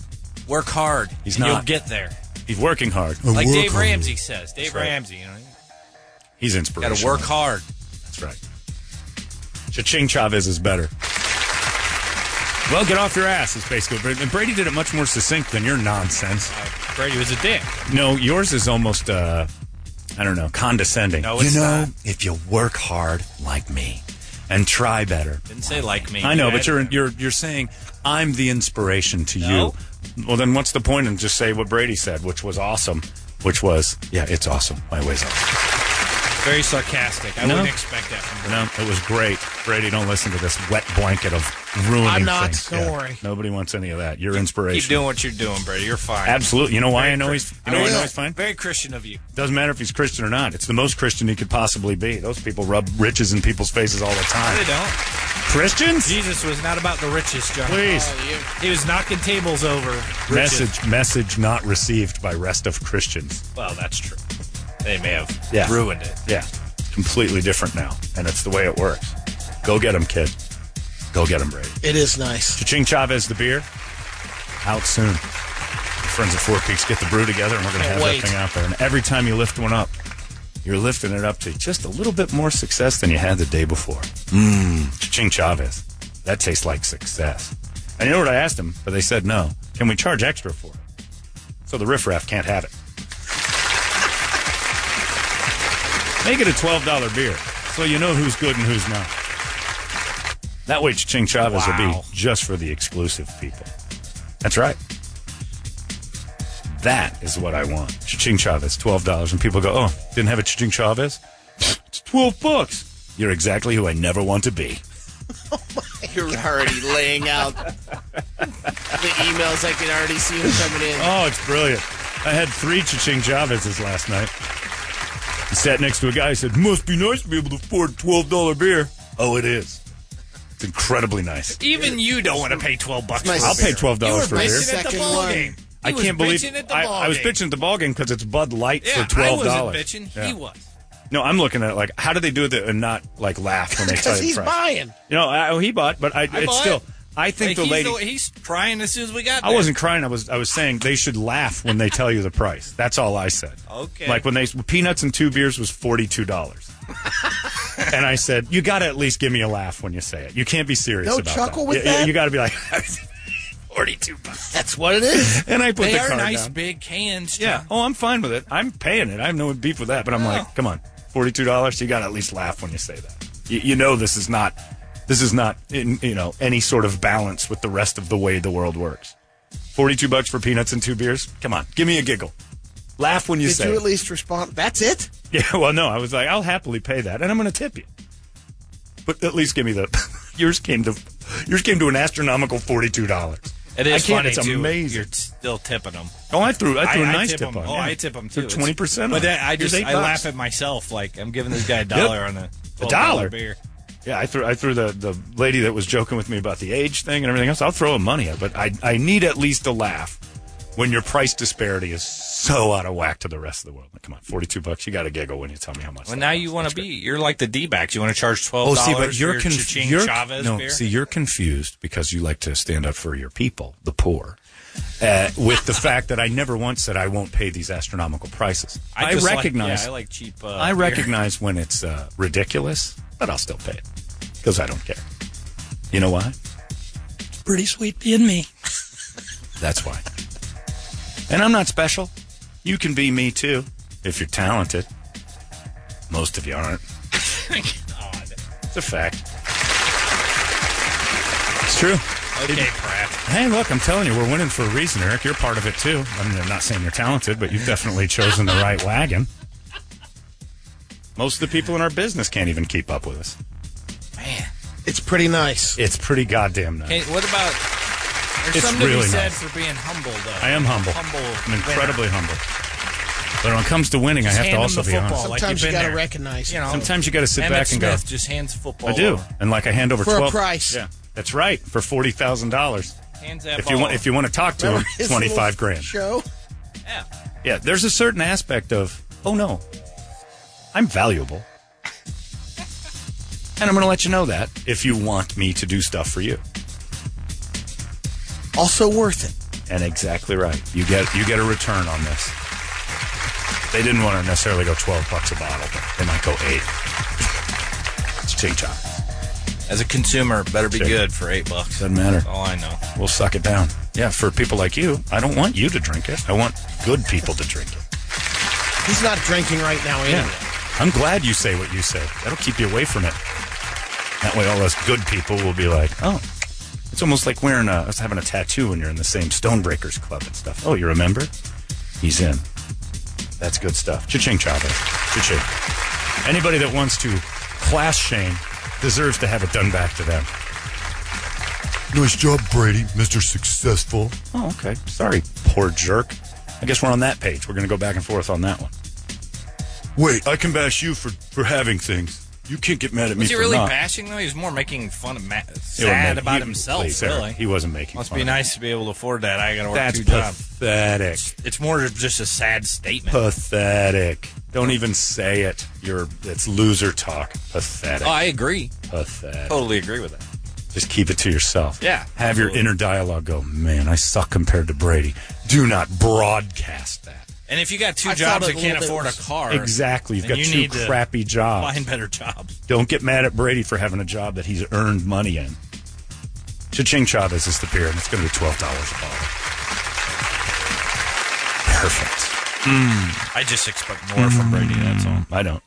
Work hard.
He's
and You'll
not.
get there."
He's working hard.
Like Dave Ramsey says. Dave Ramsey, you know,
He's
got
inspirational.
to work hard.
That's right. Cha-ching Chavez is better. Well, get off your ass is basically. Brady- And Brady did it much more succinct than your nonsense.
Brady was a dick.
No, yours is almost, uh, I don't know, condescending.
No,
you
it's
know,
not.
if you work hard like me and try better,
Didn't say like me.
I know,
You
but
added
you're
him.
you're you're saying I'm the inspiration to
No.
you. Well, then what's the point in just say what Brady said, which was awesome, which was yeah, it's awesome. My way's up.
Very sarcastic. I
No.
wouldn't expect that from
No, it was great. Brady, don't listen to this wet blanket of ruining
I'm not,
things.
don't worry.
Nobody wants any of that. You're inspiration.
Keep doing what you're doing, Brady. You're fine.
Absolutely. You know why
Very
I know
Chri-
he's- you know why I know he's fine?
Very Christian of you.
Doesn't matter if he's Christian or not. It's the most Christian he could possibly be. Those people rub riches in people's faces all the
They
time.
don't.
Christians?
Jesus was not about the riches, John.
Please.
He was knocking tables over. riches.
Message message not received by rest of Christians.
Well, that's true. They may have
Yeah.
ruined it.
Yeah. Completely different now. And it's the way it works. Go get him, kid. Go get him, Brady.
It is nice.
Ching Chavez, the beer, out soon. Friends at Four Peaks get the brew together, and we're going to
Can't
have
wait.
that thing out there. And every time you lift one up, you're lifting it up to just a little bit more success than you had the day before.
Mm.
Mmm, Ching Chavez. That tastes like success. And you know what I asked him, but they said no. Can we charge extra for it? So the riffraff can't have it. Make it a twelve dollar beer, so you know who's good and who's not. That way, Ching Chavez will be
Wow.
just for the exclusive people. That's right. That is what I want. Ching Chavez, twelve dollars, and people go, "Oh, didn't have a Ching Chavez? It's twelve bucks." You're exactly who I never want to be.
You're already laying out the emails I can already see them coming in.
Oh, it's brilliant. I had three Ching Chavez's last night. I sat next to a guy who said, Must be nice to be able to afford a $12 beer. Oh, it is. It's incredibly nice.
Even you don't want to pay twelve bucks.
I'll pay $12 for a beer. I can't believe I, I was bitching at the ball game because it's Bud Light
Yeah,
for $12.
I wasn't bitching. He
Yeah.
was.
No, I'm looking at it like, how do they do that and not like laugh when they tell you
Because
the
he's
price?
buying.
You know, I, oh, he bought, but I, it's
bought
still.
it.
I think
Like,
the
he's
lady.
he's crying as soon as we got.
I
there.
wasn't crying. I was I was saying they should laugh when they tell you the price. That's all I said.
Okay.
Like when they peanuts and two beers was forty two dollars, and I said you got to at least give me a laugh when you say it. You can't be serious.
No
about
chuckle
that.
with
you,
that?
You got to be like,
Forty-two bucks.
That's what it is.
and I put
They
the
are
card
nice
down.
big cans.
Yeah. Oh, I'm fine with it. I'm paying it. I have no beef with that. But I'm like, come on, forty two dollars. You got to at least laugh when you say that. You, you know this is not this is not in, you know any sort of balance with the rest of the way the world works. Forty two bucks for peanuts and two beers. Come on, give me a giggle. Laugh when you
Did
say.
you
it.
at least respond? That's it.
yeah. Well, no, I was like, I'll happily pay that, and I'm going to tip you. But at least give me the yours came to yours came to an astronomical forty two dollars.
It is
I can't,
funny
it's
too.
amazing.
You're still tipping them.
Oh, I threw I threw a nice tip,
them.
on.
Oh,
yeah.
I tip them
They're
too. It's-
20%
But
on
then
it.
I
Here's
just
eight
I
bucks.
laugh at myself. Like I'm giving this guy a dollar on a
A
$12
dollar?
beer.
Yeah, I threw I threw the, the lady that was joking with me about the age thing and everything else. I'll throw him money at, but I I need at least a laugh when your price disparity is so out of whack to the rest of the world. Like, come on, forty two bucks. You got to giggle when you tell me how much.
Well,
that
now
costs.
you want
That's
to be.
great.
You're like the D-backs. You want to charge twelve
Oh,
dollars
see, but you're
for your
confused.
Ching Chavez
no,
beer?
see, you're confused because you like to stand up for your people, the poor. Uh, with the fact that I never once said I won't pay these astronomical prices. I,
just like-
recognize.
yeah, I like cheap. Uh,
I
beer.
recognize when it's uh, ridiculous, but I'll still pay it because I don't care. You know why?
It's pretty sweet being me.
That's why. And I'm not special. You can be me too if you're talented. Most of you aren't. It's a fact. It's true.
Okay, Pratt.
Hey, look, I'm telling you, we're winning for a reason, Eric. You're part of it too. I mean, I'm not saying you're talented, but you've definitely chosen the right wagon. Most of the people in our business can't even keep up with us.
It's pretty nice.
It's pretty goddamn nice.
Hey, what about? There's
It's
something to
really
be said
nice.
for being humble, though.
I am humble.
Humble.
I'm incredibly humble. But when it comes to winning, I have
hand
to
him
also
the
be
football
honest.
like
Sometimes
you've
you
been
got to
there.
recognize.
You know,
Sometimes you got to sit
Emmett
back and go.
Smith just hands football.
I do,
over.
and like I hand over
For a
12
price.
Yeah, that's right for forty thousand dollars.
Hands that
If you
ball
want, if you want to talk to him,
Remember his
twenty five
little
grand.
Show.
over. Yeah.
Yeah, there's a certain aspect of oh no, I'm valuable, and I'm going to let you know that if you want me to do stuff for you.
Also worth it.
And exactly right, you get you get a return on this. They didn't want to necessarily go twelve bucks a bottle, but they might go eight. it's ching chong.
As a consumer, better be
Sure.
good for eight bucks.
Doesn't matter.
That's all I know.
We'll suck it down. Yeah, for people like you, I don't want you to drink it. I want good people to drink it.
He's not drinking right now anyway.
Yeah. I'm glad you say what you say. That'll keep you away from it. That way, all us good people will be like, oh, it's almost like wearing a, us having a tattoo when you're in the same Stonebreakers Club and stuff. Oh, you remember? He's in. That's good stuff. Cha-ching, Chavez. Cha-ching. Anybody that wants to class Shane deserves to have it done back to them.
Nice job, Brady, Mr. Successful.
Oh, okay. Sorry, poor jerk. I guess we're on that page. We're going to go back and forth on that one.
Wait, I can bash you for, for having things. You can't get mad at me
Was he
for
really
not.
bashing though? He was more making fun of Matt,
He wasn't
sad
making-
about
he-
himself.
please, Sarah,
really,
He wasn't making
Must
fun
be
of
nice to be able to afford that. I got to work
That's
two jobs.
pathetic.
It's, it's more of just a sad statement.
Pathetic. Don't even say it. You're it's loser talk. Pathetic.
Oh, I agree.
Pathetic.
Totally agree with that.
Just keep it to yourself.
Yeah,
Have your inner dialogue go, man, I suck compared to Brady. Do not broadcast that.
And if you got two
I thought
jobs
it
and
a
can't
little
afford
bit
a car,
Exactly. You've
then
got
you
two
need to
crappy jobs.
Find better jobs.
Don't get mad at Brady for having a job that he's earned money in. Cha-ching Chavez is the beer, and it's going to be $12 a bottle. Perfect.
I just expect more from Brady. That's all.
I don't.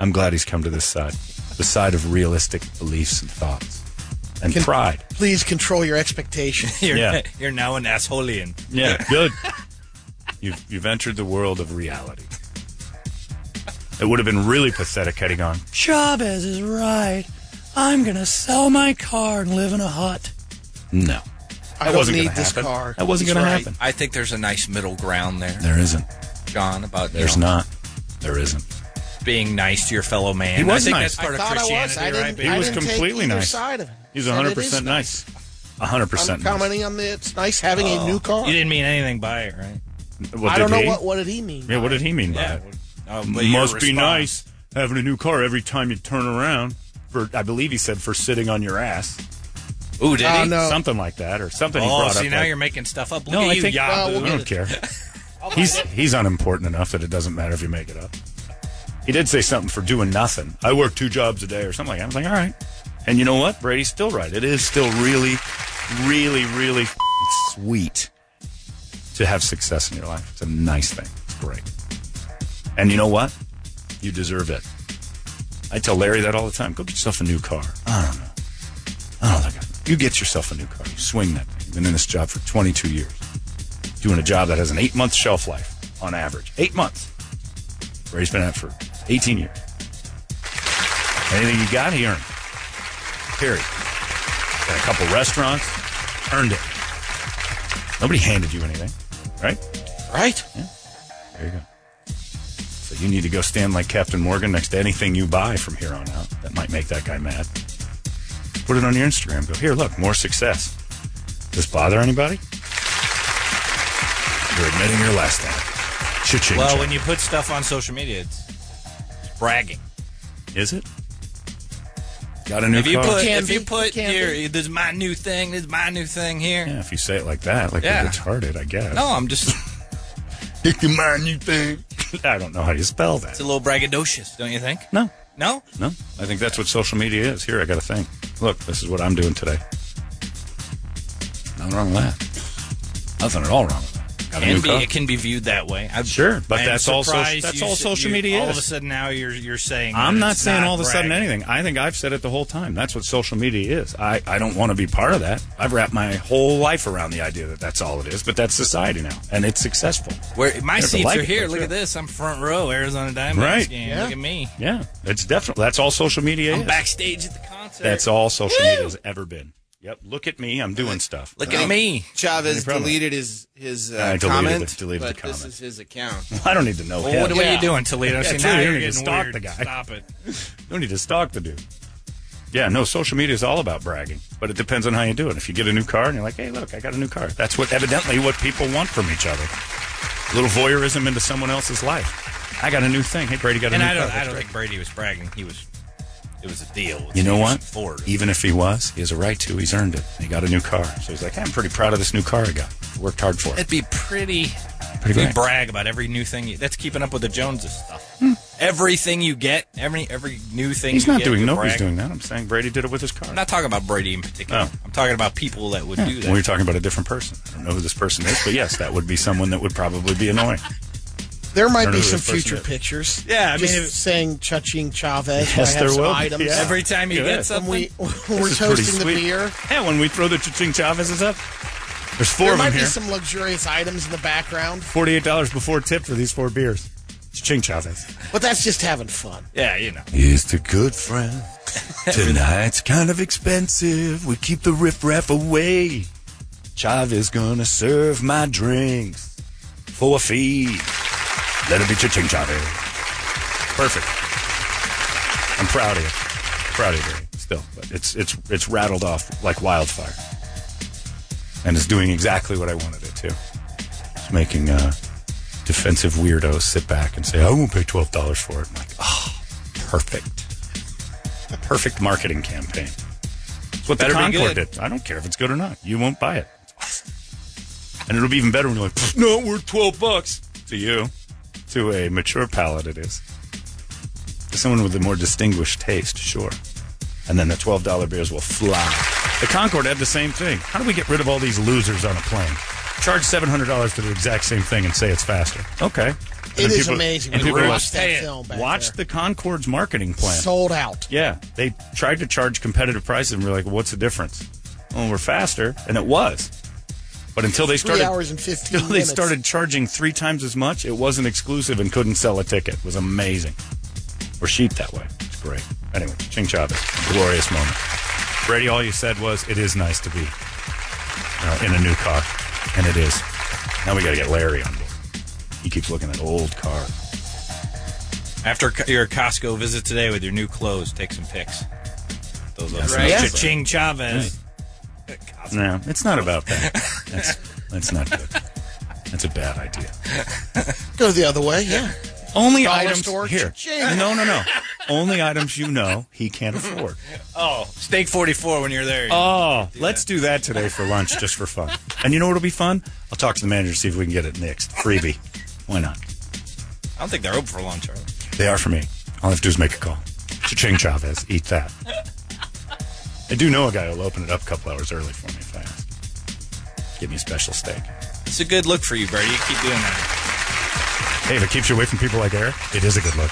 I'm glad he's come to this side, the side of realistic beliefs and thoughts and
Can-
pride.
Please control your expectations.
You're,
Yeah.
you're now an assholian.
Yeah, good. you've you've entered the world of reality. It would have been really pathetic heading on.
Chavez is right. I'm going to sell my car and live in a hut.
No,
I
That
don't
wasn't
need
gonna
this
happen.
car.
That wasn't going to happen.
I think there's a nice middle ground there.
There isn't.
John about you
There's
know,
not. There isn't.
being nice to your fellow man.
He was
I think
nice.
that's part
I
of
thought I was.
Christianity,
I
right?
didn't-
He
I
was
didn't take
completely
either
nice.
side of it.
He's
Said it is
100% nice. 100%
I'm commenting on the, it's nice having a new car.
You didn't mean anything by it, right?
Well,
I don't
did
Oh. know
he?
what, what did he mean.
Yeah, what did he mean by it?
Oh, but your
Must be
response.
nice having a new car every time you turn around. For I believe he said for sitting on your ass.
Ooh,
Uh,
did Oh, he? no.
Something like that, or something he
Oh,
brought
see,
up.
now
like-
you're making stuff up. Look
no,
at
I
you,
think
Yahoo.
I don't care. he's he's unimportant enough that it doesn't matter if you make it up. He did say something for doing nothing. I work two jobs a day or something like that. I was like, all right. And you know what? Brady's still right. It is still really, really, really f***ing sweet to have success in your life. It's a nice thing. It's great. And you know what? You deserve it. I tell Larry that all the time. Go get yourself a new car. I don't know. I don't think I, you get yourself a new car. You swing that thing. You've been in this job for 22 years, doing a job that has an eight month shelf life on average. Eight months. Brady's been at it for 18 years. Anything you got, he earned. Period. Got a couple restaurants, earned it. Nobody handed you anything, right?
Right.
Yeah. There you go. So you need to go stand like Captain Morgan next to anything you buy from here on out. That might make that guy mad. Put it on your Instagram. Go, here, look, more success. Does this bother anybody? You're admitting your last time. Cha-ching,
Well,
cha.
when you put stuff on social media, it's, it's bragging.
Is it? Got a new
if you
car?
put,
yeah,
if you put here, this is my new thing. This is my new thing here.
if you say it like that, like
Yeah.
you're retarded, I guess.
No, I'm just.
It's my new thing. I don't know how you spell that.
It's a little braggadocious, don't you think?
No.
No.
No, I think that's what social media is. Here, I got a thing. Look, this is what I'm doing today. Nothing wrong with that. Nothing at all wrong with that. Got a new
Can be,
car.
it can be viewed that way. I'm,
Sure, but
I'm
that's all so-
surprised
that's
you
all
said-
social
you-
media
All
is.
of a sudden now you're you're saying
I'm
that
not
it's
saying all of a sudden
bragging.
anything. I think I've said it the whole time. That's what social media is. I, I don't want to be part of that. I've wrapped my whole life around the idea that that's all it is, but that's society now, and it's successful.
Where my
Never
seats
liked
are
it,
here.
but
Look
sure.
at this. I'm front row. Arizona Diamondbacks
Right.
game.
Yeah.
Look at me.
Yeah, it's definitely that's all social media
I'm
is.
backstage at the concert.
That's all social
Woo!
media has ever been. Yep, look at me. I'm doing stuff.
Look at me.
Chavez
No problem.
deleted his his uh,
I deleted
comment.
it, deleted
but
the comment.
This is his account.
I don't need to know
Well,
him.
what- what are you Yeah. doing,
Toledo? See,
Toledo,
now
you
you're
don't need to
getting
stalk
weird.
the guy.
Stop it.
don't need to stalk the dude. Yeah, no, social media is all about bragging, but it depends on how you do it. If you get a new car and you're like, hey, look, I got a new car. That's what evidently what people want from each other. A little voyeurism into someone else's life. I got a new thing. Hey, Brady got a
And
new
I don't.
car.
I
That's
don't
great.
think Brady was bragging. He was. It was a deal.
You know
He was
what?
Ford.
Even if he was, he has a right to. He's earned it. He got a new car. So he's like, hey, I'm pretty proud of this new car I got. I worked hard for it.
It'd be pretty.
Pretty
we
great.
brag about every new thing. You, that's keeping up with the Joneses stuff. Everything you get, every every new thing.
Hmm. He's
you
not
get,
doing
you're
nobody's doing
bragging.
that. I'm saying Brady did it with his car.
I'm not talking about Brady in particular.
Oh.
I'm talking about people that would
Yeah,
do that.
when we're talking about a different person. I don't know who this person is, but yes, that would be someone that would probably be annoying.
There
I
might
don't know
be
who
some
this person
future
is.
pictures.
Yeah, I
just
mean, it-
saying Cha-Ching
Yes,
Chavez. I have
there
some
will be,
Items.
yeah.
Every time he
Good.
gets
When
something,
we when we're
This is pretty
toasting the
sweet.
beer.
Yeah, when we throw the Cha-Ching Chavez's up, there's four
there
of
might
them
be
here.
some luxurious items in the background.
Forty-eight dollars before tip for these four beers. Ching Chavez.
But that's just having fun.
Yeah, you know.
Here's to good friend. Tonight's kind of expensive. We keep the riffraff away. Chavez gonna serve my drinks for a fee. Let it be ching Chavez.
Perfect. I'm proud of you. Proud of you, Barry, still. But it's, it's, it's rattled off like wildfire. And it's doing exactly what I wanted it to. It's making uh, defensive weirdos sit back and say, I won't pay $12 for it. I'm like, oh, perfect. Perfect marketing campaign. It's what
Better
the
be
Concord
good.
did. I don't care if it's good or not. You won't buy it. It's awesome. And it'll be even better when you're like, "Pfft, no, we're 12 bucks. To you. To a mature palate, it is. To someone with a more distinguished taste, sure. And then the $12 beers will fly. The Concord had the same thing. How do we get rid of all these losers on a plane? Charge $700 for the exact same thing and say it's faster. Okay.
It
And
is
people-
amazing.
and
We
people are
watched
like,
that
"Hey,
film back
Watch the Concord's marketing plan.
Sold out.
Yeah, they tried to charge competitive prices, and we are like, "What's the difference?" Well, we're faster, and it was. But until they
Three
started,
hours and 15
until they
minutes.
started charging three times as much, it wasn't exclusive and couldn't sell a ticket. It was amazing. We're sheep that way. It's great. Anyway, Ching Chavez, glorious moment. Brady, all you said was, "It is nice to be uh, in a new car," and it is. Now we got to get Larry on board. He keeps looking at old cars.
After co- your Costco visit today with your new clothes, take some pics. Those look
Right. Yeah.
Ching Chavez.
No, it's not about that. That's, that's not good. That's a bad idea.
Go the other way, yeah.
Only
Dollar
items
store,
here.
cha-ching.
No, no, no. Only items you know he can't afford.
Oh, steak 44 when you're there.
Oh, let's do that today for lunch, just for fun. And you know what'll be fun? I'll talk to the manager to see if we can get it next freebie. Why not?
I don't think they're open for lunch, are they?
They are for me. All I have to do is make a call. Ching Chavez, eat that. I do know a guy who'll open it up a couple hours early for me if I ask. Give me a special steak.
It's a good look for you, Brady. You keep doing that.
Hey, if it keeps you away from people like Eric, it is a good look.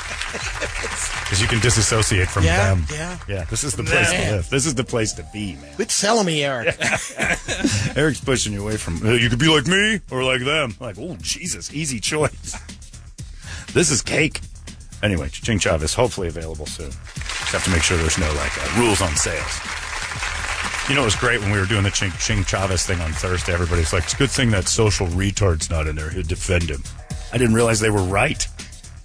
Because you can disassociate from
Yeah,
them.
yeah.
Yeah, this is the
From
place
them.
to live. This is the place to be, man.
Quit selling me, Eric.
Eric's pushing you away from, "Hey, you could be like me or like them. Like, oh, Jesus, easy choice. this is cake. Anyway, Ching Chavez, hopefully available soon. Just have to make sure there's no, like, uh, rules on sales. You know, it was great when we were doing the Ching, Ching Chavez thing on Thursday. Everybody's like, it's a good thing that social retard's not in there. He'd defend him. I didn't realize they were right.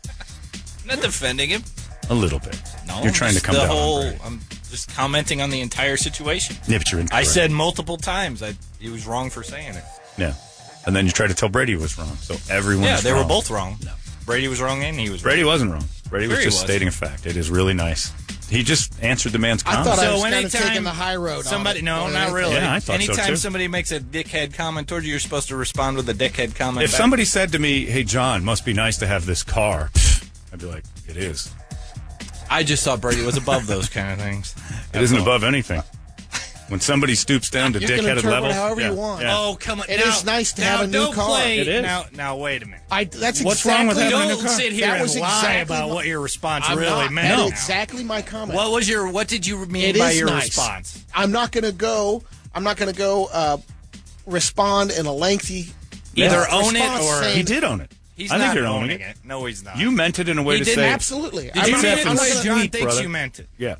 I'm not defending him.
A little bit.
No,
You're trying to
just
come
the
down on
whole. I'm just commenting on the entire situation.
Yeah, but you're
I
incorrect.
said multiple times I he was wrong for saying it.
Yeah. And then you try to tell Brady was wrong. So everyone
yeah,
is
they
wrong.
were both wrong. Brady was wrong and he was
Brady
wrong.
wasn't wrong. Brady was
Sure he
just
was.
stating a fact. It is really nice. He just answered the man's
I
comment.
thought I
So
was kind of
anytime
taking the high road.
Somebody,
on it,
no,
more than
not
anything.
really.
Yeah, I thought so,
Anytime
too.
somebody makes a dickhead comment towards you, you're supposed to respond with a dickhead comment.
if
back.
somebody said to me, "Hey John, must be nice to have this car," pfft, I'd be like, "It is.
I just thought Brady was above those kind of things.
It isn't above anything." When somebody stoops down to
You can
dickheaded
interpret
levels,
however you want.
yeah.
Oh come on!
It
It is
is nice to have a new car.
Play.
It is.
Now, now wait a minute.
I, that's
What's wrong
exactly
with having a
my-
new car?
Sit here
that
and
was
lie
exactly
about
my-
what your response
I'm
really
not,
meant.
That
now.
is exactly my comment.
What was your? What did you mean
It
by
is
your
nice.
response?
I'm not going to go. I'm not going to go uh, respond in a lengthy.
Either
uh,
own it
response
or-
saying-
he did own it.
He's
I think
not
you're owning
owning it. No, he's not.
You meant it in a way
He
to
didn't.
say,
Absolutely.
Did
I
you
mean,
mean
I'm
it the
not
way
gonna-
John
sweet,
thinks
brother.
you meant it?
"Yeah,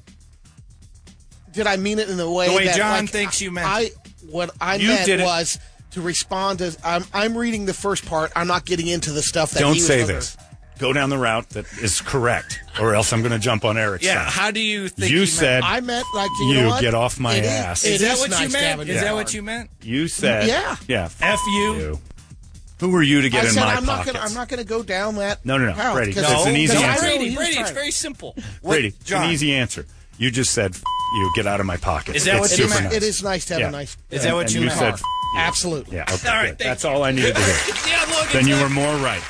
did I mean it in the way
The way
that,
John
like,
thinks you meant
I what I
You
meant
did it.
was to respond to. I'm I'm reading the first part. I'm not getting into the stuff that.
don't
he was
say
looking-
this. Go down the route that is correct, or else I'm going to jump on Eric's
Yeah.
side."
How do you think
You
he
said-
Meant?
I meant like you,
You
know what?
get off my
It is-
ass.
it
Is that
is
what
nice
you
to have a
meant?
new
Is that
car.
what you meant?
You said,
Yeah.
yeah, f-
F you.
you. Who were you to get
I
in
said
my
I'm not
pockets?
gonna I'm not gonna go down that.
No, no, no,
path,
Brady,
'cause-
that's an easy
because I
answer.
know
Brady,
he was
Brady, it's
trying-
very simple. What-
Brady, it's
John,
an easy answer. You just said, f- you get out of my pocket.
Is that
it's
what you
super
meant?
Nice.
It is nice to have
Yeah.
a nice.
Is that what
and
you
you
meant?
said? F- you.
Absolutely.
Yeah, okay,
All right,
good.
thank
that's all I needed to hear.
yeah, look,
then
it's
you
a-
were more right.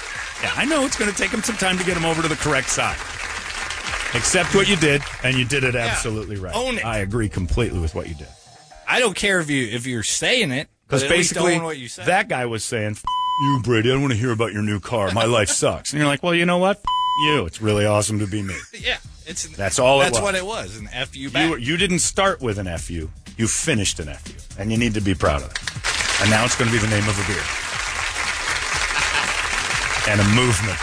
Yeah, I know it's going to take him some time to get him over to the correct side. Accept what you did, and you did it absolutely right.
Own it.
I agree completely with what you did.
I don't care if you if you're saying it
Because
but at least
basically,
own what you said.
that guy was saying, F- "You, Brady, I don't want to hear about your new car. My life sucks." And you're like, "Well, you know what? F- you. It's really awesome to be me."
yeah, it's
That's all it
That's
was.
what it was. An F you back.
You, you didn't start with an FU. You finished an FU. And you need to be proud of it. And now it's going to be the name of a beer. And a movement.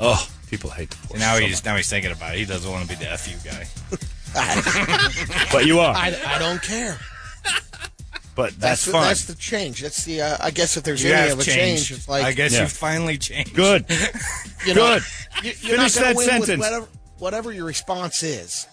Oh, people hate the
Porsche. now he's now he's thinking about it. He doesn't want to be the fu guy.
but you are.
I, I don't care.
But that's,
the,
fun.
That's the change. That's the. Uh, I guess if there's
You
any
have
of a
changed.
change, it's like
I guess you finally changed.
Good.
You know,
Good.
You, you're
Finish
not gonna
that
win
sentence.
With whatever, whatever your response is.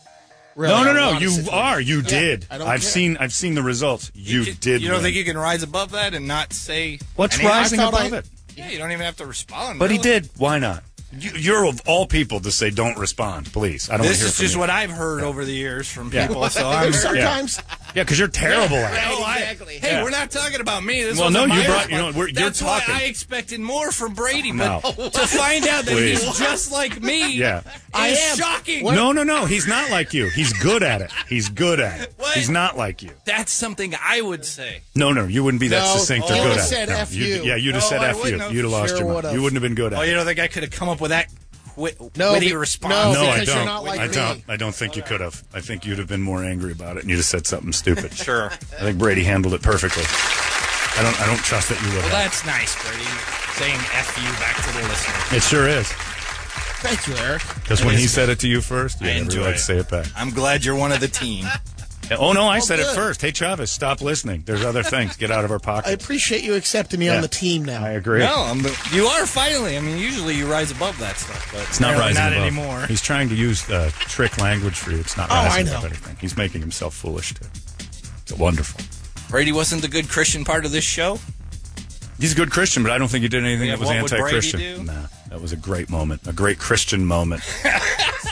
no, no,
on a
no.
lot of
You
situations.
are. You
Yeah,
did.
I don't
I've
care.
seen. I've seen the results. You, did.
You don't
win.
think you can rise above that and not say
What's
anything?
rising I thought above I- it?
Yeah, you don't even have to respond.
But he
really.
did. Why not? You, you're of all people to say don't respond, please. I don't. wanna
This
hear
is
from
just
you.
what I've heard over the years from
Yeah.
people. So I'm
Sometimes.
Yeah, because you're terrible
Yeah,
at it.
no, I- hey,
Yeah.
we're not talking about me. This
Well,
wasn't
no, you
my
brought- you
response.
know, we're- you're
That's why
talking.
I expected more from Brady,
No.
but to find out that
Please.
he's just like me,
Yeah.
I
am.
am shocking.
No, no, no. He's not like you. He's good at it. He's good at it.
What?
He's not like you.
That's something I would say.
No, no. You wouldn't be that
No,
succinct or
you
good
would've
at
said
it. No,
F
you'd-
you.
Yeah, you'd have
No,
said
I
F you.
wouldn't have.
You'd have lost
Sure
your mind.
would've.
You wouldn't have been good at
Oh,
it.
you don't think I could have come up with that quit,
No,
witty
be-
response?
no,
no, I
because you're
don't.
not like
I
me.
don't. I don't think you could have. I think you'd have been more angry about it, and you'd have said something stupid.
Sure.
I think Brady handled it perfectly. I don't. I don't trust that you would
Well,
have.
that's nice, Brady. Saying F you back to the listener.
It sure is.
Thank you, Eric.
Because when he said it to you first, yeah,
I enjoy
everybody
it.
Say it back.
I'm glad you're one of the team.
Oh no, I
Well,
said it
good.
first. Hey Travis, stop listening. There's other things. Get out of our
I
pocket.
appreciate you accepting me
Yeah.
on the team now.
I agree.
No, I'm the, you are finally. I mean, usually you rise above that stuff, but
It's not
apparently
rising
Not
above.
anymore.
He's trying to use uh, trick language for you. It's not
Oh, I
rising
know.
above anything. He's making himself foolish too. It's wonderful.
Brady wasn't the good Christian part of this show.
He's a good Christian, but I don't think he did anything
Yeah,
that was
what would Brady do?
anti-Christian. Nah, that was a great moment, a great Christian moment.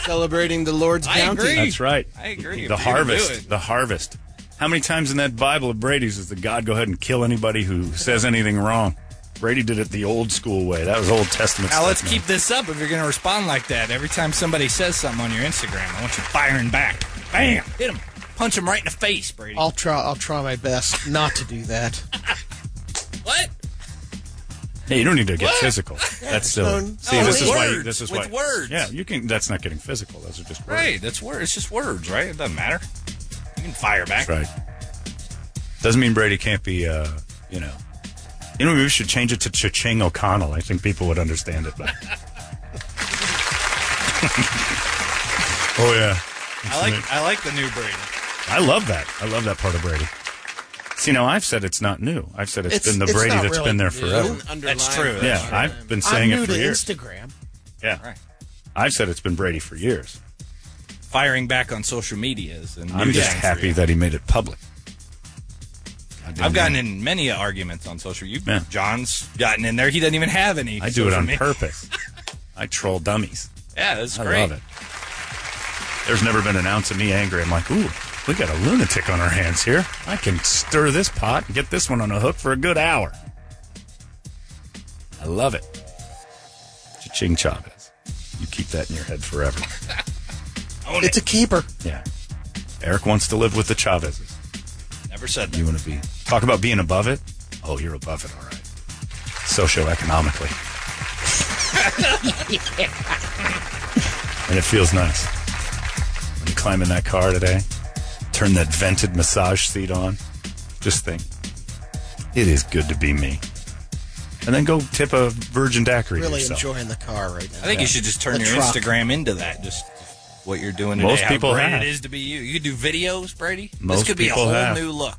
Celebrating the Lord's
I
bounty.
agree.
That's right.
I agree.
The
If you're gonna do
harvest.
it.
The harvest. How many times in that Bible of Brady's does the God go ahead and kill anybody who says anything wrong? Brady did it the old school way. That was Old Testament.
Now
stuff,
let's
man.
keep this up. If you're going to respond like that, every time somebody says something on your Instagram, I want you firing back. Bam! Hit him. Punch him right in the face, Brady.
I'll try. I'll try my best not to do that.
What?
Hey, you don't need to get
What?
physical. That's silly.
no-
See,
no,
this
with
is why.
words.
This is
With
why.
words.
Yeah, you can. That's not getting physical. Those are just words.
Right. That's word. It's just words, right? It doesn't matter. You can fire back.
That's right. Doesn't mean Brady can't be. Uh, you know. You know, maybe we should change it to Cha-Ching O'Connell. I think people would understand it. But. oh yeah.
I like. I like the new Brady.
I love that. I love that part of Brady. See, now I've said it's not new. I've said it's
It's-
been the
it's
Brady
not
that's
really
been there
new.
forever.
That's true. That's
Yeah,
true.
I've been
I'm
saying
new
it for
to
years.
Instagram.
yeah,
Right.
I've said it's been Brady for years.
Firing back on social media is. a new
I'm just
thing for
happy
you.
that he made it public. Goddamn
I've gotten
right.
in many arguments on social. You,
Yeah.
John's gotten in there. He doesn't even have any.
I do it
social
on
media.
purpose. I troll dummies.
Yeah, that's
I
great.
love it. There's never been an ounce of me angry. I'm like, ooh, we got a lunatic on our hands here. I can stir this pot and get this one on a hook for a good hour. I love it. Cha-ching Chavez. You keep that in your head forever.
It's a keeper.
Yeah. Eric wants to live with the Chavezes.
Never said that.
You want to be. Talk about being above it. Oh, you're above it, all right. Socioeconomically. and it feels nice. When you climb in that car today, turn that vented massage seat on, just think, it is good to be me. And then go tip a virgin daiquiri. to
Really
yourself.
enjoying the car right now.
I think you should just turn
The
your
truck.
Instagram into that. Just what you're doing.
Most
today, how
people
great
have.
it is to be you. You could do videos, Brady.
Most
this could be a
people
whole
have.
new look.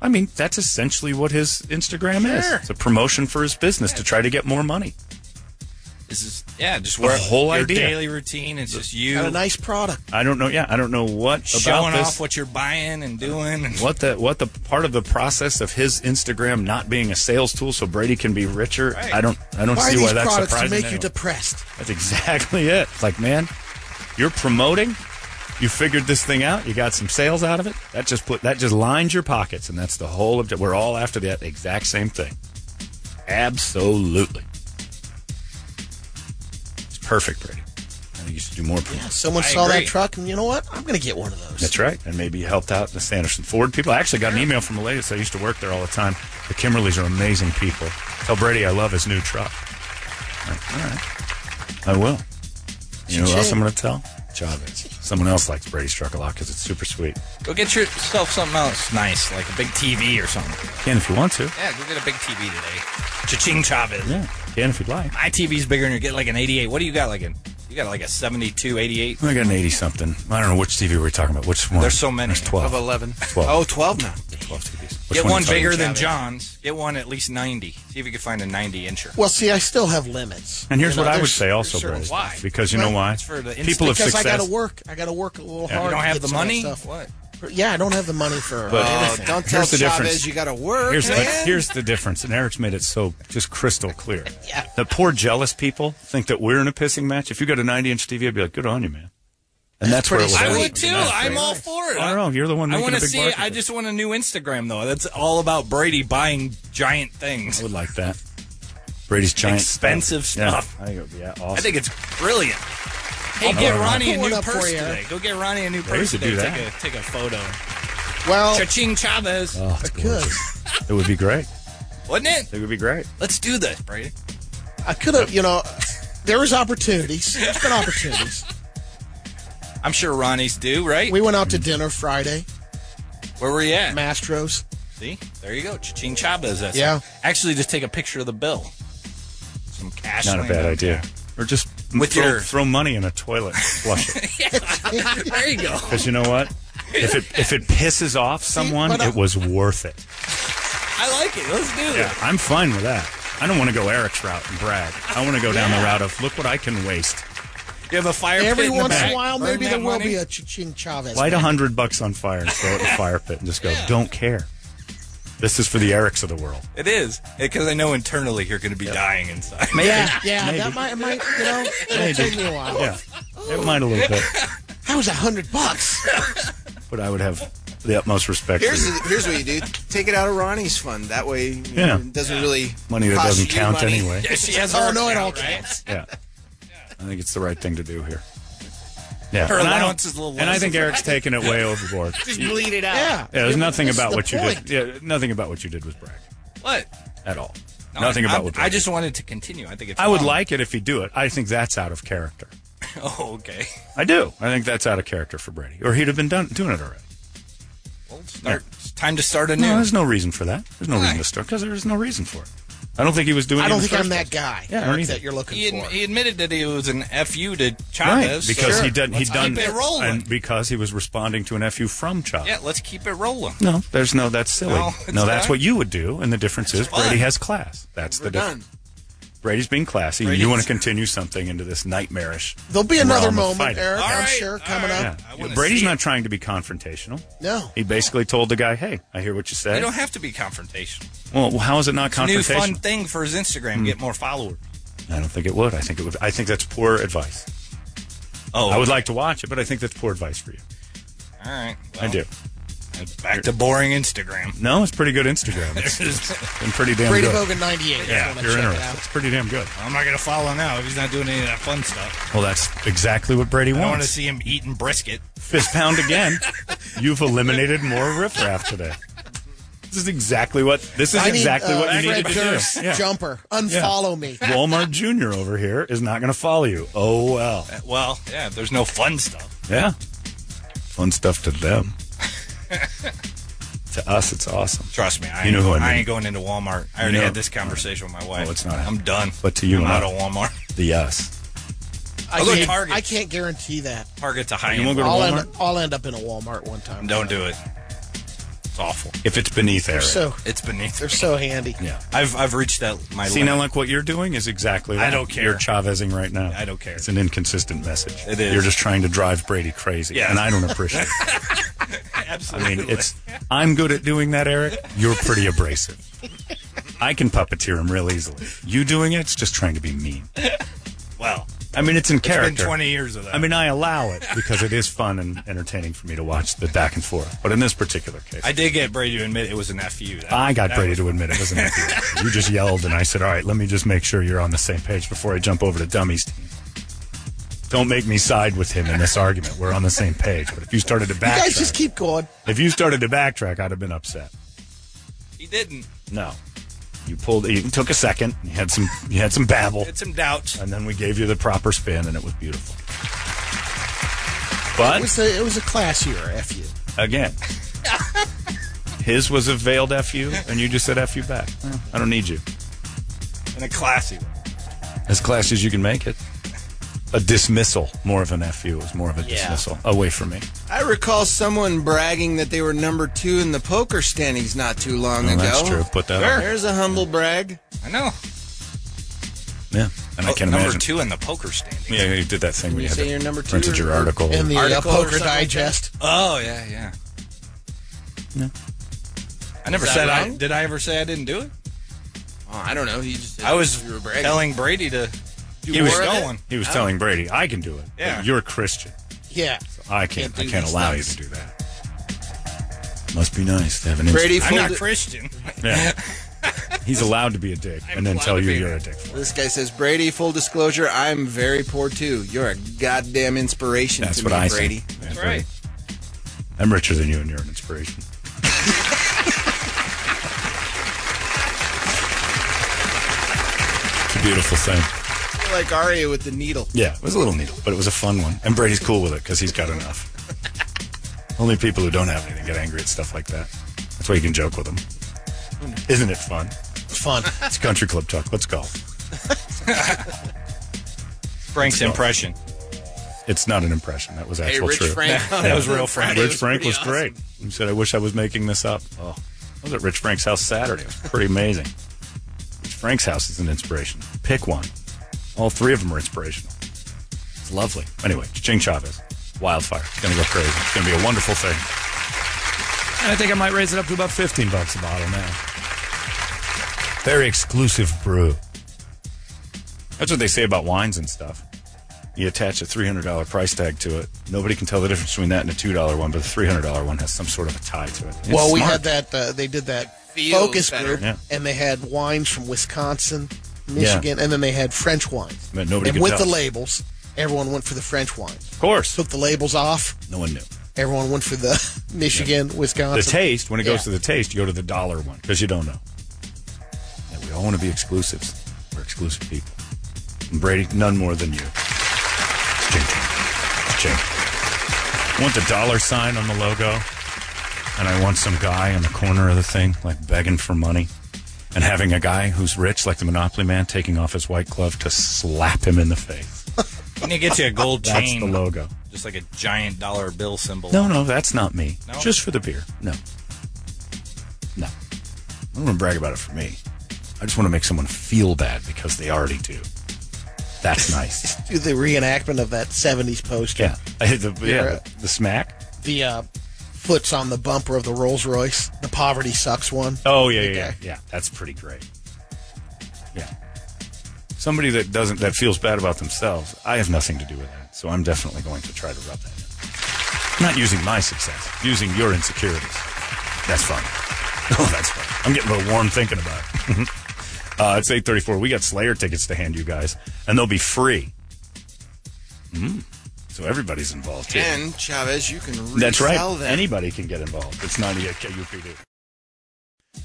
I mean, that's essentially what his Instagram is.
Sure.
It's a promotion for his business to try to get more money.
This is yeah, just
The
where
whole
your
idea.
daily routine. It's just you
Got a nice product.
I don't know. Yeah, I don't know what
showing
about this.
off what you're buying and doing. And
what the what the part of the process of his Instagram not being a sales tool so Brady can be richer.
Right.
I don't I don't
Buy
see
these
why that's
products
surprising.
to make you
anyone.
depressed.
that's exactly it. It's like, man, you're promoting. You figured this thing out. You got some sales out of it. That just put that just lined your pockets, and that's the whole of. We're all after that exact same thing. Absolutely, it's perfect, Brady. I think you should do more. promotion.
Yeah, someone
I
saw
agree.
that truck, and you know what? I'm going to get one of those.
That's right. And maybe you helped out the Sanderson Ford people. I actually got an email from a lady that said, I used to work there all the time. The Kimberleys are amazing people. Tell Brady I love his new truck. I'm like, all right. I will. You know who else I'm going to tell? Chavez. Someone else likes Brady Struck a lot because it's super sweet.
Go get yourself something else nice, like a big TV or something.
Can if you want to.
Yeah, go get a big TV today. Cha-ching Chavez.
Yeah, can if you'd like.
My TV's bigger and you get like an 88. What do you got? Like an you got like a 72, 88?
I got an 80 something. I don't know which TV we were talking about. Which one?
There's so many.
There's 12.
Of 11.
12.
Oh, 12 now.
12 TVs.
Get one
is that?
bigger than John's. Get one at least 90. See if you can find a 90 incher.
Well, see, I still have limits.
And here's
You
what
know,
I would
there's-
say also,
there's certain-
Brady.
Why?
Because you know
Well,
why?
it's for the
People of
because
success.
I gotta work. I gotta work a little
Yeah.
hard.
You don't
to
have
get
the
some of that
money?
Stuff. Yeah, I don't have the money for.
But-
uh,
Oh,
everything.
don't tell
Here's the
Chavez
difference.
you got to work.
Here's, but
man.
here's the difference, and Eric's made it so just crystal clear. yeah. The poor jealous people think that we're in a pissing match. If you got a 90 inch TV, I'd be like, good on you, man. And that's, where it was.
I
at.
would too. I'm all for it.
I don't know. You're the one
I
making
want
a
to
big
see.
bargain.
I just want a new Instagram though. That's all about Brady buying giant things. I
would like that. Brady's giant
expensive stuff.
Yeah, I think it would be yeah, awesome.
I think it's brilliant. Hey,
I'll
get
put one
Ronnie a
up.
new
Put one up
purse
for you.
today. Go get Ronnie a new
Yeah, you
purse
could
today.
do
Take a
that.
take a photo.
Well,
Cha-ching Chavez.
Oh, it's gorgeous. it would be great.
Wouldn't it?
It would be great.
Let's do this, Brady.
I could have. You know, there is opportunities. There's been opportunities.
I'm sure Ronnie's due, right?
We went out to dinner Friday.
Where were you at?
Mastros.
See, there you go. Cha-ching Chavez. That's
Yeah.
Actually, just take a picture of the bill. Some cash.
Not a
laying
bad
out
idea. Or just
With
throw,
your-
throw money in a toilet, and flush it.
there. there you go.
Because you know what? If it if it pisses off someone,
but I-
it was worth it.
I like it. Let's do
Yeah,
it.
I'm fine with that. I don't want to go Eric's route and brag. I want to go down the route of look what I can waste.
You have a fire pit
Every
in the
once in
back.
a while,
Burn
maybe
that
there will
money.
be a Ching Chavez.
Light a hundred bucks on fire and throw it in the fire pit and just go. Don't care. This is for the Erics of the world.
It is because I know internally you're going to be dying inside.
Yeah, yeah,
Maybe.
that might, might, you know,
Maybe.
it'll take me a while.
Yeah, it might a little bit,
That was a hundred bucks.
but I would have the utmost respect.
Here's
for you.
the, here's what you do. Take it out of Ronnie's fund. That way, you
Yeah.
know, it doesn't really
Money that
cost
doesn't
you
count
money.
anyway. Yeah,
she has
Oh
her
no, it
account,
all
right?
counts.
yeah. I think it's the right thing to do here. Yeah,
Her
and I,
allowance is a little
and I
less.
think Eric's taking it way overboard.
Just bleed it out.
Yeah,
Yeah, there's nothing
That's
about
the
what
point.
you did. Yeah, nothing about what you did was brag
What?
at all.
No,
nothing
I,
about
I'm-
what
I just wanted to continue. I think it's.
I would
wrong.
like it if you do it. I think that's out of character.
Oh, okay.
I do. I think that's out of character for Brady, or he'd have been done doing it already.
Well, start. it's Time to start anew.
No, there's no reason for that. There's no
Why?
reason to start because there's no reason for it. I don't think he was doing.
I
it
don't
in the
think I'm
first
that
place.
guy
Yeah, I don't
Eric,
either.
that you're looking
he,
for.
ad- he admitted that he was an fu to
Right,
Chavez
because
so
he did. He
let's
done.
Keep it rolling.
And because he was responding to an fu from Chop.
yeah, let's keep it rolling.
No, there's no. That's silly.
No,
No,
it's
that's
not.
what you would do, and the difference is
fun.
Brady has class. That's
We're
the difference.
done.
Brady's being classy. and
Brady's-
You want to continue something into this nightmarish.
There'll be another
realm of
moment,
fighting.
Eric.
All
I'm
right,
sure
all
coming
Yeah.
up.
I wanna
Brady's
see
not
it.
trying to be confrontational.
No,
He basically told the guy, "Hey, I hear what you
You
said.
don't have to be confrontational.
Well, how is it not
New
confrontational? Hmm.
fun thing for his Instagram. Get more followers.
I don't think it would. I think it would. I think that's poor advice.
Oh,
I would like to watch it, but I think that's poor advice for you.
All right.
I
well,
do.
Back to boring Instagram.
No, it's pretty good Instagram. It's been pretty damn
Brady
good.
Bogan
Yeah,
98. Just
you're
wanna check it
interested.
out.
It's pretty damn good.
I'm not gonna follow now if he's not doing any of that fun stuff.
Well, that's exactly what Brady
I don't want to
wants.
see him eating brisket.
Fist pound again. You've eliminated more riffraff today. This is exactly what. This is
I need,
exactly
uh,
what you
Fred
needed to
Durst
do. Yeah.
Jumper, unfollow me.
Walmart Junior over here is not going to follow you. Oh well.
Uh, Well, yeah, if there's no fun stuff.
Yeah. Fun stuff to them. to us, it's awesome.
Trust me, I,
You know
ain't,
who I
I,
mean.
ain't going into Walmart. I already
know-
had this conversation with my wife.
Oh, it's not
I'm
happening.
done.
But to you,
I'm
I'm
out
not.
of Walmart.
The us.
I
I'll go
can't,
Target.
I can't guarantee that.
Target's a high
You won't
end.
go to
I'll
Walmart.
end, I'll end up in a Walmart one time.
Don't do it. It's awful.
if it's beneath Eric.
So
It's beneath.
they're so handy.
yeah.
I've I've reached that my.
See now,
limit.
like what you're doing is exactly.
I
that.
don't care.
You're Chavezing right now.
I don't care.
It's an inconsistent message.
It is.
You're just trying to drive Brady crazy.
Yeah.
and I don't appreciate. it. I
Absolutely.
mean, it's. I'm good at doing that, Eric. You're pretty abrasive. I can puppeteer him real easily. You doing it? It's just trying to be mean.
well,
I mean, it's in
it's
character.
been 20 years of that.
I mean, I allow it because it is fun and entertaining for me to watch the back and forth. But in this particular case,
I did get Brady to admit it was an fu. That,
I got
that
Brady
was-
to admit it was an FU. you just yelled, and I said, "All right, let me just make sure you're on the same page before I jump over to Dummies team. Don't make me side with him in this argument. We're on the same page. But if you started to
You guys just
backtrack,
keep going.
if you started to backtrack, I'd have been upset.
He didn't.
No, you pulled. You took a second. You had some. You had some babble,
Had some doubts.
and then we gave you the proper spin, and it was beautiful. But
it was a, it was a classier fu.
Again. His was a veiled fu, and you just said fu back. I don't need you.
In a classy way.
As classy as you can make it. A dismissal, more of an fu, is more of a
Yeah.
dismissal away from me.
I recall someone bragging that they were number two in the poker standings not too long
No,
ago.
that's true. Put that on.
There's a humble brag.
I know.
Yeah, and I
Oh,
can
number
imagine.
two in the poker standings.
Yeah, you did that thing. where
you
had
say
to
you're number two
Printed
or-
your article
In the uh,
Article or
Poker
something like that?
Digest.
Oh yeah, yeah.
No.
I never
Is that
said I
wrong?
did. I ever say I didn't do it?
Oh, I don't know. You just said
I was
you were bragging.
telling Brady to do
He was,
more of it.
he was telling Brady, I can do it.
Yeah.
but You're a Christian.
Yeah.
I can't.
Can't do
I can't
these
allow
things.
you to do that. Must be nice to have an
Brady
inst-
I'm not
Folded-
Christian.
Yeah. He's allowed to be a dick and then tell you you're a dick.
This guy says, Brady, full disclosure, I'm very poor too. You're a goddamn inspiration
That's
to
what
me,
I say.
Brady.
That's right. I'm richer than you, and you're an inspiration. it's a beautiful thing.
Like Aria with the needle.
Yeah, it was a little needle, but it was a fun one. And Brady's cool with it because he's got enough. Only people who don't have anything get angry at stuff like that. That's why you can joke with them. Isn't it fun?
It's fun.
It's country club talk. Let's go.
Frank's impression.
It's not an impression. That was
Hey,
actual
Rich
truth.
Frank. That was real Frank. That
Rich
was
Frank
pretty
was great. He said, "I wish I was making this up." Oh, I was at Rich Frank's house Saturday. It was pretty amazing. Rich Frank's house is an inspiration. Pick one. All three of them are inspirational. It's lovely. Anyway, Ching Chavez, wildfire. It's going to go crazy. It's going to be a wonderful thing. And I think I might raise it up to about fifteen bucks a bottle now. Very exclusive brew. That's what they say about wines and stuff. You attach a $300 price tag to it. Nobody can tell the difference between that and a $2 one, but the $300 one has some sort of a tie to it. It's
well, we
smart.
had that. Uh, they did that
feels
focus
better.
group,
Yeah.
and they had wines from Wisconsin, Michigan, and then they had French wines.
But nobody
and
could
with
tell.
the labels, everyone went for the French wines.
Of course.
Took the labels off.
No one knew.
Everyone went for the Michigan,
The
Wisconsin.
taste, when it goes
Yeah.
to the taste, you go to the dollar one because you don't know. And we all want to be exclusives. We're exclusive people. And Brady, none more than you. Ching, ching. Ching. Want the dollar sign on the logo? And I want some guy in the corner of the thing, like begging for money. And having a guy who's rich, like the Monopoly man, taking off his white glove to slap him in the face.
We need to get you a gold
That's
chain.
the logo.
Just like a giant dollar bill symbol.
No, no, that's not me.
No?
Just for the beer. No. No. I don't want to brag about it for me. I just want to make someone feel bad because they already do. That's nice.
Do the reenactment of that '70s poster.
yeah. I hit the, yeah. The, the smack.
The uh, foot's on the bumper of the Rolls Royce. The poverty sucks one.
Oh, yeah, yeah,
Okay.
yeah. Yeah. That's pretty great. Yeah. Somebody that doesn't, that feels bad about themselves, I have nothing to do with that. So I'm definitely going to try to rub that in. Not using my success, using your insecurities. That's fun. Oh, that's fun. I'm getting a little warm thinking about it. uh, it's 834. We got Slayer tickets to hand you guys, and they'll be free. Mm. So everybody's involved, too.
And Chavez, you can resell
That's right.
them.
Anybody can get involved. It's not a KUPD.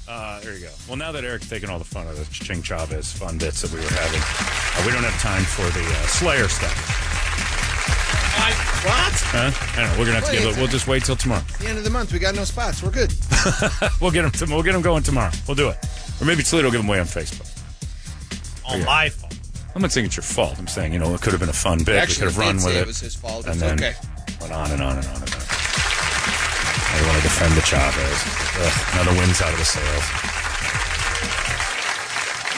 Uh, there you go. Well, now that Eric's taken all the fun out of the Ching Chavez fun bits that we were having, uh, we don't have time for the uh, Slayer stuff.
what?
Huh? I don't know. We're gonna have to
Wait.
give it. We'll just wait till tomorrow.
It's the end of the month. We got no spots. We're good.
we'll get them. To, we'll get them going tomorrow. We'll do it. Or maybe Toledo will give them away on Facebook.
All
Yeah.
my fault.
I'm not saying it's your fault. I'm saying you know it could have been a fun bit.
Actually,
we could have
they
run
did
with
say
it.
it was his fault.
And
It's
then
okay.
Went on and on and on and on. I want to defend the Chavez. Ugh, another wind's out of the sails.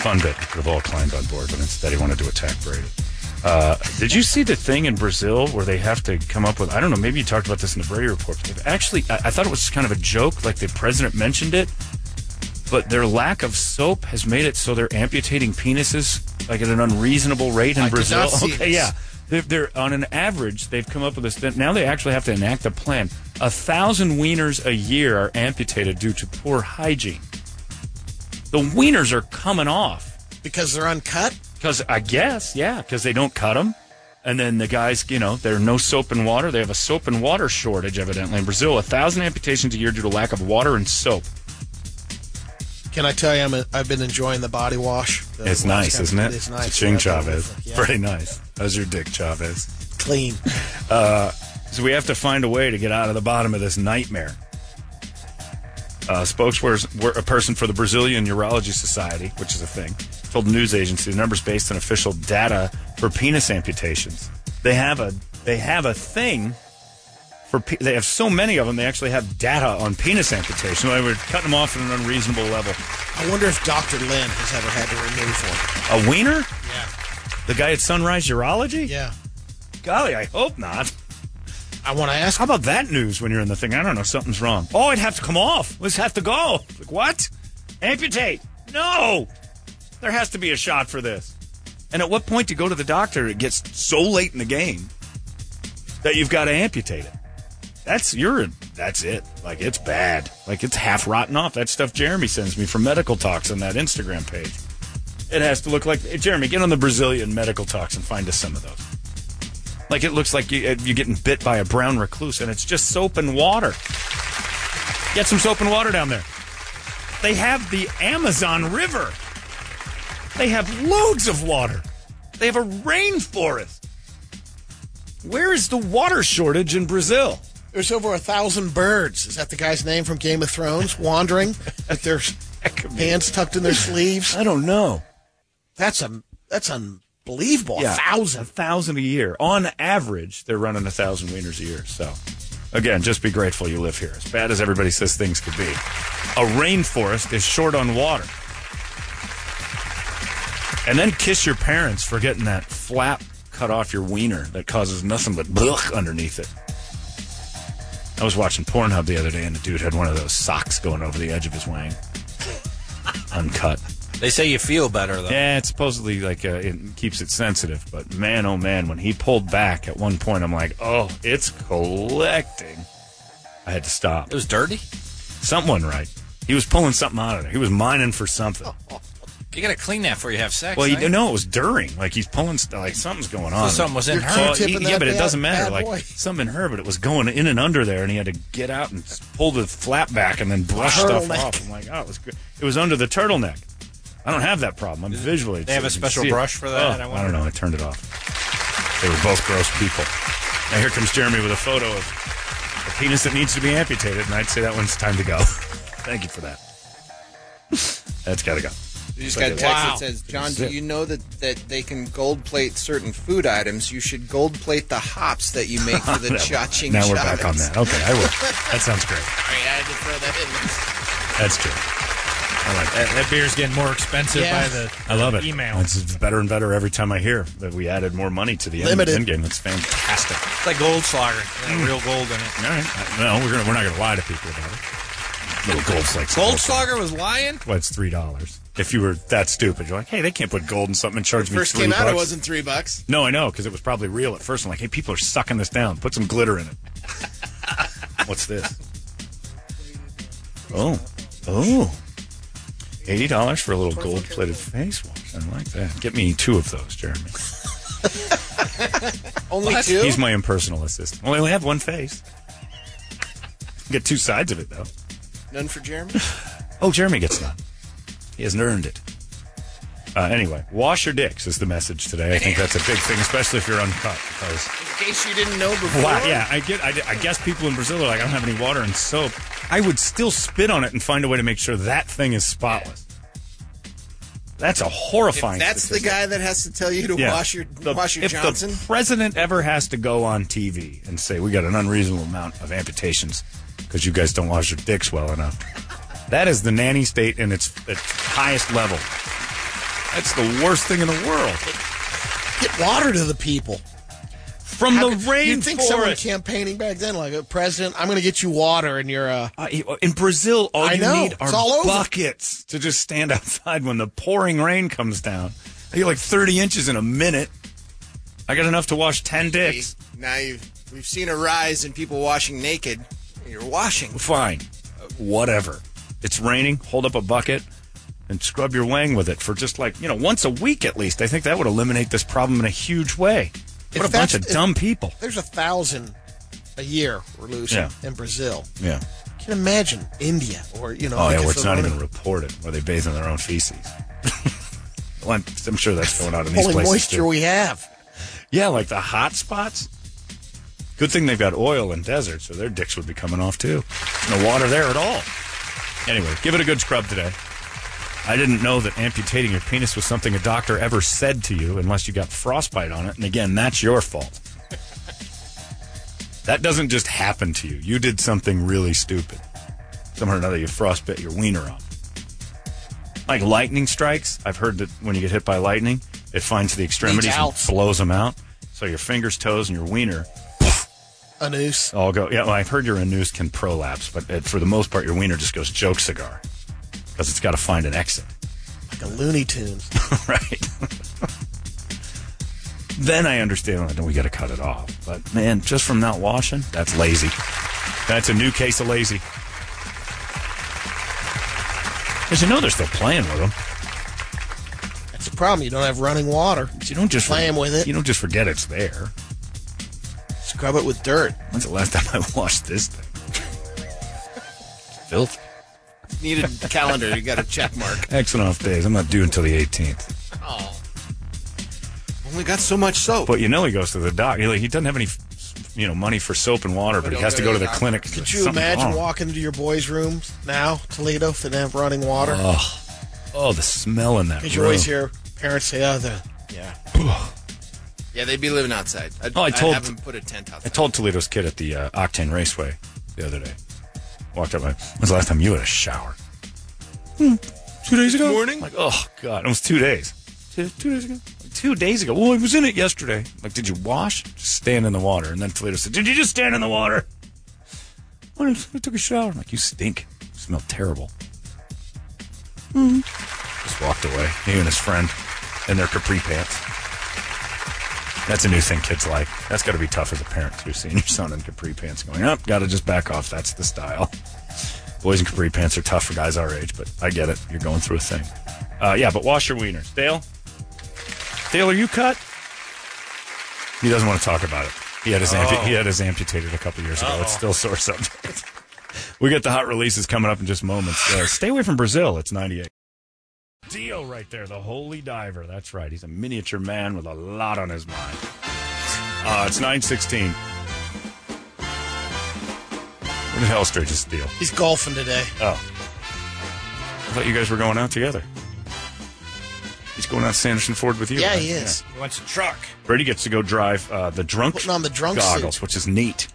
Fun bit. Could have all climbed on board, but instead he wanted to attack Brady. Uh, did you see the thing in Brazil where they have to come up with? I don't know. Maybe you talked about this in the Brady report. But they've actually, I, I thought it was kind of a joke. Like the president mentioned it, but their lack of soap has made it so they're amputating penises like at an unreasonable rate in
I did
Brazil.
not see
okay,
this.
yeah, they're, they're on an average. They've come up with this. that Now they actually have to enact a plan. A thousand wieners a year are amputated due to poor hygiene. The wieners are coming off.
because they're uncut.
Because I guess, yeah, because they don't cut them. And then the guys, you know, there's no soap and water. They have a soap and water shortage, evidently. In Brazil, a thousand amputations a year due to lack of water and soap.
Can I tell you, I'm a, I've been enjoying the body wash. The
it's
last
nice,
time-
isn't it?
It's nice.
Ching
Yeah,
Chavez.
yeah.
Very nice. How's your dick, Chavez?
Clean.
Uh, So we have to find a way to get out of the bottom of this nightmare. Uh, spokesperson, were a person for the Brazilian Urology Society, which is a thing, told the news agency the numbers based on official data for penis amputations. They have a they have a thing for pe- they have so many of them. They actually have data on penis amputation. They were cutting them off at an unreasonable level.
I wonder if Dr. Lynn has ever had to
one.
remove
A wiener?
Yeah.
The guy at Sunrise Urology?
Yeah.
Golly, I hope not.
I want to ask.
How about that news when you're in the thing? I don't know. Something's wrong. Oh, it'd have to come off. Let's have to go. Like, what? Amputate. No. There has to be a shot for this. And at what point do you go to the doctor? It gets so late in the game that you've got to amputate it. That's your. That's it. Like it's bad. Like it's half rotten off. That stuff Jeremy sends me from medical talks on that Instagram page. It has to look like hey, Jeremy. Get on the Brazilian medical talks and find us some of those. Like it looks like you, are getting bit by a brown recluse, and it's just soap and water. Get some soap and water down there. They have the Amazon River. They have loads of water. They have a rainforest. Where is the water shortage in Brazil?
There's over a thousand birds. Is that the guy's name from Game of Thrones? Wandering with their hands tucked in their sleeves.
I don't know.
That's a that's a unbelievable. Yeah. A thousand.
A thousand a year. On average, they're running a thousand wieners a year. So, again, just be grateful you live here. As bad as everybody says things could be, a rainforest is short on water. And then kiss your parents for getting that flap cut off your wiener that causes nothing but blech underneath it. I was watching Pornhub the other day, and the dude had one of those socks going over the edge of his wang, uncut.
They say you feel better though.
Yeah, it's supposedly like uh, it keeps it sensitive, but man, oh man, when he pulled back at one point, I'm like, oh, it's collecting. I had to stop.
It was dirty.
Someone right. He was pulling something out of there. He was mining for something. Oh,
you got to clean that before you have sex.
Well,
right?
you know it was during. Like he's pulling stuff. Like something's going on.
So something was in
You're
her.
So, he, yeah, but it doesn't matter. Like boy. something in her, but it was going in and under there, and he had to get out and pull the flap back and then brush stuff off. I'm like, oh, it was good. It was under the turtleneck. I don't have that problem. I'm visually.
They have a special brush for that.
Oh, I, I, don't know. I turned it off. They were both gross people. Now here comes Jeremy with a photo of a penis that needs to be amputated, and I'd say that one's time to go. Thank you for that. That's got to go.
You just got a text wow. that says, "John, do you know that, that they can gold plate certain food items? You should gold plate the hops that you make for the cha-ching."
Now
we're
back on that. Okay, I will. that sounds great.
Sorry, I had to throw that in. There.
That's good.
I like that. that. beer's getting more expensive yeah. by the
I love it.
Email.
It's better and better every time I hear that we added more money to the Limited. end game. That's fantastic.
It's like gold slogger, mm. real gold in it.
All right. No, we're gonna, we're not going to lie to people about it. Little gold flakes.
Gold slogger was lying.
Well, it's three dollars. If you were that stupid, you're like, hey, they can't put gold in something and charge
me. First
came
bucks.
out,
it wasn't three bucks.
No, I know because it was probably real at first. I'm like, hey, people are sucking this down. Put some glitter in it. What's this? Oh, oh. Eighty dollars for a little gold plated face wash. I like that. Get me two of those, Jeremy.
only what? two?
He's my impersonal assistant. Well, I only have one face. Get two sides of it though.
None for Jeremy.
oh, Jeremy gets none. He hasn't earned it. Uh, anyway, wash your dicks is the message today. I think that's a big thing, especially if you're uncut. Because
in case you didn't know before,
wow, yeah, I get. I, I guess people in Brazil are like, I don't have any water and soap. I would still spit on it and find a way to make sure that thing is spotless. That's a horrifying.
If that's statistic. the guy that has to tell you to yeah. wash your the, wash your
if
Johnson.
the president ever has to go on TV and say we got an unreasonable amount of amputations because you guys don't wash your dicks well enough, that is the nanny state in its, its highest level. That's the worst thing in the world.
Get water to the people
from How the rainforest.
You'd think someone campaigning back then, like a president, I'm going to get you water, and you're uh,
uh, in Brazil. All I you know, need are buckets to just stand outside when the pouring rain comes down. I get like 30 inches in a minute. I got enough to wash 10 dicks.
Now you've we've seen a rise in people washing naked. You're washing.
Fine, whatever. It's raining. Hold up a bucket and scrub your wang with it for just like you know once a week at least. I think that would eliminate this problem in a huge way. What if a bunch of dumb people.
There's a thousand a year we're losing yeah. in Brazil.
Yeah.
You can imagine India or, you know.
Oh, yeah, where it's not even reported, where they bathe in their own feces. well, I'm, I'm, sure that's going on in these
Holy
places.
moisture
too.
we have.
Yeah, like the hot spots. Good thing they've got oil and desert, so their dicks would be coming off too. No water there at all. Anyway, give it a good scrub today. I didn't know that amputating your penis was something a doctor ever said to you unless you got frostbite on it. And again, that's your fault. that doesn't just happen to you. You did something really stupid. Somehow or another, you frostbit your wiener off. Like lightning strikes, I've heard that when you get hit by lightning, it finds the extremities and blows them out. So your fingers, toes, and your wiener
a noose.
I'll go. Yeah, well, I've heard your anus can prolapse, but it, for the most part, your wiener just goes joke cigar because it's got to find an exit.
Like a Looney Tunes.
right. then I understand. Well, then we got to cut it off. But man, just from not washing, that's lazy. That's a new case of lazy. Because you know they're still playing with them.
That's the problem. You don't have running water.
But you don't just
play them with it.
You don't just forget it's there.
Scrub it with dirt.
When's the last time I washed this thing? Filth.
Need a calendar. You got a check mark.
Excellent off days. I'm not due until the 18th.
Oh. Only got so much soap.
But you know he goes to the doc. He, like, he doesn't have any, you know, money for soap and water, but, but he has go to go to the, the clinic.
Could you imagine wrong. walking into your boys' rooms now, Toledo, if they have running water?
Oh, oh the smell in that room.
you always hear parents say, oh, the,
yeah. Yeah, they'd be living outside. I, oh, I told. I haven't put a tent outside.
I told Toledo's kid at the uh, Octane Raceway the other day. Walked up. Like, When's the last time you had a shower?
Hmm, two days ago.
Morning.
Like, oh god, it was two days. Two, two days ago. Like, two days ago. Well, I was in it yesterday. Like, did you wash? Just stand in the water. And then Toledo said, "Did you just stand in the water?" Well, I took a shower. I'm like, you stink. You smell terrible. Mm-hmm. Just walked away. He and his friend in their capri pants. That's a new thing kids like. That's got to be tough as a parent too, seeing your son in capri pants going up. Got to just back off. That's the style. Boys in capri pants are tough for guys our age, but I get it. You're going through a thing. Uh, yeah, but wash your wieners, Dale. Dale, are you cut? He doesn't want to talk about it. He had his oh. ampu- he had his amputated a couple years ago. Oh. It's still sore subject. we get the hot releases coming up in just moments. Uh, stay away from Brazil. It's 98 deal right there, the holy diver. That's right. He's a miniature man with a lot on his mind. Uh, it's 916. What did Hellstray just deal?
He's golfing today.
Oh. I thought you guys were going out together. He's going out to Sanderson Ford with you.
Yeah, right? he is.
Yeah. He wants a truck.
Brady gets to go drive uh, the drunk
putting on the drunk
goggles,
suit.
which is neat.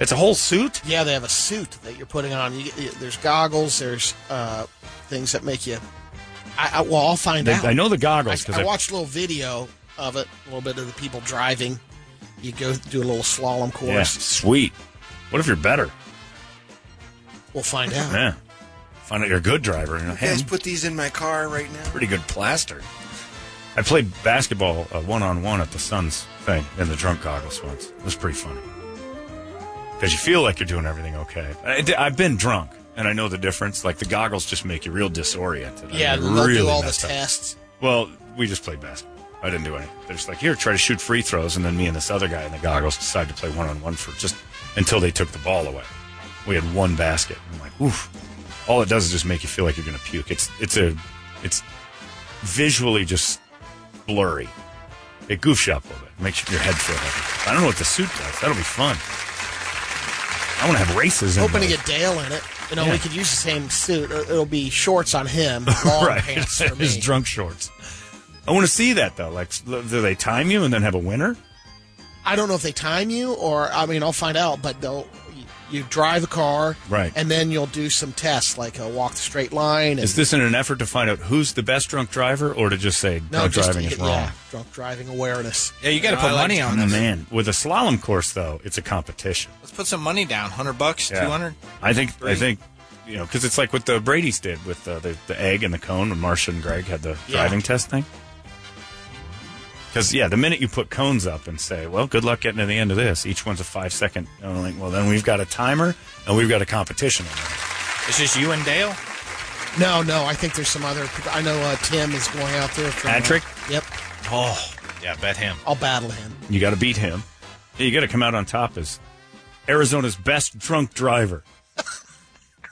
It's a whole suit.
Yeah, they have a suit that you're putting on. You, you, there's goggles. There's uh, things that make you I, I, well, I'll find
they,
out.
I know the goggles
because I, I, watched a little video of it, a little bit of the people driving. You go do a little slalom course. Yeah,
sweet. What if you're better?
We'll find out.
Yeah, find out you're a good driver. You, know,
hey, guys, put these in my car right now.
Pretty good plaster. I played basketball one on one at the Suns thing in the drunk goggles once. It was pretty funny because you feel like you're doing everything okay. I, I've been drunk and I know the difference. Like the goggles just make you real disoriented.
Yeah, I mean, they'll really do all the tests.
Up. Well, we just played basketball. I didn't do anything. They're just like, here, try to shoot free throws, and then me and this other guy in the goggles decided to play one on one for just until they took the ball away. We had one basket. I'm like, oof. All it does is just make you feel like you're going to puke. It's it's a it's visually just blurry. It goofs you up a little bit. Makes your head feel heavy. I don't know what the suit does. That'll be fun. I want to have races.
I'm hoping to get Dale in it. You know, yeah. we could use the same suit. It'll be shorts on him, long right. pants for me.
His drunk shorts. I want to see that though. Like, do they time you and then have a winner?
I don't know if they time you, or I mean, I'll find out. But they'll you drive a car,
right?
And then you'll do some tests, like a walk the straight line. And,
is this in an effort to find out who's the best drunk driver, or to just say no, drunk just driving to, is wrong? Yeah,
drunk driving awareness.
Yeah, you got to no, put I money like on this.
Man, with a slalom course though, it's a competition.
Let's put some money down, hundred bucks, yeah. two hundred.
I think, three. I think, you know, because it's like what the Brady's did with uh, the, the, the egg and the cone when Marsha and Greg had the yeah. driving test thing. Because yeah, the minute you put cones up and say, "Well, good luck getting to the end of this," each one's a five second. And I'm like, well, then we've got a timer and we've got a competition.
It's just you and Dale.
No, no, I think there's some other. people. I know uh, Tim is going out there. For,
Patrick.
Uh, yep.
Oh, yeah, bet him.
I'll battle him.
You got to beat him. You got to come out on top as Arizona's best drunk driver.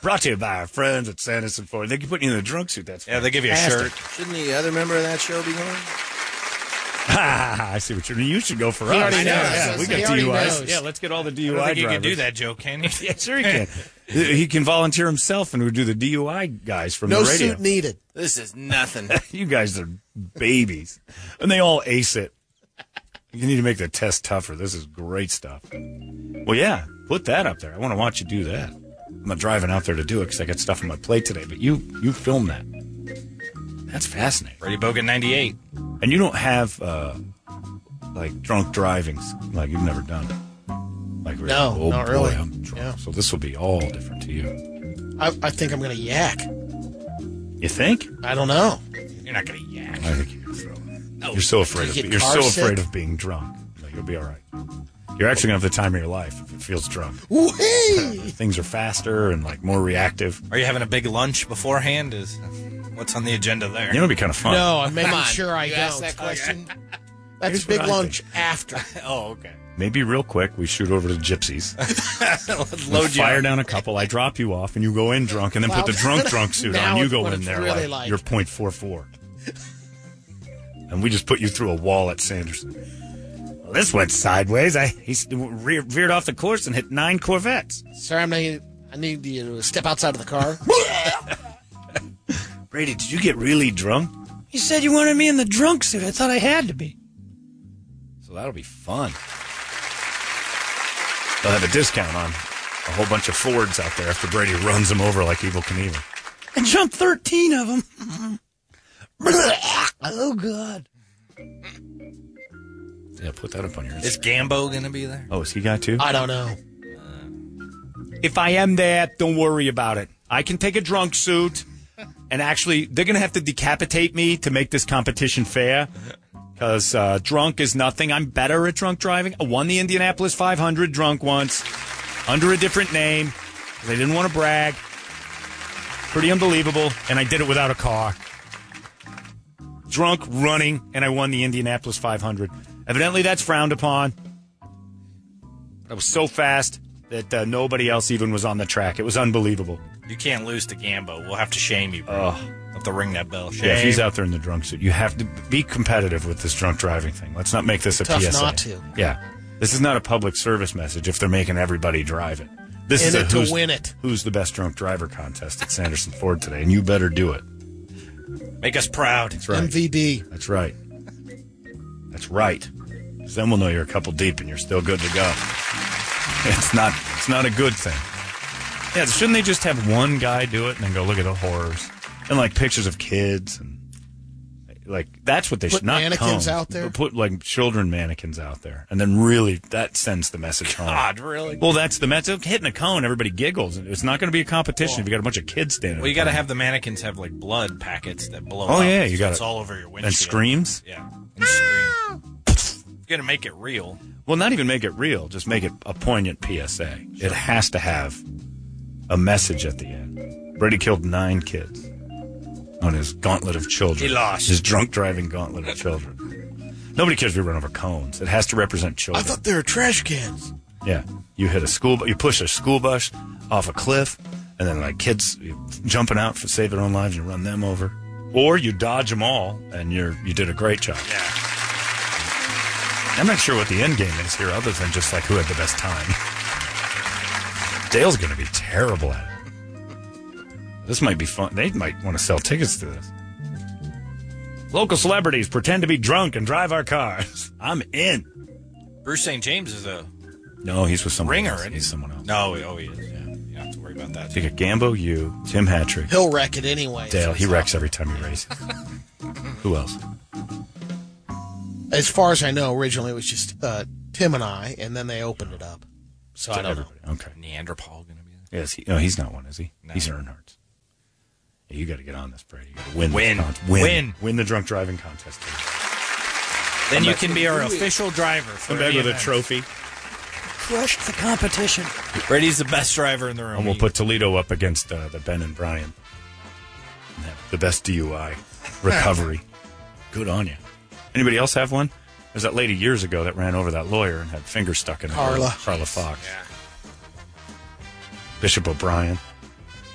Brought to you by our friends at Sanderson Ford. They can put you in the drunk suit. That's
yeah. They give you a
fantastic.
shirt.
Shouldn't the other member of that show be going?
I see what you're doing. You should go for
He
us.
already knows.
Yeah,
He
we got
already
DUIs.
knows.
Yeah, let's get all the
I
DUI
don't think you
drivers.
could do that, Joe, can you?
yeah, sure he can. he can volunteer himself, and we do the DUI guys from
no
the radio.
suit needed.
This is nothing.
you guys are babies, and they all ace it. You need to make the test tougher. This is great stuff. Well, yeah, put that up there. I want to watch you do that. I'm not driving out there to do it because I got stuff on my plate today. But you, you film that. That's fascinating.
Brady Bogan, 98.
And you don't have uh, like drunk drivings like you've never done. Like really,
No,
oh
not
boy,
really.
I'm drunk. So this will be all different to you.
I, I think I'm going to yak.
You think?
I don't know.
You're not going to yak.
I think you're throwing. You're so afraid of
You Oh, get
you're so
car sick?
afraid of being drunk. No, you'll be all right. You're actually gonna have the time of your life if it feels drunk. Things are faster and like more reactive.
Are you having a big lunch beforehand? Is What's on the agenda there?
You know, it'd be kind of fun.
No, I'm making
Come on.
sure I
You
don't.
asked that question?
That's
Here's
big
what I
lunch after.
oh, okay.
Maybe real quick we shoot over to Gypsies. We
Load you
fire
up.
down a couple. I drop you off, and you go in drunk, and then put the drunk drunk suit
Now
on. You
it's
go
what
in
it's
there
really
like,
like.
you're point four four, and we just put you through a wall at Sanderson. Well, this went sideways. I he s- re- veered off the course and hit nine Corvettes.
Sorry, I'm not. I need you to step outside of the car.
Brady, did you get really drunk?
You said you wanted me in the drunk suit. I thought I had to be.
So that'll be fun. They'll have a discount on a whole bunch of Fords out there after Brady runs them over like Evil Knievel.
I jumped 13 of them. oh, God.
Yeah, put that up on your. Instagram.
Is Gambo going to be there?
Oh, is he got two?
I don't know.
If I am there, don't worry about it. I can take a drunk suit, and actually, they're going to have to decapitate me to make this competition fair. Because uh, drunk is nothing. I'm better at drunk driving. I won the Indianapolis 500 drunk once under a different name. 'cause They didn't want to brag. Pretty unbelievable. And I did it without a car. Drunk, running, and I won the Indianapolis 500. Evidently, that's frowned upon. I was so fast that uh, nobody else even was on the track. It was unbelievable.
You can't lose to Gambo. We'll have to shame you, bro.
Oh,
We'll have to ring that bell. Shame.
Uh, Yeah, if he's out there in the drunk suit, you have to be competitive with this drunk driving thing. Let's not make this a
Tough
PSA.
not to.
Yeah, this is not a public service message. If they're making everybody drive it, this
In
is a
it to
who's,
win it.
Who's the best drunk driver contest at Sanderson Ford today? And you better do it.
Make us proud.
That's right.
MVD.
That's right. That's right. 'Cause then we'll know you're a couple deep and you're still good to go. It's not. It's not a good thing. Yeah, shouldn't they just have one guy do it and then go look at the horrors and like pictures of kids and like that's what they
Put
should not
mannequins
cones,
out there?
but Put like children mannequins out there and then really that sends the message home.
God, really?
Well, that's the message. Hitting a cone, everybody giggles. and It's not going to be a competition if you got a bunch of kids standing.
Well, you
in
got to
front of
have the mannequins have like blood packets that blow
Oh
up.
yeah, you
so
got
it's all over your windshield.
and screams.
Yeah. And scream. You're going to make it real.
Well, not even make it real, just make it a poignant PSA. It has to have a message at the end. Brady killed nine kids on his gauntlet of children.
He lost.
His drunk driving gauntlet of children. Nobody cares if we run over cones. It has to represent
I
children.
thought they were trash cans.
yeah. You hit a school, bu- you push a school bus off a cliff, and then like kids jumping out for save their own lives and you run them over. Or you dodge them all and you're, you did a great job.
Yeah.
I'm not sure what the end game is here, other than just like who had the best time. Dale's going to be terrible at it. This might be fun. They might want to sell tickets to this. Local celebrities pretend to be drunk and drive our cars. I'm in.
Bruce St. James is a
No, he's with someone.
ringer.
else.
isn't he?
He's someone else.
No, oh, he is. Yeah. You don't have to worry about that.
You got Gambo, you, Tim Hattrick,
He'll wreck it anyway.
Dale. He wrecks every time he races. who else?
As far as I know, originally it was just uh, Tim and I, and then they opened it up. So I don't know.
Everybody. Okay.
Neanderthal going to be there.
Yes. He, no, he's not one, is he?
No.
He's Earnhardt. Yeah, you got to get on this, Brady. You got to win. this
Win.
con- win.
Win.
Win the drunk driving contest. Today.
Then you can be our official driver. For E
Come back
the
with a
event.
trophy.
Crushed the competition.
Brady's the best driver in the room.
And we'll put Toledo up against uh, the Ben and Brian. And have The best DUI recovery. Good on you. Anybody else have one? There's that lady years ago that ran over that lawyer and had fingers stuck in her.
Carla.
Carla Fox. Bishop O'Brien.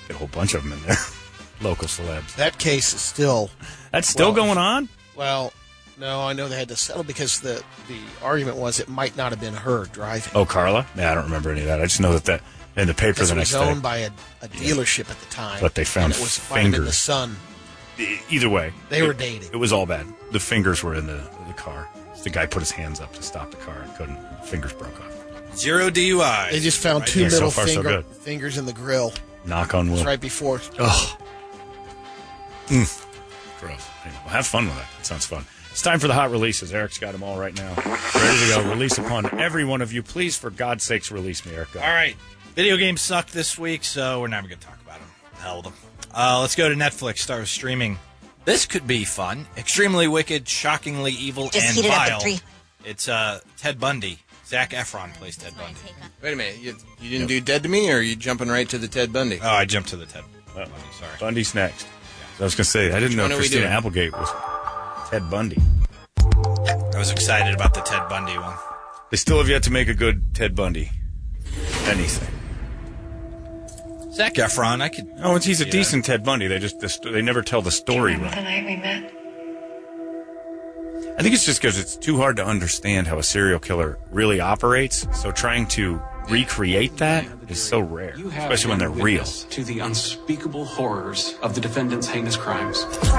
Get a whole bunch of them in there. Local celebs.
That case is still
That's still
Well,
going on?
well. No, I know they had to settle because the, the argument was it might not have been her driving.
Oh, Carla? Yeah, I don't remember any of that. I just know that that in the paper
Because
the
it
next
was
day.
owned by a, a dealership at the time.
But they found
and it was might have been
fingers.
the son.
E- Either way,
They were
it-
dating.
It was all bad. The fingers were in the, the car. The guy put his hands up to stop the car and couldn't. Fingers broke off.
Zero DUI.
They just found two
there. So
middle
far, so
finger,
good.
fingers in the grill.
Knock on
It was
wood.
right before.
Ugh. Mm. Gross. Anyway, well, have fun with that. It sounds fun. It's time for the hot releases. Eric's got them all right now. Ready to go. Release upon every one of you. Please, for God's sakes, release me, Eric. Go.
All right. Video games sucked this week, so we're never going to talk about them. Hell with them. Uh, let's go to Netflix, start with streaming. This could be fun. Extremely wicked, shockingly evil,
Just
and
heat it up in
vile.
three.
It's uh, Ted Bundy. Zach Efron plays Ted Bundy.
Wait a minute. You, you didn't do Dead to Me, or are you jumping right to the Ted Bundy?
Oh, I jumped to the Ted
Bundy.
Sorry.
Bundy's next. I was going to say, I didn't
Which
know
one are we
Christina
doing?
Applegate was Ted Bundy.
I was excited about the Ted Bundy one.
They still have yet to make a good Ted Bundy. Anything.
Zach Efron, I could.
Oh, it's, he's a
Yeah.
decent Ted Bundy. They just this, they never tell the story right.
night we met.
I think it's just because it's too hard to understand how a serial killer really operates. So trying to recreate that is so rare,
have
especially when they're
been
real.
witness To the unspeakable horrors of the defendant's heinous crimes.
Just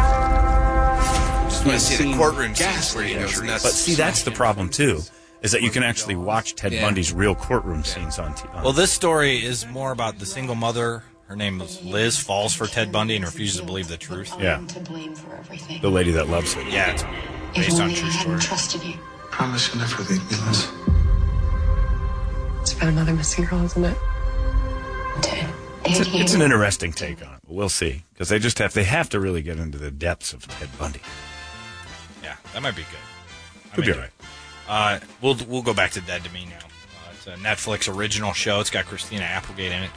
want to see the courtroom scenes where
ghastly
he goes
injuries.
But
nuts.
see, that's the problem too, is that you can actually watch Ted
Yeah.
Bundy's real courtroom scenes on TV.
Well, this story is more about the single mother. Her name was Liz, falls for Ted Bundy and refuses to believe the truth.
Yeah.
To blame for everything.
The lady that loves him.
Yeah, it's
If
based on
only
true
I hadn't
story.
trusted you.
Promise you'll never leave me, Liz.
It's about another missing girl, isn't it?
It's, a- it's an interesting take on it. But we'll see because they just have they have to really get into the depths of Ted Bundy.
Yeah, that might be good.
Could be
into
all
it. Uh, we'll we'll go back to Dead to Me now. Uh, it's a Netflix original show. It's got Christina Applegate in it.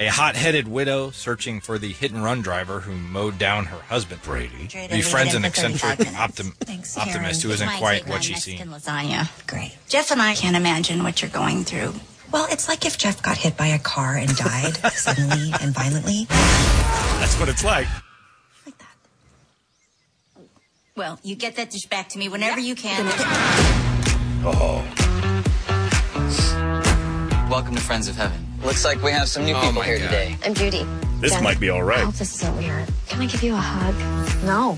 A hot-headed widow searching for the hit-and-run driver who mowed down her husband, Brady,
Brady,
befriends
we
an
did it for
eccentric
35 minutes.
optim-
Thanks, Karen.
optimist who isn't
My
quite
take on
what she's
Mexican
seen.
Lasagna. Great. Jeff and I can't imagine what you're going through.
Well, it's like if Jeff got hit by a car and died suddenly and violently.
That's what it's like.
Well, Oh, you get that dish back to me whenever you can.
Oh.
Welcome to Friends of Heaven. Looks like we have some new
Oh
people
my
here
God.
today.
I'm Judy.
This
Dad,
might be all right.
I hope this isn't weird. Can I give you a hug? No.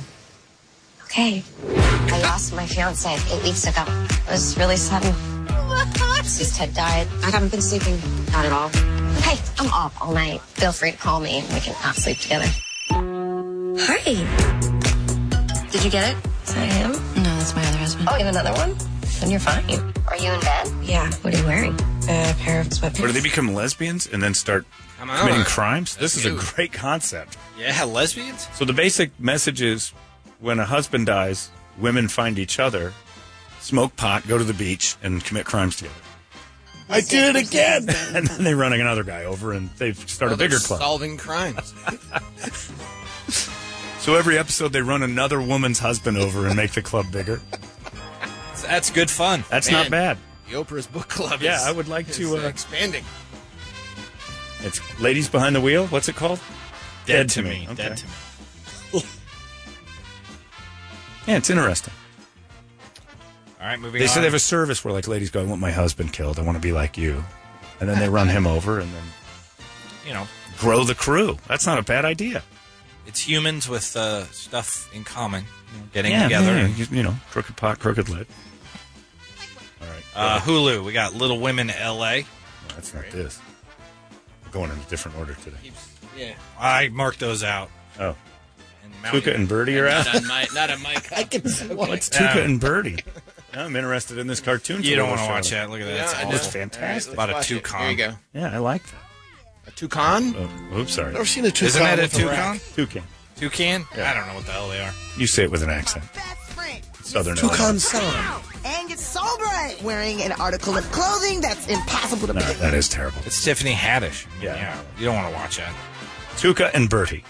Okay. I lost my fiance eight weeks ago. It was really sudden. Since Ted died, I haven't been sleeping. Not at all. Hey, I'm off all night. Feel free to call me and we can not sleep together. Hi. Did you get it? Is that him? No, that's my other husband. Oh, you have another one? Then you're fine. Are you in bed? Yeah. What are you wearing? A pair of sweatpants.
Or do they become lesbians and then start
Come on.
committing crimes?
That's
this is a
huge.
great concept.
Yeah, lesbians.
So the basic message is when a husband dies, women find each other, smoke pot, go to the beach, and commit crimes together. I did it again! and then they run another guy over and they start
Oh,
a bigger
they're
club.
Solving crimes.
So every episode they run another woman's husband over and make the club bigger.
So that's good fun.
That's not bad.
The Oprah's Book Club.
Yeah,
is-
I would like to,
is,
uh,
expanding.
It's Ladies Behind the Wheel. What's it called?
Dead, to me.
Okay.
Dead to me.
Yeah, it's interesting.
All right, moving
They
on.
said they have a service where like ladies go, I want my husband killed. I want to be like you. And then they run him over and then
you know,
grow the crew. That's not a bad idea.
it's humans with uh, stuff in common you know, getting
Yeah,
together.
yeah, you, you know, crooked pot, crooked lid.
Uh, Hulu, we got Little Women L.A.
Uh, That's not this. We're going in a different order today.
Yeah.
I marked those out.
Oh.
And
Tuca and Birdie are out.
my, not on my. I can see
What's Tuca and Birdie? Now I'm interested in this cartoon.
You don't
Toledo
want to
show. Oh,
watch that. Look at that.
Yeah,
It's
I
awful.
know. It's fantastic.
About a
Let's
two
watch it.
con.
Here you go. Yeah, I like that.
A toucan?
Oh, oops, sorry.
Never seen a toucan
Isn't that a
with a
toucan?
Toucan.
Toucan? I don't know what the hell they are.
You say it with an accent. Southern Illinois.
Now, And get sobre. Wearing an article of clothing that's impossible to
No,
pick.
that is terrible.
It's Tiffany Haddish. I mean, yeah. You don't want to watch that.
Tuca and Bertie.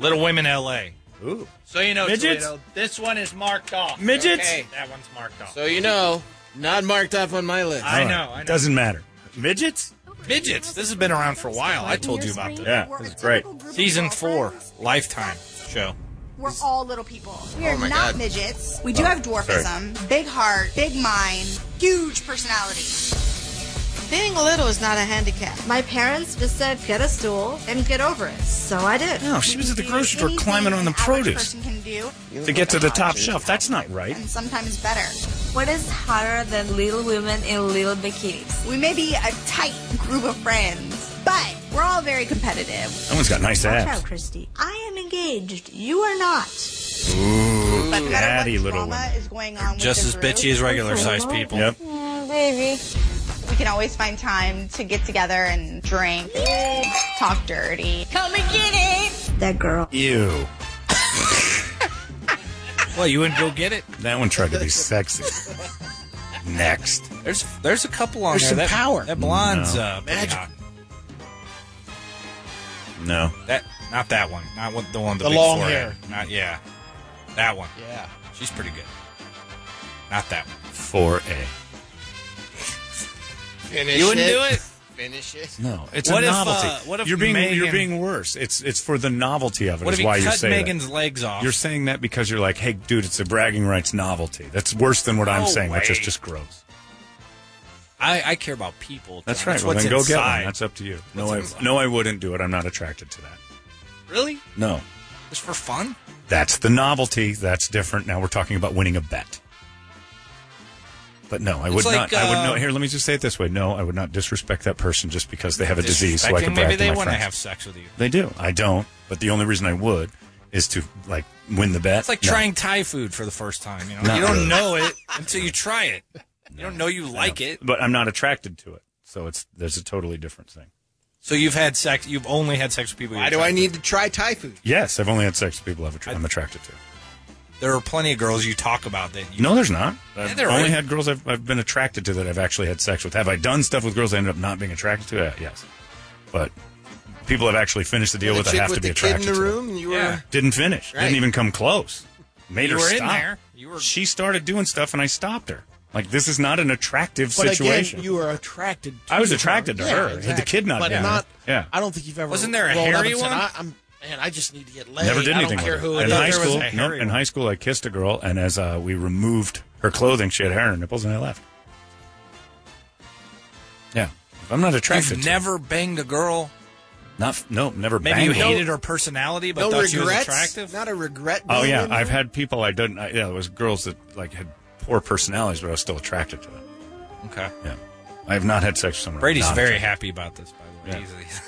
Little Women L.A.
Ooh.
So you know,
Midgets?
Toledo, this one is marked off.
Midgets?
Okay, That one's marked off.
So you know, not marked off on my list.
I know, I know.
Doesn't matter. Midgets?
Midgets. This has been around for a while. I told you about this.
Yeah, this is great.
Season four, Lifetime show.
We're all little people. We are
Oh my
not
God.
midgets. We do
Oh,
have dwarfism, big heart, big mind, huge personality.
Being little is not a handicap. My parents just said, get a stool and get over it. So I did.
No, she was at the grocery store climbing on the produce
Person can do,
to get to the top shelf. That's not right.
and sometimes better.
What is hotter than little women in little bikinis?
We may be a tight group of friends, but we're all very competitive.
That one's got nice
Watch
abs.
out, Christy. I am engaged. You are not.
Ooh,
But no matter
natty
what
little
drama
one.
is going on with
Just
the
as
group,
bitchy as regular sized people. Yep.
Mm, baby. We can always find time to get together and drink, talk dirty. Come and get it.
That girl.
Ew.
Well, you wouldn't go get it.
That one tried to be sexy. Next.
There's there's a couple on
There's
there.
some
that,
power.
That blonde's
No.
uh, pretty
Magic.
hot.
No.
That not that one. Not one, the one with the,
The
big
long
forehead.
hair.
Not yeah. That one.
Yeah.
She's pretty good. Not that one.
4A.
Finish
You wouldn't
it.
do it?
Finish it.
No, it's
What
a
if, uh,
novelty.
what if
you're being you're
Megan-
being worse. It's it's for the novelty of it.
What
is
if he
why you
cut
say
Megan's
that.
legs off?
You're saying that because you're like, hey, dude, it's a bragging rights novelty. That's worse than what I'm
No
saying, which is
way.
just gross.
I, I care about people. John.
That's right.
That's
well,
what's
then go get
inside.
one. That's up to you. No,
What's
I
inside?
no, I wouldn't do it. I'm not attracted to that.
Really?
No,
Just for fun?
that's the novelty. That's different. Now we're talking about winning a bet. But no, I
It's
would
like,
not. I would
uh,
no. Here, let me just say it this way. No, I would not disrespect that person just because they have a disease. So I
Disrespecting?
can brag
Maybe
to
they
my
want to
friends.
have sex with you.
They do. I don't. But the only reason I would is to like win the bet.
It's like
No.
trying Thai food for the first time. You know,
Not
you don't
really.
know it until you try it. You don't know you like it.
but I'm not attracted to it. So it's there's a totally different thing.
So you've had sex. You've only had sex with people.
Why do I need to try Thai food?
Yes, I've only had sex with people I've attra- I'm attracted to.
There are plenty of girls you talk about that. You,
No, there's not.
Yeah,
I've
there
only
is.
had girls I've, I've been attracted to that I've actually had sex with. Have I done stuff with girls I ended up not being attracted to? Uh, yes, but people I've actually finished the deal
The
with. I
chick
have
with
to be
the kid
attracted
in the
to.
room. You were.
Didn't finish.
Right.
Didn't even come close. Made
You
her
were in
stop.
there.
You were.
She started doing stuff, and I stopped her. Like this is not an attractive
But
situation.
again, you were attracted. to
I was
her.
attracted to
Yeah,
her. Had the
exactly.
kid not
but
been
not.
there. Yeah.
I don't think you've ever.
Wasn't there a
rolled up
hairy
and said,
one?
I, am man. I just need to get laid.
Never did
I
anything
don't care
with
who
her. in
it is."
high
There was
school,
a
nope,
hairy
in
one.
high school, I kissed a girl, and as uh, we removed her clothing, she had hair on her nipples, and I left. Yeah, If I'm not attracted.
You've
to
never banged a girl.
her- not f- no, never.
Maybe
banged
you
her.
hated her personality, but
no
thought she was
regrets.
attractive.
Not a regret.
Oh
being
yeah,
in
I've
there?
had people I didn't. I, yeah, there was girls that like had poor personalities, but I was still attracted to them.
Okay.
Yeah, I have not had sex with someone. I'm
Brady's
not
very
attracted
happy about this, by the way.
Yeah.
He's- he's-
to.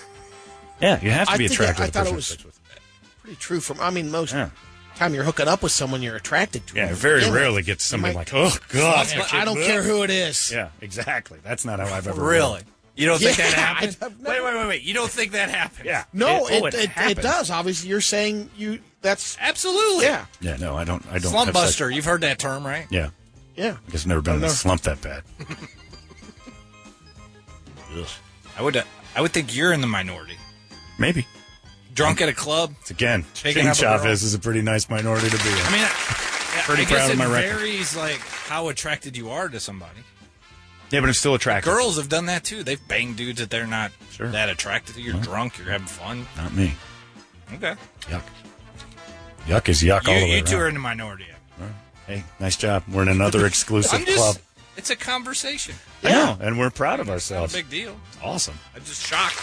Yeah, you have to
I
be
think
attracted
I,
to the
thought
person
it
you
was
have sex with.
pretty true. From I mean, most
Yeah.
time you're hooking up with someone you're attracted to.
Yeah, very
Damn it.
rarely gets somebody
might-
like, oh god,
But I don't care who it is.
Yeah, exactly. That's not how I've ever
Really? You don't think
Yeah,
that happened?
I-
Wait, wait, wait, wait. You don't think that happened?
Yeah. oh,
No, it it, it,
happened.
does. Obviously, you're saying you. That's
Absolutely.
yeah,
Yeah, no, I don't. I don't.
Slump
have sex-
buster. You've heard that term, right?
Yeah,
yeah.
I guess I've never been in a
I've never-
slump that bad.
I would. Uh, I would think you're in the minority.
Maybe.
Drunk at a club.
It's again,
Shaking
King
up a girl.
Chavez is a pretty nice minority to be in.
I mean, I,
Pretty
I guess
proud of
it
my record.
varies like how attracted you are to somebody.
yeah, but I'm still attracted.
Girls have done that too. They've banged dudes that they're not
Sure. Uh-huh.
that attracted to. You're drunk. You're having fun.
Not me.
Okay.
Yuck. Yuck is yuck
You,
all the way
you two
around.
are in the minority.
Hey, nice job. We're in another exclusive
I'm just.
club.
It's a conversation.
I know, and we're proud of
Not a
ourselves.
big deal.
Awesome.
I'm just shocked.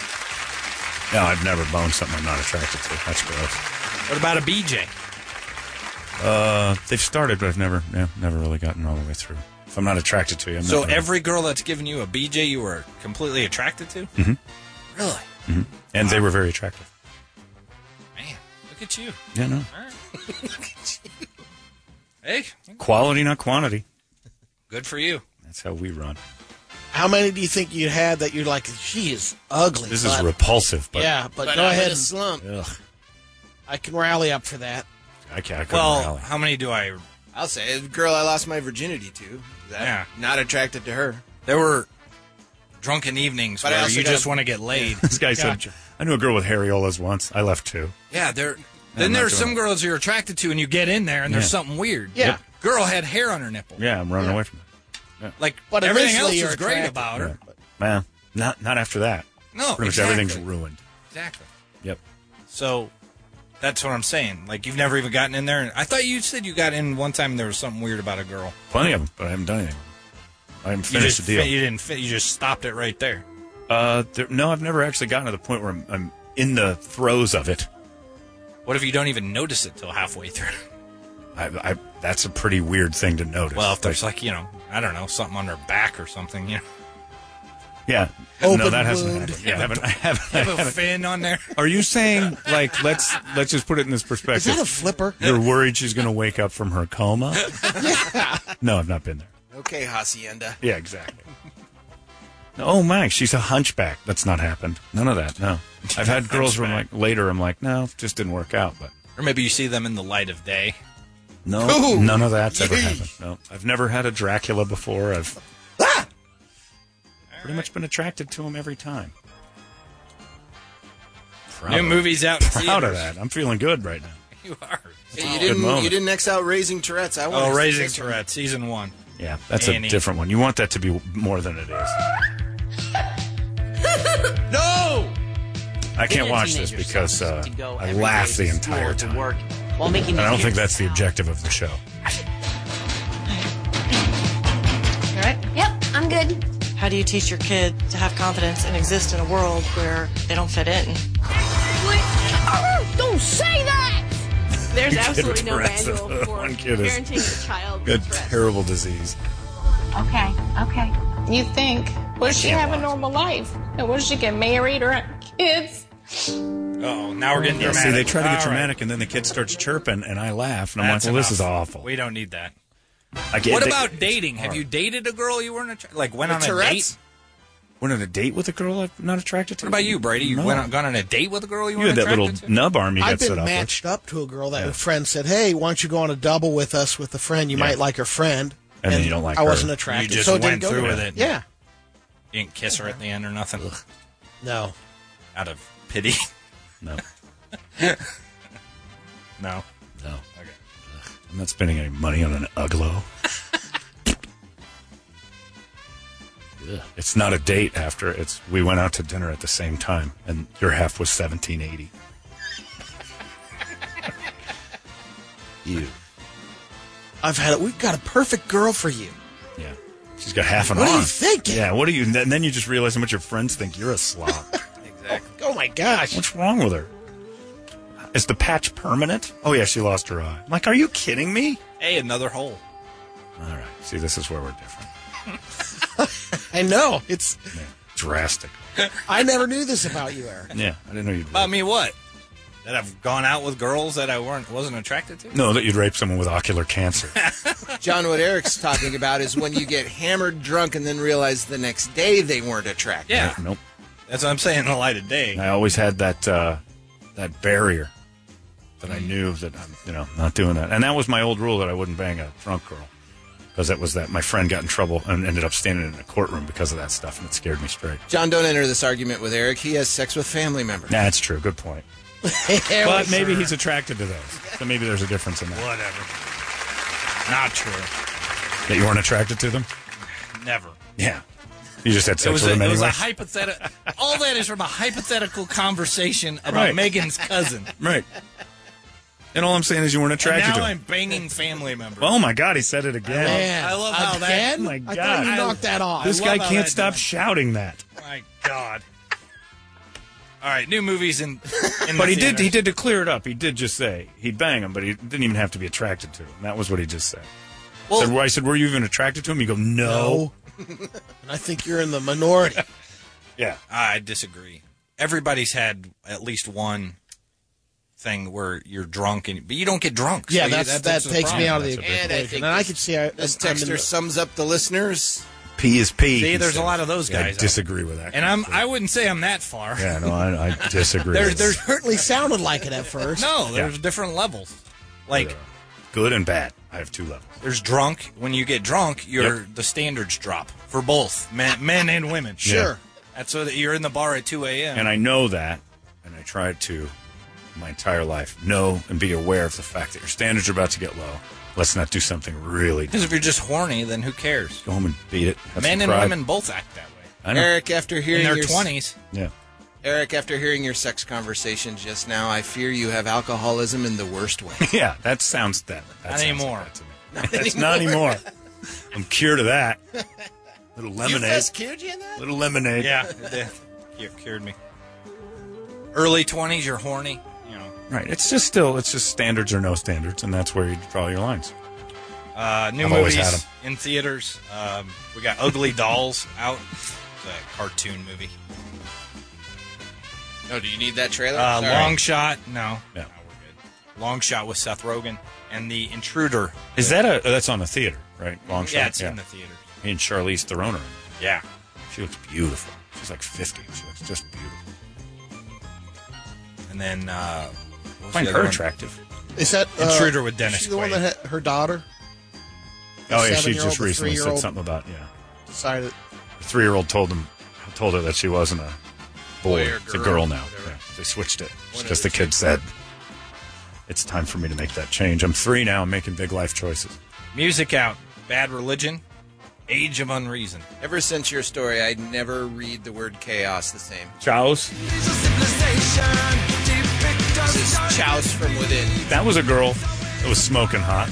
No, I've never boned something I'm not attracted to. That's gross.
What about a BJ?
Uh, they've started, but I've never, yeah, never really gotten all the way through. If I'm not attracted to you, I'm
So
not gonna-
every girl that's given you a BJ, you were completely attracted to.
Mhm.
Really?
Mhm. and they were very attractive.
Man, look at you.
Yeah, no.
All right. hey,
Quality, not quantity.
good for you.
That's how we run.
How many do you think you had that you're like, she is ugly?
This is
but-
repulsive, but
yeah, but,
But
go
I'm in
ahead
a
and
slump.
Ugh,
I can rally up for that.
I can't. I couldn't
Well,
rally.
how many do I?
I'll say, the girl I lost my virginity to. That,
Yeah.
Not attracted to her.
There were drunken evenings
But I
where
also
you
got-
just want to get laid.
This guy said, "I knew a girl with areolas once. I left two.
Yeah, there.
I'm
Then
not
there's
doing
some girls you're attracted to, and you get in there, and
Yeah.
there's something weird.
Yeah. Yep.
girl had hair on her nipple.
Yeah, I'm running away from it.
Like,
But
everything else
eventually
is
you're
great
attracted.
about her.
Man, not not after that.
No,
pretty much
exactly.
everything's ruined.
Exactly.
Yep.
So, That's what I'm saying. Like you've never even gotten in there. I thought you said you got in one time. and There was something weird about a girl.
Plenty of them, but I haven't done anything. I haven't
You
finished
just
the deal.
fi- you didn't. Fit, you just stopped it right there.
Uh, there, no, I've never actually gotten to the point where I'm, I'm in the throes of it.
What if you don't even notice it till halfway through?
I, I, that's a pretty weird thing to notice.
Well, if there's like you know, I don't know, something on her back or something. You know,
yeah, no,
Open
that hasn't
wound.
happened. Yeah, I
Have a-
haven't. I haven't, I
have a
haven't.
fin on there.
Are you saying like let's let's just put it in this perspective?
Is that a flipper?
You're worried she's going to wake up from her coma? No, I've not been there.
Okay, Hacienda.
Yeah, exactly. Oh my, she's a hunchback. That's not happened. None of that. No, I've had girls where I'm like later. I'm like, no, it just didn't work out. But
or maybe you see them in the light of day.
no,
Ooh.
none of that's ever
Yee.
happened. No, I've never had a Dracula before. I've
Ah!
pretty much been attracted to him every time. Proud
New
of-
movies out in
Proud of
theaters.
that. I'm feeling good right now.
You are.
Hey, you
Good moment.
didn't. You didn't X out raising Tourette's. I want
Oh, Raising Tourette, season one.
Yeah, that's a
Annie.
different one. You want that to be more than it is.
no.
I
Give
can't
your
watch this
teenagers
because uh,
something to go
I
every
laugh
day
the
to
entire
school, to
time.
work, while
And
making
I don't
the
think
kids
that's the objective of the show.
All right? Yep, I'm good. How do you teach your kid to have confidence and exist in a world where they don't fit in?
Oh, Don't say that! There's
You kid
absolutely
with
no
Tourette's.
manual for
One kid is-
parenting a child.
Good terrible disease.
Okay, okay. You think,
I
will she
can't
have
watch
a normal life? And will she get married or have kids?
Oh, now we're getting
Yeah,
dramatic.
see, they try to get
All right.
dramatic, and then the kid starts chirping, and I laugh, and I'm
That's
like, "Well, this is
enough.
awful."
We don't need that.
I get
what
they-
about dating? Have you dated a girl you weren't attra- like went
With
on
Tourette's?
a date?
went on a date with a girl I'm not attracted to?
What about you, Brady? You
No.
went on, gone on a date with a girl you,
You
weren't
had that
attracted
little nub arm you
I've
got set
been
up with.
matched up to a girl that a friend said, "Hey, why don't you go on a double with us with a friend? You might like her friend."
And then you don't like
I
her.
wasn't attracted,
You just
so it
went
didn't go
through
to
with
her.
it.
Yeah,
You didn't kiss her at the end or nothing.
no.
Out of pity.
No.
no.
No. Okay. I'm not spending any money on an Uglo. Ugh. it's not a date after it's we went out to dinner at the same time and your half was 1780 you
I've had it. We've got a perfect girl for you.
yeah she's got half an
What are you
arm.
thinking?
yeah what are you and then you just realize how much your friends think you're a slob
Oh my gosh!
What's wrong with her? Is the patch permanent? Oh yeah, she lost her eye. I'm like, are you kidding me?
Hey, another hole.
All right. See, this is where we're different.
I know it's.
Drastic.
I never knew this about you, Eric.
Yeah, I didn't know you'd.
About me, what? That I've gone out with girls that I weren't wasn't attracted to.
No, that you'd rape someone with ocular cancer.
John, what Eric's talking about is when you get hammered drunk and then realize the next day they weren't attracted.
Yeah,
nope.
That's what I'm saying. In the light of day.
I always had that uh, that barrier that I knew that I'm, you know, not doing that. And that was my old rule that I wouldn't bang a drunk girl because that was that my friend got in trouble and ended up standing in a courtroom because of that stuff, and it scared me straight.
John, don't enter this argument with Eric. He has sex with family members.
Nah, that's true. Good point. but maybe he's attracted to those, so maybe there's a difference in that.
Whatever. Not true.
That you weren't attracted to them.
Never.
Yeah. You just had
it
sex
was,
with
a,
him
it was
anyway.
a hypothetical. all that is from a hypothetical conversation about
Right.
Megan's cousin.
right. And all I'm saying is you weren't
And
attracted
now
to him.
I'm banging family members.
Oh my God, he said it again.
I love how that.
Again? Oh
My
I thought you knocked that off.
This guy can't stop shouting that.
My God. All right, new movies in. in
But
the
he did.
theater.
He did to clear it up. He did just say he'd bang him, but he didn't even have to be attracted to him. That was what he just said.
Well-
Said, I said, "Were you even attracted to him?" You go, "No."
And I think you're in the minority.
Yeah.
I disagree. Everybody's had at least one thing where you're drunk, and but you don't get drunk. so
Yeah,
you-
that's,
that's
that
the
takes me
problem.
out of the
That's a big
equation.
problem.
And, I can see I,
This
I'm in
texter
the-
sums up the listeners.
P is P.
See,
he
there's
said.
a lot of those
Yeah,
guys
I
out
disagree with that.
And I'm I wouldn't say I'm that far.
yeah, no, I, I disagree.
There's-
with
there's-
that.
certainly sounded like it at first.
No,
Yeah.
there's different levels. Like
good and bad. I have two levels.
there's drunk. When you get drunk, your
Yep.
the standards drop for both men, men and women.
Sure.
That's so that you're in the bar at 2 a.m.
And I know that, and I tried to my entire life know and be aware of the fact that your standards are about to get low. Let's not do something really.
because if you're just horny, then who cares?
Go home and beat it. Have
Men
some
and
pride.
women both act that way.
I know.
Eric, after hearing
in their
your s-
20s,
Yeah.
Eric, after hearing your sex conversation just now, I fear you have alcoholism in the worst way.
yeah, that sounds that. that
Not
sounds
anymore.
like that to me. That's not anymore. I'm cured of that. Little lemonade.
cured you in that?
Little lemonade.
Yeah, it did. You cured me. Early twenties, you're horny. You know,
Right. It's just still. It's just standards or no standards, and that's where you draw your lines.
uh, new
I've always
movies
had 'em.
in theaters. Um, we got Ugly Dolls out. It's a cartoon movie.
No, do you need that trailer?
Uh,
Sorry.
long shot. No. No, we're good. Long shot with Seth Rogen and the Intruder.
Is that a? oh, That's on a theater, right? Long shot.
Yeah, it's in the theater.
He and Charlize Theron are in
Yeah.
it. She looks beautiful. She's like 50. She looks just beautiful.
And then uh, what was
Find
the
her Oh,
other one?
attractive.
Is that uh,
Intruder with Dennis
She the one
Quaid.
that had her daughter.
Oh yeah, she
Seven-year-old,
just
the
recently said
three-year-old
something about yeah.
Decided.
A three-year-old told him, told her that she wasn't a boy.
Boy or
It's a
girl,
girl now. Yeah, they switched it because the kid said, "It's time for me to make that change." I'm three now. I'm making big life choices.
Music out. Bad Religion. Age of Unreason.
Ever since your story, I never read the word chaos the same.
Chows.
This is Chows from within.
That was a girl. that was smoking hot.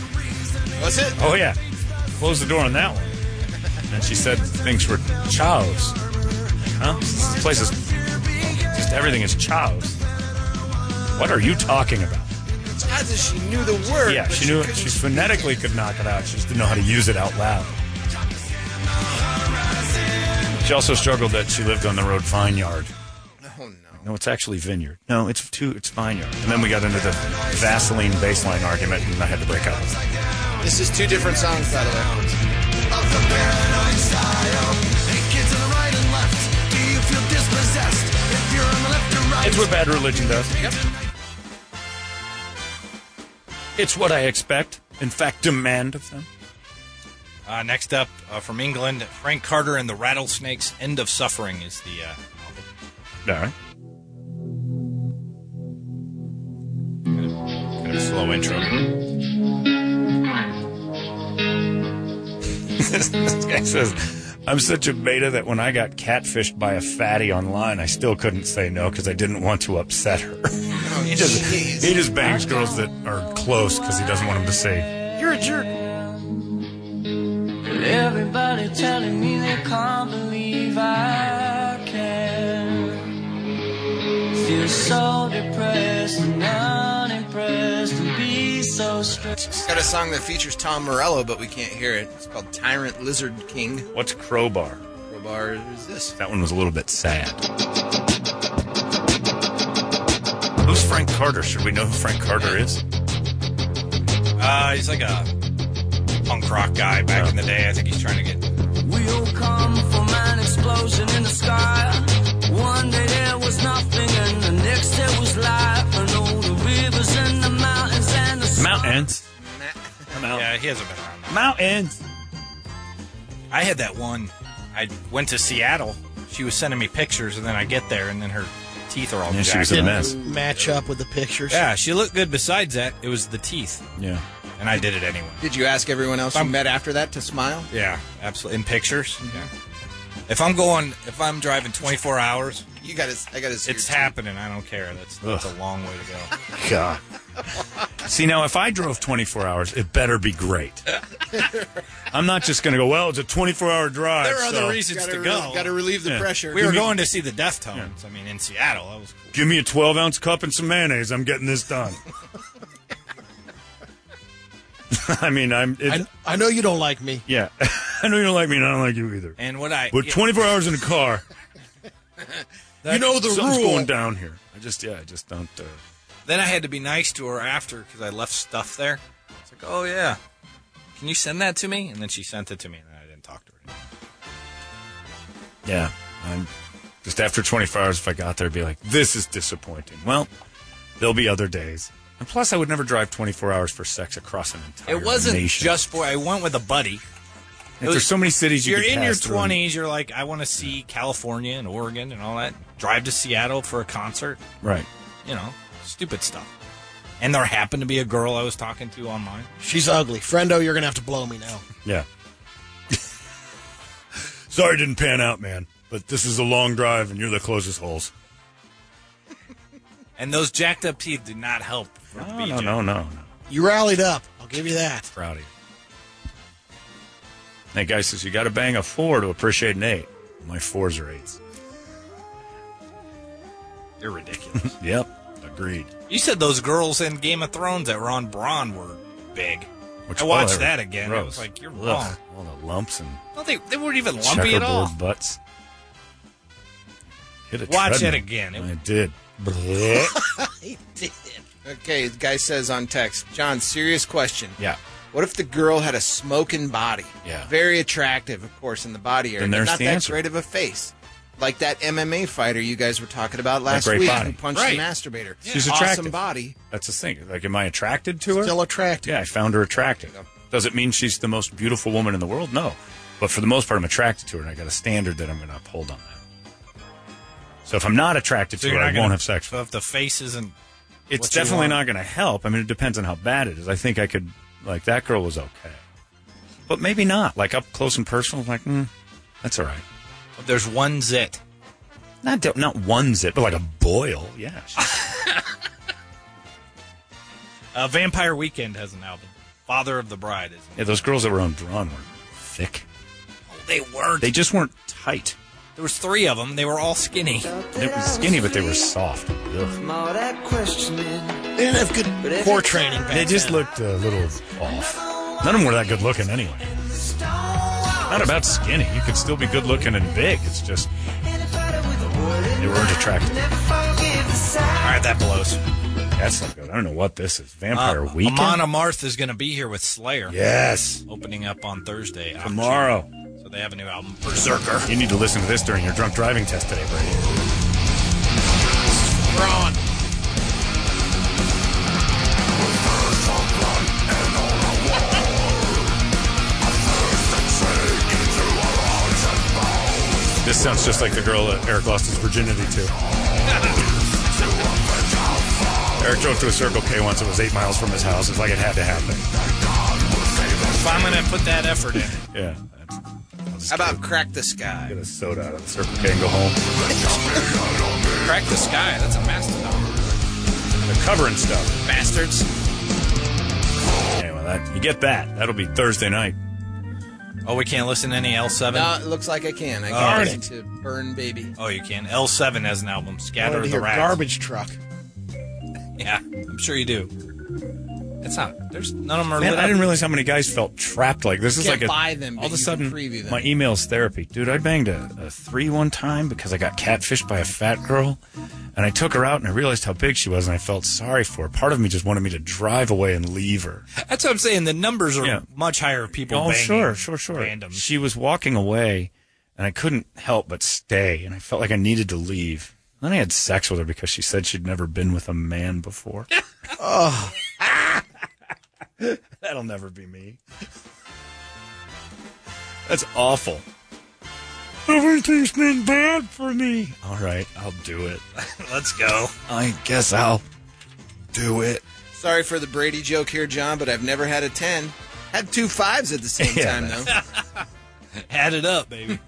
Was it?
Oh yeah. Close the door on that one. And she said things were chows. Huh? This place is just everything is chows. What are you talking about?
It's not that she knew the word.
Yeah,
but
she knew it.
couldn't
She phonetically could knock it out. She just didn't know how to use it out loud. She also struggled that she lived on the road vineyard.
Oh, no.
No, it's actually vineyard. No, it's two. It's vineyard. And then we got into the Vaseline baseline argument, and I had to break up.
This is two different songs, by the way.
It's what bad religion does. It's what I expect. In fact, demand of them.
Uh, next up uh, from England, Frank Carter and the Rattlesnakes. End of Suffering is the uh, album.
All right.
Kind of slow intro.
this guy says, I'm such a beta that when I got catfished by a fatty online, I still couldn't say no because I didn't want to upset her. he, just, he just bangs girls that are close because he doesn't want them to say,
You're a jerk.
Everybody telling me they can't believe I can. Feel so depressed and unimpressed and be so stressed.
It's got a song that features Tom Morello, but we can't hear it. It's called Tyrant Lizard King.
What's crowbar?
Crowbar is this.
That one was a little bit sad. Who's Frank Carter? Should we know who Frank Carter is?
Uh, he's like a punk rock guy back in the day. I think he's trying to get.
We'll come from an explosion in the sky. One day there was nothing, and the next there was life. And all the rivers and the mountains and the sun.
Mountains. Oh.
Yeah, he hasn't been around.
Mountains.
I had that one. I went to Seattle. She was sending me pictures, and then I get there, and then her teeth are all jacked.
Didn't Match up with the pictures.
Yeah, she looked good. Besides that, it was the teeth.
Yeah.
And I did it anyway.
Did you ask everyone else you
I'm-
met after that to smile?
Yeah, absolutely. In pictures. Yeah. If I'm going, if I'm driving 24 hours,
you got I got to.
It's happening. I don't care. That's that's
Ugh.
a long way to go.
God. See, now if I drove 24 hours, it better be great. I'm not just going to go, well, it's a 24 hour drive.
There are other
so-
reasons to go.
Yeah.
We
Give
were
me-
going to see the Deftones. I mean, in Seattle, that was cool.
Give me a 12 ounce cup and some mayonnaise. I'm getting this done. I mean, I'm. It,
I, I know you don't like me.
yeah. I know you don't like me, and I don't like you either.
And uh, what I
But 24 hours in a car.
You know the
something's
rule.
going down here. I just, yeah, I just don't. Uh,
Then I had to be nice to her after because I left stuff there. It's like, oh yeah, can you send that to me? And then she sent it to me, and then I didn't talk to her.
Yeah. I'm just after 24 hours, if I got there, I'd be like, this is disappointing. Well, there'll be other days. And plus, I would never drive 24 hours for sex across an entire
it wasn't
nation.
just for. I went with a buddy.
Like, there's so many cities you
are
could
in your
pass through and-
20s. You're like, I want to see California and Oregon and all that. Drive to Seattle for a concert.
Right.
You know, stupid stuff. And there happened to be a girl I was talking to online.
She's ugly. Friendo, you're going to have to blow me now.
Yeah. Sorry it didn't pan out, man. But this is a long drive, and you're the closest holes.
And those jacked up teeth do not help. For the
No,
BJ.
no, no, no.
You rallied up. I'll give you that.
Proud of you. That guy says you got to bang a four to appreciate an eight. My fours are eights.
You're ridiculous.
Yep, agreed.
you said those girls in Game of Thrones that were on Braun were big.
Which-
I watched
oh,
that again. I was
gross.
like, you're
Ugh,
wrong.
All the lumps and
No, they, they weren't even lumpy at all.
checkerboard butts. Hit a
Watch
treadmill.
that again. It-
I did. Blech.
he did. Okay, the guy says on text, John, serious question.
Yeah.
What if the girl had a smoking body?
Yeah.
Very attractive, of course, in the body area.
Then
but
there's
not
the
that
answer.
great of a face. Like that MMA fighter you guys were talking about last
great
week
body.
who punched
Right.
the masturbator.
She's
awesome
attractive.
body.
That's the thing. Like, am I attracted to her?
Still attractive.
Yeah, I found her attractive. Does it mean she's the most beautiful woman in the world? No. But for the most part, I'm attracted to her, and I got a standard that I'm going to uphold on that. So if I'm not attracted
So
to
you're
her, I
not gonna-
won't have sex.
So if the face isn't.
It's
what you
definitely
want.
not going to help. I mean, it depends on how bad it is. I think I could, like, that girl was okay. But maybe not. Like, up close and personal, like, mm, that's all right.
There's one zit.
Not, de- not one zit, but like a boil. Yeah.
Uh, Vampire Weekend has an album. Father of the Bride is.
Yeah, those girls that were on Braun were thick.
Oh, they weren't.
They just weren't tight.
There was three of them. They were all skinny.
They were skinny, but they were soft. Ugh.
They didn't have good core training. Back
They just
then.
looked a little off. None of them were that good looking anyway. Not about skinny. You could still be good looking and big. It's just they weren't attractive.
All right, that blows.
That's not good. I don't know what this is. Vampire
Uh,
Weekend.
Amon Amarth is going to be here with Slayer.
Yes.
Opening up on Thursday. October.
Tomorrow.
So they have a new album, Berserker.
You need to listen to this during your drunk driving test today, Brady. This sounds just like the girl that Eric lost his virginity to. Eric drove to a Circle K once. It was eight miles from his house. It's like it had to happen.
If I'm going to put that effort in.
Yeah.
How about Crack the Sky?
Get a soda out of the Circle K and go home.
Crack the Sky. That's a mastodon.
They're covering stuff.
Bastards.
Yeah, well, that, you get that. That'll be Thursday night.
Oh, we can't listen to any L7?
No, it looks like I can. I
Oh,
can
darn
listen to Burn Baby.
Oh, you can. L7 has an album,
I wanted
Scatter
to
the
hear
Rats.
garbage truck.
Yeah, I'm sure you do. It's not. There's none of them are
Man,
lit
I
up.
didn't realize how many guys felt trapped like this.
You
is
can't
like a,
buy them,
all
but
of a
you can
sudden,
preview them.
my email's therapy, dude. I banged a, a three one time because I got catfished by a fat girl, and I took her out and I realized how big she was, and I felt sorry for her. Part of me just wanted me to drive away and leave her.
That's what I'm saying. The numbers are
Yeah.
much higher. of People.
Oh,
banging
sure, sure, sure.
Random.
She was walking away, and I couldn't help but stay, and I felt like I needed to leave. Then I had sex with her because she said she'd never been with a man before. oh. That'll never be me. That's awful. Everything's been bad for me. All right, I'll do it.
Let's go.
I guess I'll do it.
Sorry for the Brady joke here, John, but I've never had a 10. Had two fives at the same
Yeah,
time,
man.
though.
Add it up, baby.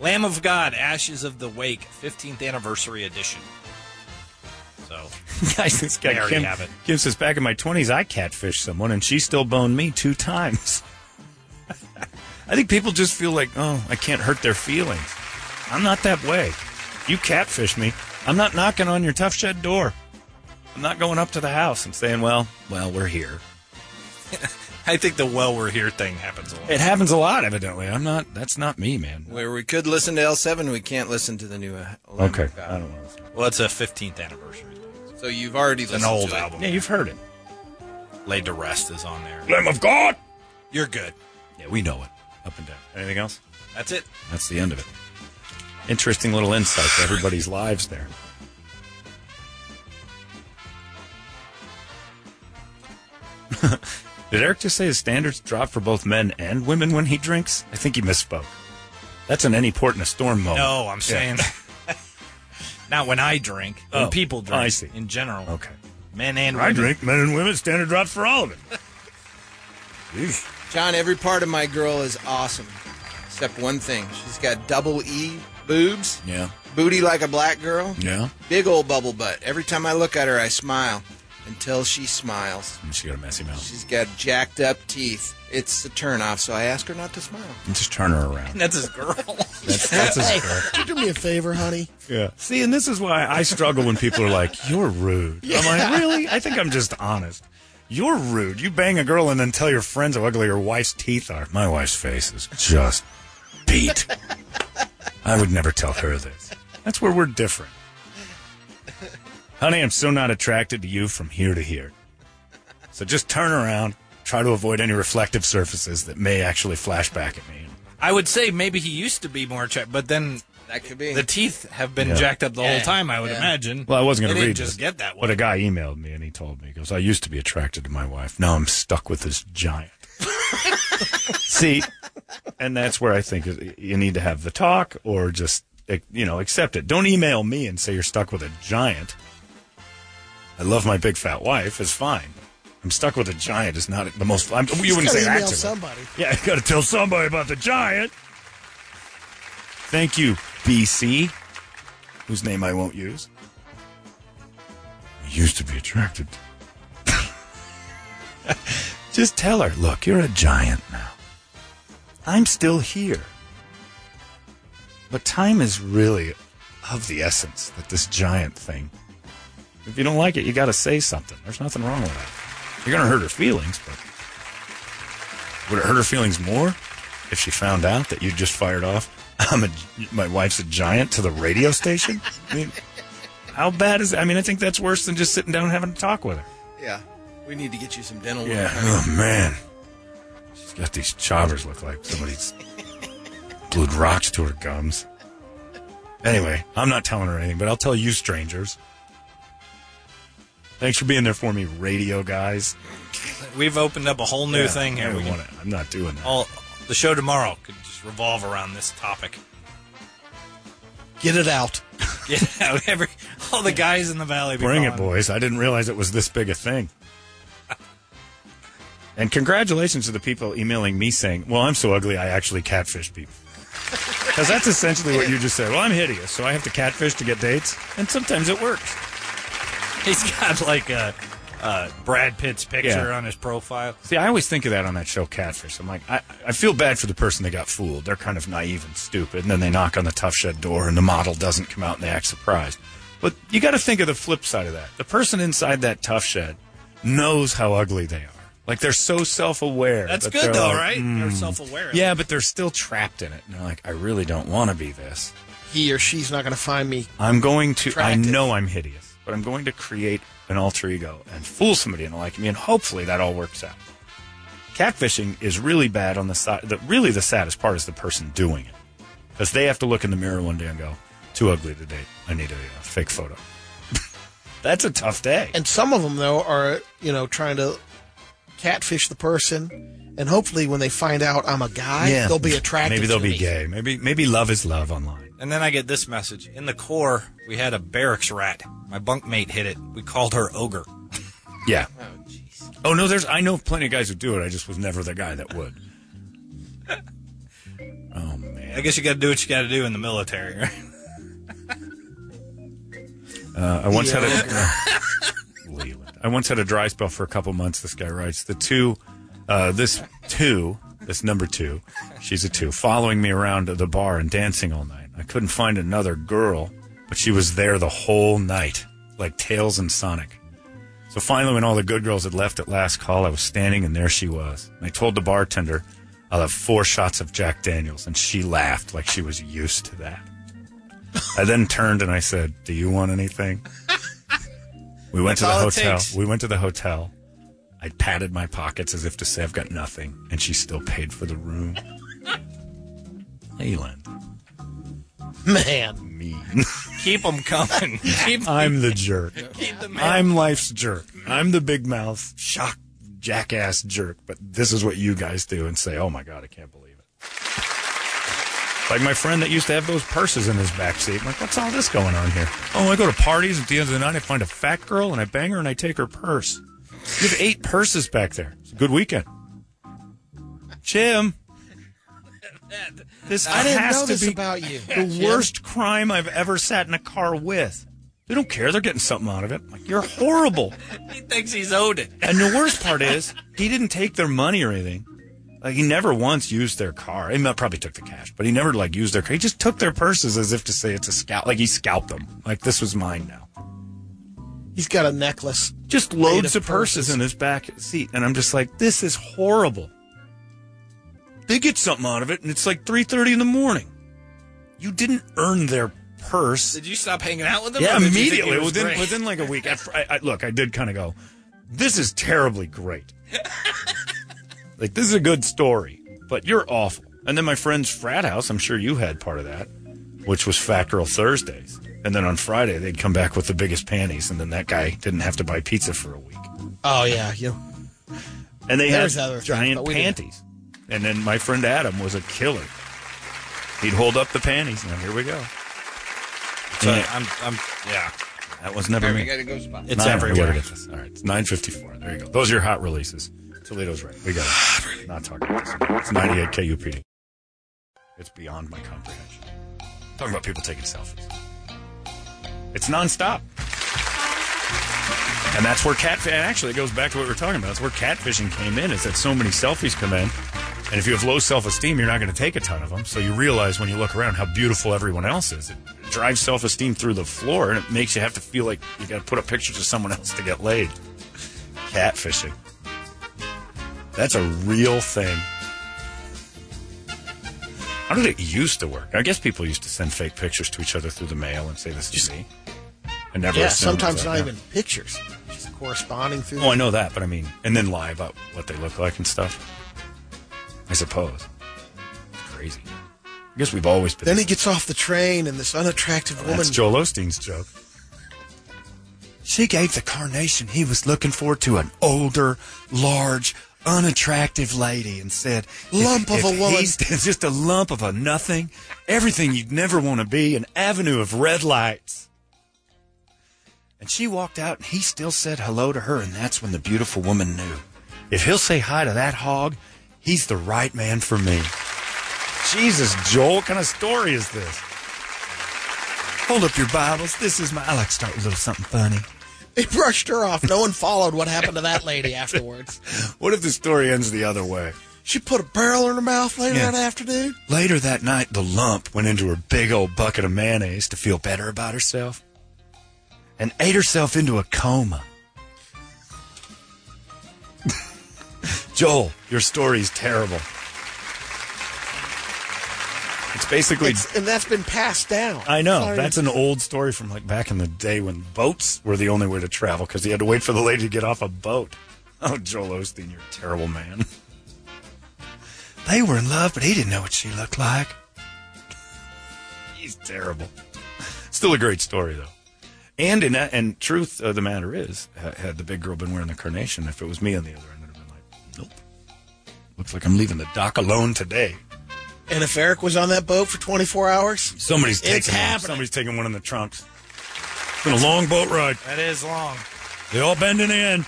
Lamb of God, Ashes of the Wake, 15th anniversary edition. So,
Guys, this
There
guy
you
Kim,
have it.
Kim says, back in my 20s, I catfished someone, and she still boned me two times. I think people just feel like, oh, I can't hurt their feelings. I'm not that way. You catfish me. I'm not knocking on your tough shed door. I'm not going up to the house. I'm saying, well, well, we're here.
I think the well we're here thing happens a lot.
It happens a lot, evidently. I'm not, that's not me, man.
Where we could listen to L7, we can't listen to the new. uh, Lamb of
Okay.
God.
I don't want to.
Well, it's a 15th anniversary.
So you've already
It's an
listened
old
to it.
album.
Yeah, you've heard it.
Laid to Rest is on there.
Lamb of God!
You're good.
Yeah, we know it. Up and down. Anything else?
That's it.
That's the end of it. Interesting little insight to everybody's lives there. Did Eric just say his standards drop for both men and women when he drinks? I think he misspoke. That's an any port in a storm moment.
No,
Oh.
I'm
Yeah.
saying. Not when I drink. When
Oh,
people drink.
I see.
In general.
Okay.
Men and
I
women.
drink men and women standard drops for all of it. Jeez.
John, every part of my girl is awesome, except one thing. She's got double E boobs,
Yeah.
booty like a black girl,
Yeah.
big old bubble butt. Every time I look at her, I smile until she smiles.
She got a messy mouth.
She's got jacked up teeth. It's a turnoff, so I ask her not to smile.
Just turn her around.
That's his girl.
That's, that's his girl.
Could you do me a favor, honey?
Yeah. See, and this is why I struggle when people are like, "You're rude." I'm
Yeah.
like, "Really?" I think I'm just honest. You're rude. You bang a girl and then tell your friends how ugly your wife's teeth are. My wife's face is just beat. I would never tell her this. That's where we're different. Honey, I'm so not attracted to you from here to here. So just turn around, try to avoid any reflective surfaces that may actually flash back at me.
I would say maybe he used to be more attractive, but then
that could be
the teeth have been
Yeah.
jacked up the whole
Yeah.
time. I would
Yeah.
imagine.
Well, I wasn't going
They
to
didn't
read
just
this,
get that one.
But a guy emailed me and he told me, he goes, I used to be attracted to my wife. Now I'm stuck with this giant. See, and that's where I think is- you need to have the talk or just, eh, you know, accept it. Don't email me and say you're stuck with a giant. I love my big fat wife. It's fine. I'm stuck with a giant is not the most. I'm, you
Just
wouldn't
gotta
say that
email
to me.
somebody.
Yeah, I got to tell somebody about the giant. Thank you, BC, whose name I won't use. I used to be attracted. to- Just tell her, look, you're a giant now. I'm still here. But time is really of the essence that this giant thing. If you don't like it, you got to say something. There's nothing wrong with that. You're going to hurt her feelings, but would it hurt her feelings more if she found out that you just fired off I'm a, my wife's a giant to the radio station? I mean, how bad is I mean, I think that's worse than just sitting down and having a talk with her.
Yeah. We need to get you some dental
Yeah.
work.
Oh man, she's got these chobbers look like somebody's glued rocks to her gums. Anyway, I'm not telling her anything, but I'll tell you, strangers. Thanks for being there for me, radio guys.
We've opened up a whole new
Yeah,
thing
I
here.
don't
We can-
want it. I'm not doing that.
all the show tomorrow could just revolve around this topic.
Get it out.
Yeah, every all the guys in the valley. Be
Bring it,
calling.
boys. I didn't realize it was this big a thing. And congratulations to the people emailing me saying, Well, I'm so ugly, I actually catfish people. Because that's essentially what you just said. Well, I'm hideous, so I have to catfish to get dates. And sometimes it works.
He's got like a, uh Brad Pitt's picture
Yeah.
on his profile.
See, I always think of that on that show, Catfish. I'm like, I, I feel bad for the person that got fooled. They're kind of naive and stupid. And then they knock on the tough shed door and the model doesn't come out and they act surprised. But you got to think of the flip side of that. The person inside that tough shed knows how ugly they are. Like they're so self aware.
That's good though, right? You're self-aware.
mm. "Hmm, Yeah, but they're still trapped in it. And they're like, I really don't want to be this.
He or she's not going to find me.
I'm going to,
Attractive.
I know I'm hideous, but I'm going to create an alter ego and fool somebody into liking me, and hopefully that all works out. Catfishing is really bad on the side. The, really, the saddest part is the person doing it because they have to look in the mirror one day and go, too ugly to date. I need a, uh fake photo. That's a tough day.
And some of them, though, are, you know, trying to catfish the person. And hopefully, when they find out I'm a guy, they'll be attracted
Maybe they'll
to
be
me.
gay. Maybe, maybe love is love online.
And then I get this message. In the Corps, we had a barracks rat. My bunkmate hit it. We called her Ogre.
Yeah. Oh, no, there's. I know plenty of guys who do it. I just was never the guy that would.
I guess you got to do what you got to do in the military, right?
Uh, I once
Yeah.
had a. Leland. I once had a dry spell for a couple months. This guy writes the two, uh, this two, this number two, she's a two, following me around the bar and dancing all night. I couldn't find another girl, but she was there the whole night, like Tails and Sonic. So finally, when all the good girls had left at last call, I was standing and there she was. And I told the bartender, I'll have four shots of Jack Daniels. And she laughed like she was used to that. I then turned and I said, Do you want anything? We went to the
That's all it
hotel.
takes.
We went to the hotel. I patted my pockets as if to say I've got nothing, and she still paid for the room. Leland.
Man.
Mean.
Keep them coming. Keep
I'm the jerk.
Keep the man.
I'm life's jerk. I'm the big mouth, shock, jackass jerk. But this is what you guys do and say, oh my God, I can't believe it. Like my friend that used to have those purses in his backseat. I'm like, what's all this going on here? Oh, I go to parties at the end of the night. I find a fat girl and I bang her and I take her purse. You have eight purses back there. It's a good weekend. Jim. This
I didn't
has
know
to
this
be
about you,
The
Jim.
worst crime I've ever sat in a car with. They don't care. They're getting something out of it. Like, you're horrible.
He thinks he's owed it.
And the worst part is, he didn't take their money or anything. Like he never once used their car. He probably took the cash, but he never like used their car. He just took their purses as if to say it's a scalp. Like he scalped them. Like this was mine now.
He's got a necklace.
Just loads of purses in his back seat, and I'm just like, this is horrible. They get something out of it, and it's like three thirty in the morning. You didn't earn their purse.
Did you stop hanging out with him?
Yeah,
or did you think
immediately
it was
within
great?
within like a week. After, I, I, look, I did kind of go. This is terribly great. like this is a good story, but you're awful. And then my friend's frat house. I'm sure you had part of that, which was Fat Girl Thursdays. And then on Friday they'd come back with the biggest panties, and then that guy didn't have to buy pizza for a week.
Oh yeah, you.
And they
There's
had
other things,
giant
but we didn't-
panties. And then my friend Adam was a killer. He'd hold up the panties, and here we go.
So
Yeah.
I'm, I'm, yeah.
That was never
Here, we
me.
got a ghost spot.
It's
Not
everywhere.
everywhere.
All right, it's nine fifty four. There you go. Those are your hot releases. Toledo's right. We got it. Not talking about this. It's ninety eight KUPD. It's beyond my comprehension. Talking about people taking selfies. It's nonstop. And that's where catfish. And actually, it goes back to what we were talking about. That's where catfishing came in. Is that so many selfies come in, and if you have low self esteem, you're not going to take a ton of them. So you realize when you look around how beautiful everyone else is. It drives self esteem through the floor, and it makes you have to feel like you got to put up pictures of someone else to get laid. Catfishing. That's a real thing. How did it used to work? I guess people used to send fake pictures to each other through the mail and say, "This is me." I never.
yeah,
assumed it was like
sometimes not
that.
even pictures, just corresponding through.
Oh, I know that, but I mean, and then lie about what they look like and stuff. I suppose. It's crazy. I guess we've always been.
Then he gets off the train, and this unattractive woman.
That's Joel Osteen's joke.
She gave the carnation he was looking for to an older, large, unattractive lady and said,
Lump of
if
a woman."
he's- just a lump of a nothing.
Everything you'd never want to be, an avenue of red lights.
And she walked out, and he still said hello to her, and that's when the beautiful woman knew. If he'll say hi to that hog, he's the right man for me.
Jesus, Joel, what kind of story is this?
Hold up your Bibles. This is my. I like to start with a little something funny.
They brushed her off. No one followed what happened to that lady afterwards.
What if the story ends the other way?
She put a barrel in her mouth later
Yeah.
that afternoon.
Later that night, the lump went into her big old bucket of mayonnaise to feel better about herself and ate herself into a coma.
Joel, your story's terrible. It's basically.
It's, and that's been passed down.
I know.
Sorry.
That's an old story from like back in the day when boats were the only way to travel because you had to wait for the lady to get off a boat. Oh, Joel Osteen, you're a terrible man.
They were in love, but he didn't know what she looked like.
He's terrible. Still a great story, though. And in that, and truth of the matter is, ha- had the big girl been wearing the carnation, if it was me on the other end, I'd have been like, nope. Looks like I'm leaving the dock alone today.
And if Eric was on that boat for 24 hours,
Somebody's
it's
taking one.
happening.
Somebody's taking one in the trunks. It's been a long boat ride.
That is long.
They all bending in.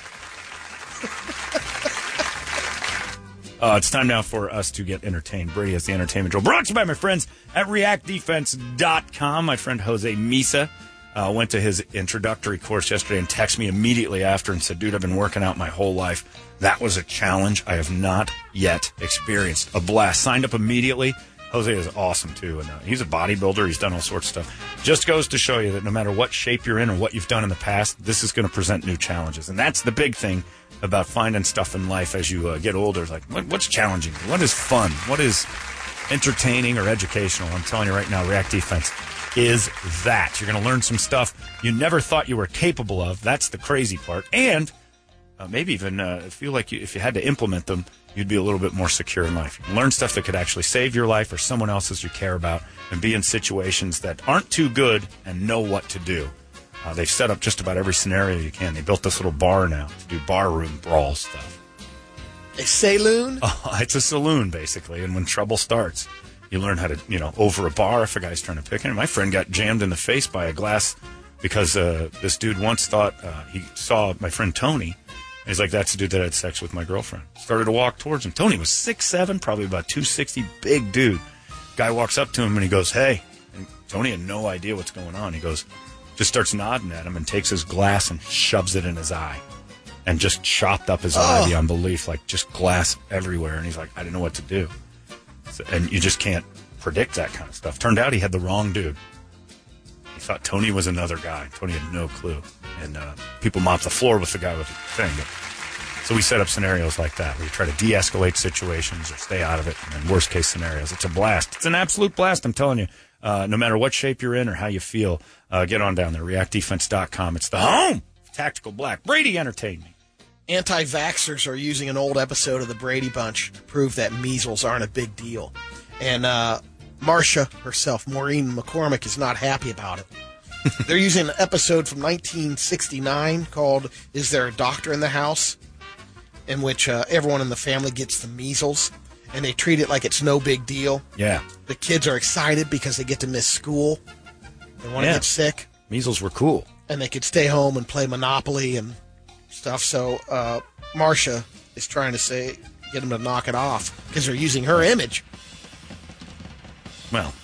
Uh, it's time now for us to get entertained. Brady has the entertainment drill brought to you by my friends at reactdefense.com. My friend Jose Misa uh, went to his introductory course yesterday and texted me immediately after and said, Dude, I've been working out my whole life. That was a challenge I have not yet experienced. A blast. Signed up immediately. Jose is awesome too, and uh, he's a bodybuilder. He's done all sorts of stuff. Just goes to show you that no matter what shape you're in or what you've done in the past, this is going to present new challenges, and that's the big thing about finding stuff in life as you uh, get older. It's Like, what, what's challenging? What is fun? What is entertaining or educational? I'm telling you right now, React Defense is that. You're going to learn some stuff you never thought you were capable of. That's the crazy part, and uh, maybe even uh, feel like you, if you had to implement them, you'd be a little bit more secure in life. You can learn stuff that could actually save your life or someone else's you care about, and be in situations that aren't too good and know what to do. Uh, they've set up just about every scenario you can. They built this little bar now to do bar room brawl stuff.
a saloon.
Oh, it's a saloon basically, and when trouble starts, you learn how to you know over a bar if a guy's trying to pick him. My friend got jammed in the face by a glass because uh, this dude once thought uh, he saw my friend Tony And he's like, that's the dude that had sex with my girlfriend. Started to walk towards him. Tony was six seven, probably about 260, big dude. Guy walks up to him and he goes, hey. And Tony had no idea what's going on. He goes, just starts nodding at him and takes his glass and shoves it in his eye and just chopped up his eye
Oh.
beyond belief, like just glass everywhere. And he's like, I didn't know what to do. So- and you just can't predict that kind of stuff. Turned out he had the wrong dude. He thought Tony was another guy. Tony had no clue. And uh, people mopped the floor with the guy with the thing. So we set up scenarios like that where you try to de escalate situations or stay out of it. And then worst case scenarios. It's a blast. It's an absolute blast, I'm telling you. Uh, no matter what shape you're in or how you feel, uh, get on down there. ReactDefense.com. It's the home. of Tactical Black. Brady entertained me.
Anti vaxxers are using an old episode of the Brady Bunch to prove that measles aren't a big deal. And uh, Marcia herself, Maureen McCormick, is not happy about it. They're using an episode from 1969 called Is There a Doctor in the House? in which uh, everyone in the family gets the measles and they treat it like it's no big deal.
Yeah.
The kids are excited because they get to miss school. They want to
Yeah.
get sick.
Measles were cool.
and they could stay home and play Monopoly and stuff. So uh, Marcia is trying to say get them to knock it off because they're using her image.
Well,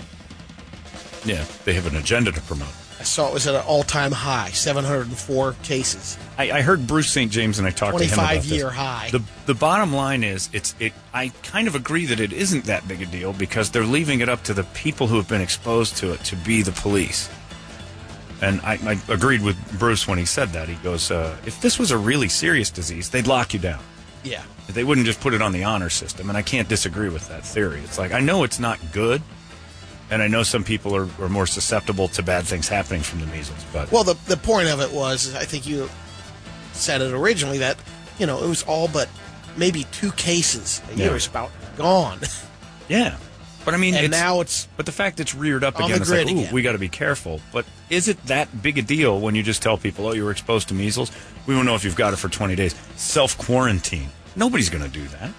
yeah, they have an agenda to promote.
I saw it was at an all-time high, 704 cases.
I, I heard Bruce St. James and I talked to him about
25
this.
year high.
The the bottom line is it's it. I kind of agree that it isn't that big a deal because they're leaving it up to the people who have been exposed to it to be the police. And I, I agreed with Bruce when he said that. He goes, uh, "If this was a really serious disease, they'd lock you down.
Yeah.
They wouldn't just put it on the honor system." And I can't disagree with that theory. It's like I know it's not good, and I know some people are, are more susceptible to bad things happening from the measles. But
Well, the, the point of it was, I think you said it originally, that, you know, it was all but maybe two cases a year
Yeah.
is about gone.
Yeah. But I mean,
And
it's,
now it's.
But the fact it's reared up
on
again,
the
it's like,
grid
ooh,
again."
we got to be careful. But is it that big a deal when you just tell people, oh, you were exposed to measles? We won't know if you've got it for 20 days. Self quarantine. Nobody's going to do that.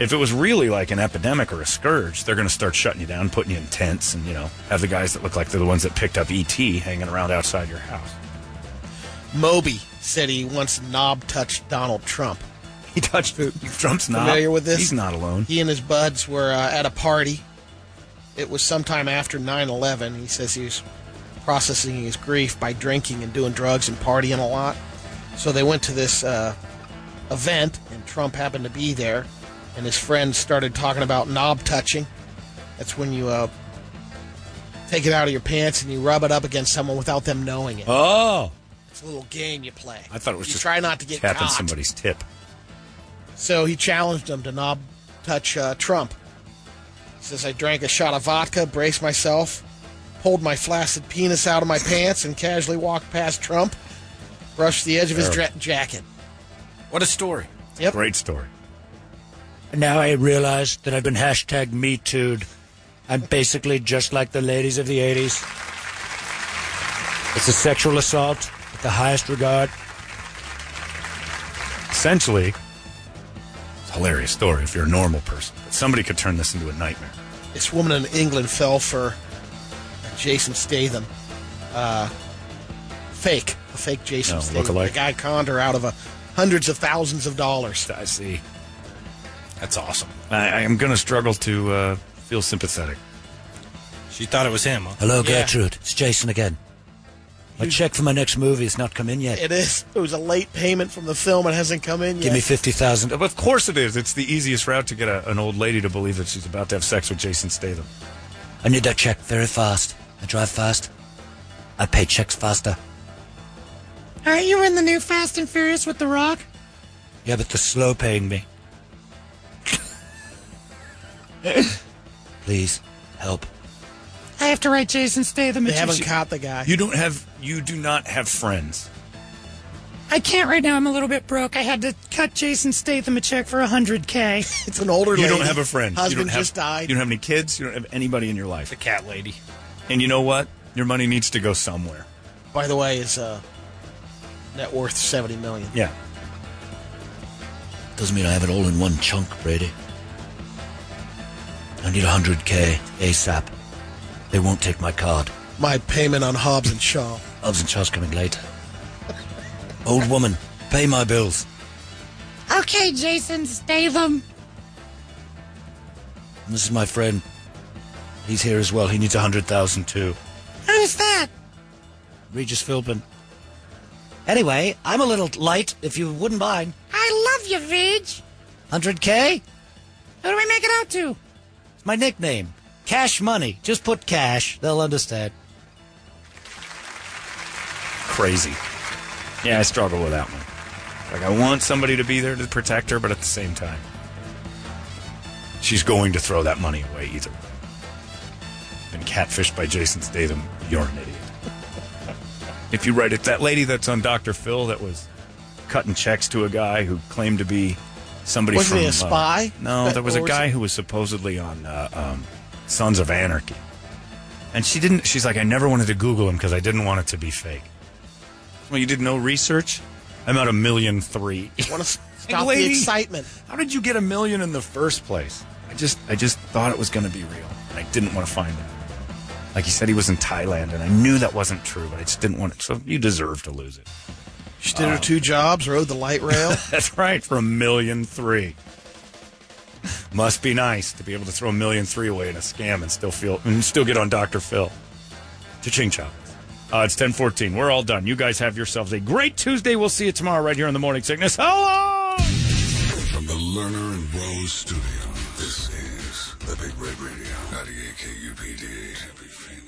If it was really like an epidemic or a scourge, they're going to start shutting you down, putting you in tents, and, you know, have the guys that look like they're the ones that picked up ET hanging around outside your house.
Moby said he once knob touched Donald Trump.
He touched Trump's knob?
Familiar with this?
He's not alone.
He and his buds were uh, at a party. It was sometime after 9 11. He says he was processing his grief by drinking and doing drugs and partying a lot. So they went to this uh, event, and Trump happened to be there. And his friends started talking about knob touching. That's when you uh, take it out of your pants and you rub it up against someone without them knowing it.
Oh.
It's a little game you play.
I thought it was
You
just
try not to get
tapping
caught.
somebody's tip.
So he challenged him to knob touch uh, Trump. He says, I drank a shot of vodka, braced myself, pulled my flaccid penis out of my pants, and casually walked past Trump, brushed the edge of his
Terrible.
dra- jacket.
What a story.
Yep.
Great story.
And now I realize that I've been hashtag me too'd. I'm basically just like the ladies of the 80s. It's a sexual assault with the highest regard.
essentially it's a hilarious story if you're a normal person but somebody could turn this into a nightmare
This woman in England fell for Jason Statham. Uh, fake. A fake Jason
Oh,
Statham.
lookalike.
The guy conned her out of a, hundreds of thousands of dollars.
I see. that's awesome i, I am going to struggle to uh, feel sympathetic
she thought it was him huh?
Hello,
Yeah.
Gertrude. It's Jason again. My check for my next movie has not come in yet.
It is. It was a late payment from the film. It hasn't come in yet.
Give me 50,000.
of course it is it's the easiest route to get a, an old lady to believe that she's about to have sex with jason statham
I need that check very fast. I drive fast. I pay checks faster.
Aren't you in the new Fast and Furious with The Rock?
Yeah, but they're slow paying me. Please, help.
I have to write Jason Statham.
They
a
haven't
check.
caught the guy.
you don't have you do not have friends
I can't right now. I'm a little bit broke. I had to cut Jason Statham a check for 100K.
It's an older
you don't have a friend you
Husband
don't have,
just died.
you don't have any kids you don't have anybody in your life the
cat lady
and you know what your money needs to go somewhere
By the way, is uh, net worth seventy million.
yeah
Doesn't mean I have it all in one chunk, Brady. I need 100k ASAP. They won't take my card.
My payment on Hobbs and Shaw.
Elves and Shaw's coming later. Old woman Pay my bills.
Okay, Jason Statham.
And this is my friend. He's here as well. He needs a hundred thousand too.
Who's that?
Regis Philbin. Anyway, I'm a little light, if you wouldn't mind.
I love you, Vig.
100K?
Who do we make it out to?
It's my nickname. Cash money. Just put cash. They'll understand.
Crazy. Yeah, I struggle with that one. Like, I want somebody to be there to protect her, but at the same time, she's going to throw that money away either way. Been catfished by Jason Statham. You're an idiot. if you write it, that lady that's on Dr. Phil that was cutting checks to a guy who claimed to be somebody
Wasn't
from
he a
uh,
spy?
no, there was a
Or was
guy
it-
who was supposedly on uh, um, Sons of Anarchy, and she didn't. She's like, I never wanted to Google him because I didn't want it to be fake. Well, you did no research. I'm at a million three.
Want to
Hey,
stop the
lady.
excitement?
How did you get a million in the first place? I just I just thought it was going to be real, and I didn't want to find out. Like you said, he was in Thailand, and I knew that wasn't true, but I just didn't want it. So you deserve to lose it.
She did her two jobs, rode the light rail.
That's right, for a million three. Must be nice to be able to throw a million three away in a scam and still feel and still get on Dr. Phil. To ching chop. Uh, it's ten fourteen. We're all done. You guys have yourselves a great Tuesday. We'll see you tomorrow right here on the morning sickness. Hello.
From the Lerner and Rose studio, this is the Big Red Radio, 98 KUPD, Tempe, Phoenix.